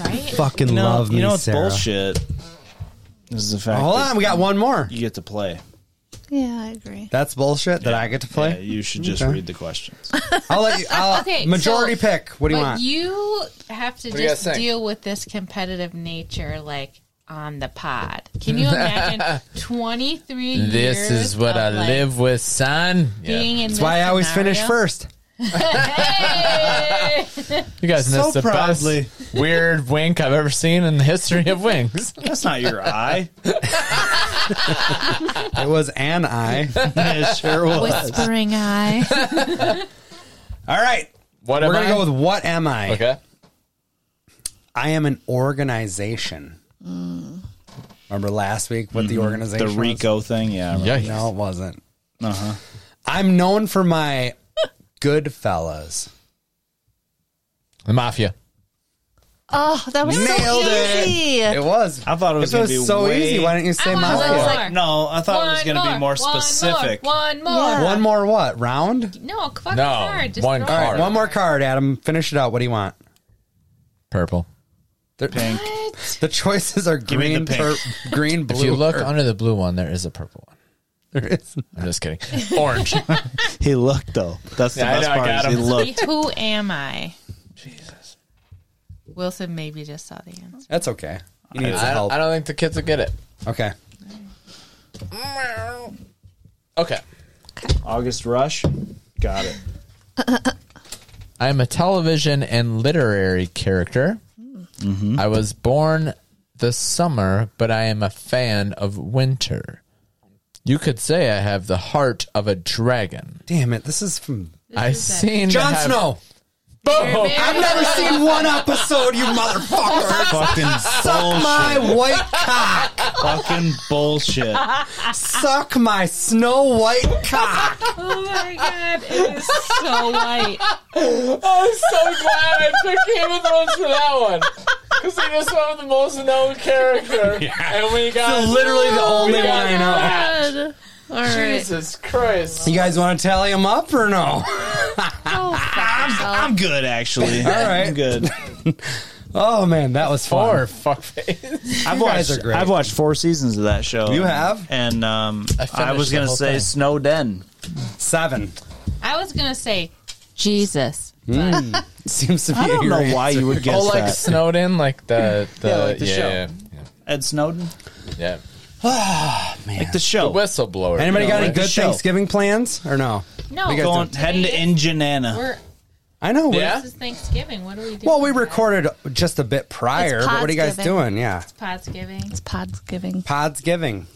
E: Right?
A: Fucking
D: You know,
A: love me,
D: you know it's
A: Sarah.
D: bullshit. This is the fact.
A: Hold
D: that
A: on, we got one more.
D: You get to play.
C: Yeah, I agree.
A: That's bullshit that I get to play.
D: Yeah, you should just
A: Okay.
D: read the questions.
A: I'll let you. I'll,
E: Okay,
A: majority
E: so-
A: pick. What do you
E: but
A: want?
E: you have to
B: do you
E: just
B: guys think?
E: deal with this competitive nature, like on the pod. Can you imagine twenty three years?
B: This is what I
E: of, like,
B: live with, son.
E: Being
B: Yeah.
E: in
A: That's why I always finish first.
E: Hey!
B: You guys missed the
D: proudly.
B: best weird wink I've ever seen in the history of winks.
D: That's not your eye.
A: It was an I.
D: It sure was.
E: Whispering eye.
A: All right,
B: What
A: we're
B: am
A: gonna
B: I?
A: go with what am I?
B: okay.
A: I am an organization. Remember last week what the
D: Mm-hmm. The
A: organization? was?
D: Rico thing. Yeah. right.
B: Yikes.
A: No, it wasn't.
D: Uh huh.
A: I'm known for my good fellas.
B: The mafia.
C: Oh, that was
A: Nailed
C: so
A: it.
C: easy.
A: It was.
D: I thought it was
A: If it
D: gonna
A: was
D: be
A: so
D: way-
A: easy. Why didn't you say
E: I want
A: mafia?
E: one.
D: Like, no, I thought it was going to be more
E: one
D: specific.
E: One more.
C: oh, Yeah.
A: One more what round?
E: No, fuck
B: No,
E: card. Just
B: one
E: throw it.
A: All right,
B: Card.
A: one more card, Adam. Finish it out. What do you want?
B: Purple.
A: The,
D: Pink.
E: What?
A: the choices are
D: me the
A: green,
D: pink.
A: pur- green, blue.
B: If you look
A: or-
B: under the blue one, there is a purple one.
A: there is-
B: I'm just kidding. Orange.
D: He looked though. That's the
B: Yeah, I
D: best
B: know, I
D: part.
B: got
D: is he
B: him.
D: looked.
E: Who am I? Jesus. Wilson maybe just saw the answer.
A: That's okay. He needs
B: I,
A: help.
B: don't, I don't think the kids will get it.
A: okay.
B: Okay.
D: August Rush. Got it.
B: I am a television and literary character.
D: Mm-hmm.
B: I was born the summer, but I am a fan of winter. You could say I have the heart of a dragon.
A: Damn it! This is from
B: I seem to
A: Jon
B: have-
A: Snow.
B: Oh,
E: Very
A: I've never seen one episode, you motherfucker.
D: Fucking
A: Suck my
D: bullshit.
A: white cock.
D: Fucking bullshit.
A: Suck my Snow White cock.
E: Oh my god, it is so white.
B: I'm so glad I took Game of Thrones for that one. Because they just went with the most known character. And we got
A: Literally the only one I know.
C: Good. All right.
B: Jesus Christ.
A: You guys want to tally them up or no?
C: Oh,
D: I'm good, actually. All
A: right.
D: I'm good.
A: Oh man, that was fun.
B: Or fuckface.
D: I've
A: guys
D: watched.
A: are great.
D: I've watched four seasons of that show.
A: You have?
D: And um,
B: I
D: I,
B: finished
D: was
B: the
D: gonna
B: whole
D: say
B: thing.
D: Snowden.
A: Seven
E: I was gonna say Jesus. but
A: seems to be.
D: I don't
A: your
D: know why
A: answer.
D: you would guess
B: Oh, like
D: that.
B: Snowden, like the, the,
D: Yeah, like the
B: yeah,
D: show.
B: yeah, yeah,
D: Ed Snowden,
B: yeah.
D: like the show.
B: Whistleblower.
A: Anybody
B: you know,
A: got any
B: like-
A: good
D: show.
A: Thanksgiving plans or no?
E: no,
A: We got
D: Going
A: Don't-
D: heading to Indiana.
E: we're
A: I know. we-
B: Yeah?
E: this is Thanksgiving. What do we do?
A: Well, we recorded just a bit prior.
C: It's
A: But what are you guys
C: Podsgiving.
A: doing? Yeah,
E: Podsgiving.
C: Pod's giving.
A: Pods giving.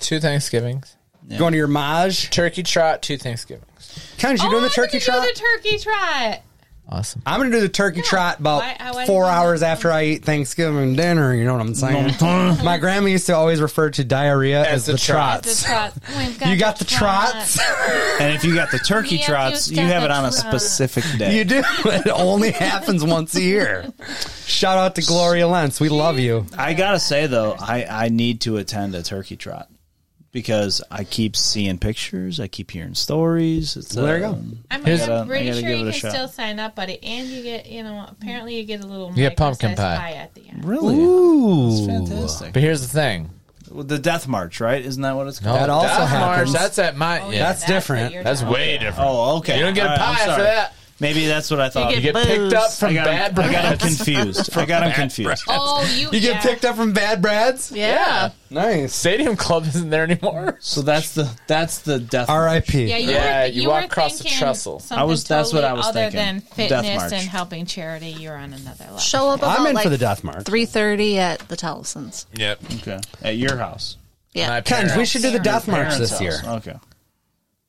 B: Two Thanksgivings.
A: Going to your Maj.
B: Turkey trot, two Thanksgivings.
A: Kenji, you doing the
E: I'm
A: turkey
E: gonna
A: trot?
E: Do the turkey trot.
B: Awesome.
A: I'm gonna do the turkey trot about
E: Why- why do you
A: four
E: do that?
A: hours after I eat Thanksgiving dinner. You know what I'm saying? My grandma used to always refer to diarrhea as, the,
B: the trot.
E: The
A: trots.
E: trot. We've
A: You got the trots.
D: And if you got the turkey
E: Yeah,
D: trots,
E: you
D: you
E: got
D: have
E: the
D: it on a
E: trot.
D: specific day.
A: you do. It only happens once a year. Shout out to Gloria Lentz. We love you.
D: I gotta say though, I I need to attend a turkey trot because I keep seeing pictures, I keep hearing stories. It's,
A: Well, there you
D: uh,
A: go.
E: I mean,
B: Here's-
D: I
E: I'm pretty
D: gotta
E: sure
D: give
E: you
D: it a
E: can
D: shot.
E: still sign up, buddy, and you get, you know, apparently you get a little
B: You get pumpkin
E: micro-sized
B: pie.
E: at the end.
D: Really?
B: Ooh,
D: fantastic.
B: But here's the thing.
D: Well, The Death March, right? Isn't that what it's
B: No,
D: called?
A: That also
B: March,
A: happens.
B: That's at my. yeah.
A: That's
E: what
A: different.
E: you're
B: That's
E: talking
B: way
E: about.
B: different.
D: Oh, okay.
B: You don't get a
D: All right, I'm
B: pie for
D: sorry.
B: that.
D: Maybe that's what I thought.
B: You get picked up from
D: I got 'em-
B: bad
D: I got 'em
B: breath.
D: confused. I got him confused.
E: Oh, you,
A: You get
E: yeah.
A: picked up from Bad Brad's?
E: Yeah.
B: Yeah.
A: Nice.
B: Stadium Club isn't there anymore.
D: So that's the that's the death.
A: R.I.P.
E: Yeah, you,
B: Yeah,
E: were,
B: you
E: you,
B: walk
E: were
B: across the
E: thinking
B: trestle.
E: something
D: I was- that's what I was
E: totally
D: thinking.
E: Other than
D: Death
E: fitness
D: March.
E: and helping charity, you're on another level.
C: Show up about
A: I'm in
C: like
A: for the death march.
C: three thirty at the Tellisons.
B: Yep.
D: Okay. At your house.
C: Yeah,
B: My
A: Ken, we
B: parents.
A: should do the death march
D: Parents'
A: this
D: house.
A: year.
D: Okay.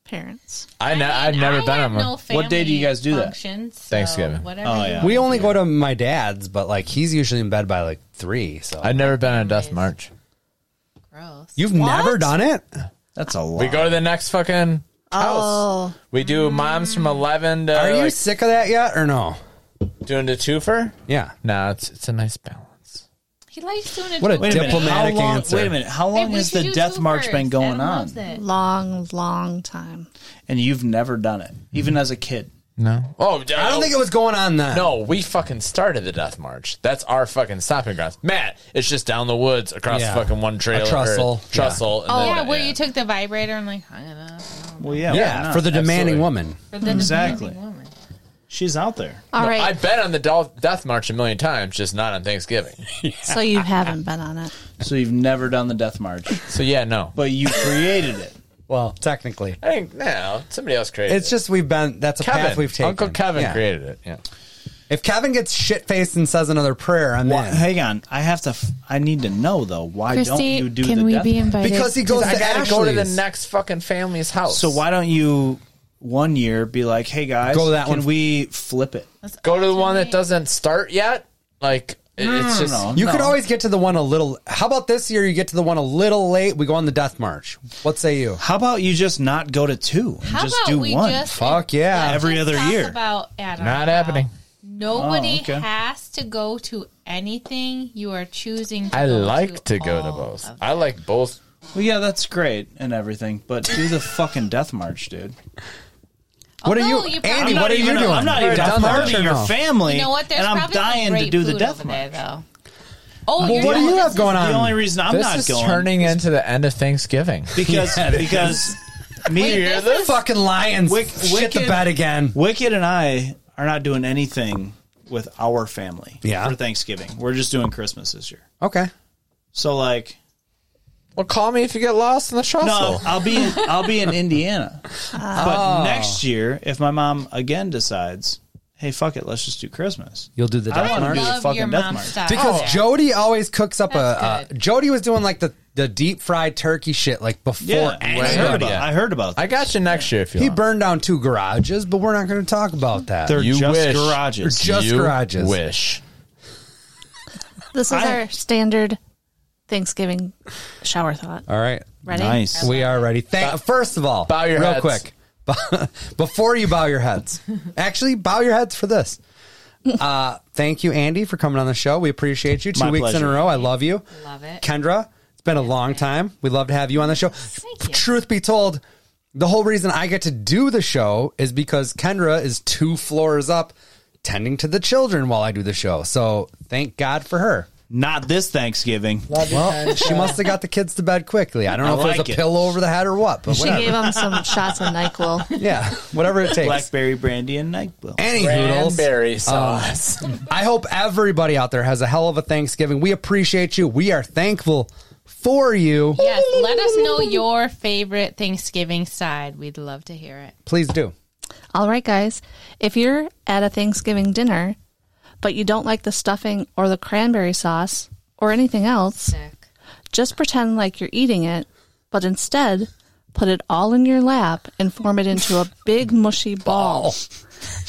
C: parents.
B: I ne-
E: I
B: I've
E: mean,
B: never
E: I
B: been
E: have
B: on one.
E: no
D: What day do you
E: family
D: guys do that?
E: function, so
B: Thanksgiving.
E: Whatever.
D: Oh,
E: you-
D: yeah.
A: We only go to my dad's, but like he's usually in bed by like three. So
B: I've never been on a death march.
E: Gross.
A: you've never done it?
D: That's a lot.
B: We go to the next fucking house.
C: Oh,
B: We
E: Mm.
B: do moms from eleven to
A: Are you
B: like,
A: sick of that yet or no?
B: doing the twofer.
A: Yeah.
B: No, it's it's a nice balance.
E: he likes doing it.
A: What a
E: too.
D: Wait a
A: Diplomatic
D: minute. How long,
A: answer.
D: Wait a minute. How
E: Hey,
D: long
E: we
D: has
E: should
D: the
E: do
D: death
E: two
D: march been
E: first.
D: going
E: Adam
D: on?
E: loves it.
C: long, long time.
D: And you've never done it, even as a kid.
B: No. Oh,
A: I don't think it was going on then.
B: No, we fucking started the death march. That's our fucking stopping grounds. Matt, it's just down the woods across
A: Yeah.
B: fucking one trailer. or
A: trestle.
B: Trestle. and
E: Oh,
B: then-
E: yeah, where you took the vibrator and like hung it up.
D: Well, yeah. why
A: Yeah,
D: not?
A: for the demanding
B: Absolutely.
A: woman.
E: For the
D: Exactly.
E: demanding Woman.
D: She's out there.
C: All right,
B: I've been on the Dol- death march a million times, just not on Thanksgiving.
C: so you haven't been on it.
D: So you've never done the death march,
B: So yeah, no.
D: but you created it.
A: Well, technically,
B: I think no, somebody else created.
A: it's just we've been. That's a
B: Kevin.
A: path we've taken.
B: Uncle Kevin
A: Yeah.
B: created it. Yeah.
A: If Kevin gets shit faced and says another prayer, I'm
D: Why,
A: in.
D: Uh, hang on. I have to. F- I need to know though. Why don't you
E: Christy,
D: do
E: can
D: the
E: we
D: death
E: be
D: march?
E: invited?
A: Because he goes to
B: I gotta
A: Ashley's.
B: go to the next fucking family's house.
D: So why don't you one year be like, hey guys,
A: Go to that
D: can
A: one.
D: we flip it?
B: go to the one that doesn't start yet? Like it- it's just
D: no.
A: You could always get to the one a little. How about this year? You get to the one a little late. We go on the death march. What say you?
D: How about you just not go to two and
E: How
D: just
E: about
D: do
E: we
D: one?
E: just
A: Fuck yeah.
D: Every
E: Let's
D: other
E: talk
D: year.
E: About at our
B: Not
E: house.
B: happening.
E: Nobody
D: Oh, okay.
E: has to go to anything you are choosing. To
B: I
E: go
B: like to go to
E: all
B: both.
E: of
B: I like both.
D: Well, yeah, that's great and everything, but do the fucking death march, dude.
A: What are you,
E: Although you probably-
A: Andy? What
E: I'm not
A: are you
D: even,
A: doing?
D: I'm not even
A: Death
D: death
A: march or
D: your
A: no?
D: family,
E: You know what? There's
D: and I'm
E: probably some
D: dying to
E: great
D: do the
E: food
D: death
E: over there,
D: march.
E: though. Oh,
A: Well,
E: you're
A: what do
E: right.
A: you have
E: This
A: going
E: is-
A: on?
D: The only reason I'm
B: this
D: not
B: is
D: going
B: turning into the end of Thanksgiving.
D: because because me
E: Wait, this is-
A: fucking lions.
D: Wick-
A: shit the
D: Wicked-
A: bed again.
D: Wicked and I are not doing anything with our family
A: Yeah.
D: for Thanksgiving. We're just doing Christmas this year.
A: Okay.
D: So like
B: well, call me if you get lost in the
D: No,
B: trestle.
D: I'll be in, I'll be in Indiana. But next year, if my mom again decides, hey, fuck it, let's just do Christmas.
A: You'll do the
D: I
A: death
D: wanna
A: march.
D: do the
E: Love
D: fucking
E: your
D: death
E: mom's
D: march.
E: style.
A: Because
E: Yeah.
A: Jody always cooks up a. Uh,
E: Oh. That's good.
A: Jody was doing like the, the deep fried turkey shit like before
D: Yeah, I
A: anybody.
D: heard, about,
B: Yeah.
D: I heard about that.
B: I got you next year if you
A: He
B: want.
A: burned down two garages, but we're not going to talk about that.
D: They're
B: You
D: just
B: wish.
D: garages.
A: They're just
B: You
A: garages.
B: Wish.
C: This is
D: I-
C: our standard Thanksgiving shower thought.
A: All right.
C: Ready?
D: Nice.
A: We are ready. Thank, first of all,
B: Bow your
A: real
B: heads.
A: quick. Before you bow your heads, actually, bow your heads for this. Uh, thank you, Andy, for coming on the show. We appreciate you. Two
D: My
A: weeks in
D: pleasure.
A: a row. I love you.
E: Love it.
A: Kendra, it's been a long time. We'd love to have you on the show.
E: you.
A: Truth be told, the whole reason I get to do the show is because Kendra is two floors up tending to the children while I do the show. So thank God for her.
D: Not this Thanksgiving.
A: Well, she must have got the kids to bed quickly. I don't know
D: I
A: if it was
D: like
A: a
D: it.
A: pillow over the head or what, but
C: She
A: whatever.
C: gave him some shots of Nyquil.
A: Yeah, whatever it takes.
D: Blackberry brandy and NyQuil.
A: Any hoodles.
B: Cranberry sauce.
A: I hope everybody out there has a hell of a Thanksgiving. We appreciate you. We are thankful for you.
E: Yes, let us know your favorite Thanksgiving side. We'd love to hear it.
A: Please do.
C: All right, guys. If you're at a Thanksgiving dinner, but you don't like the stuffing or the cranberry sauce or anything else,
E: Sick.
C: just pretend like you're eating it, but instead put it all in your lap and form it into a big mushy ball.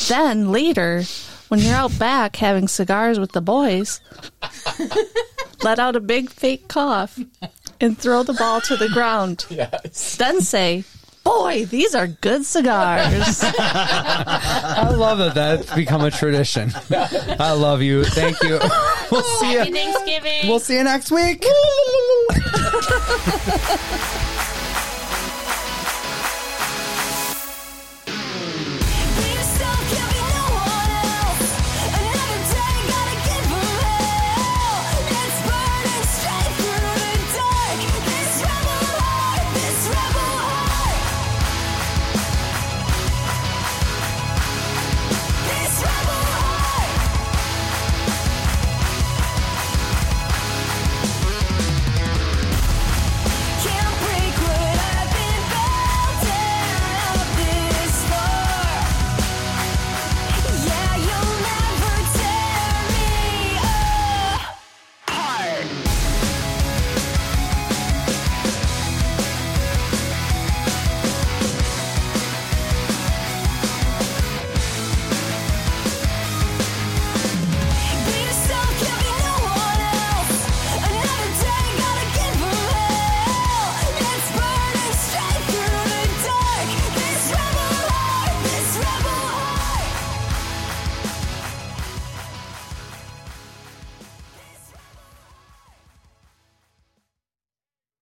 C: Then later, when you're out back having cigars with the boys, let out a big fake cough and throw the ball to the ground. Yes. Then say, Boy, these are good cigars.
A: I love that that's become a tradition. I love you. Thank you. We'll see
E: Happy
A: you.
E: Thanksgiving.
A: We'll see you next week.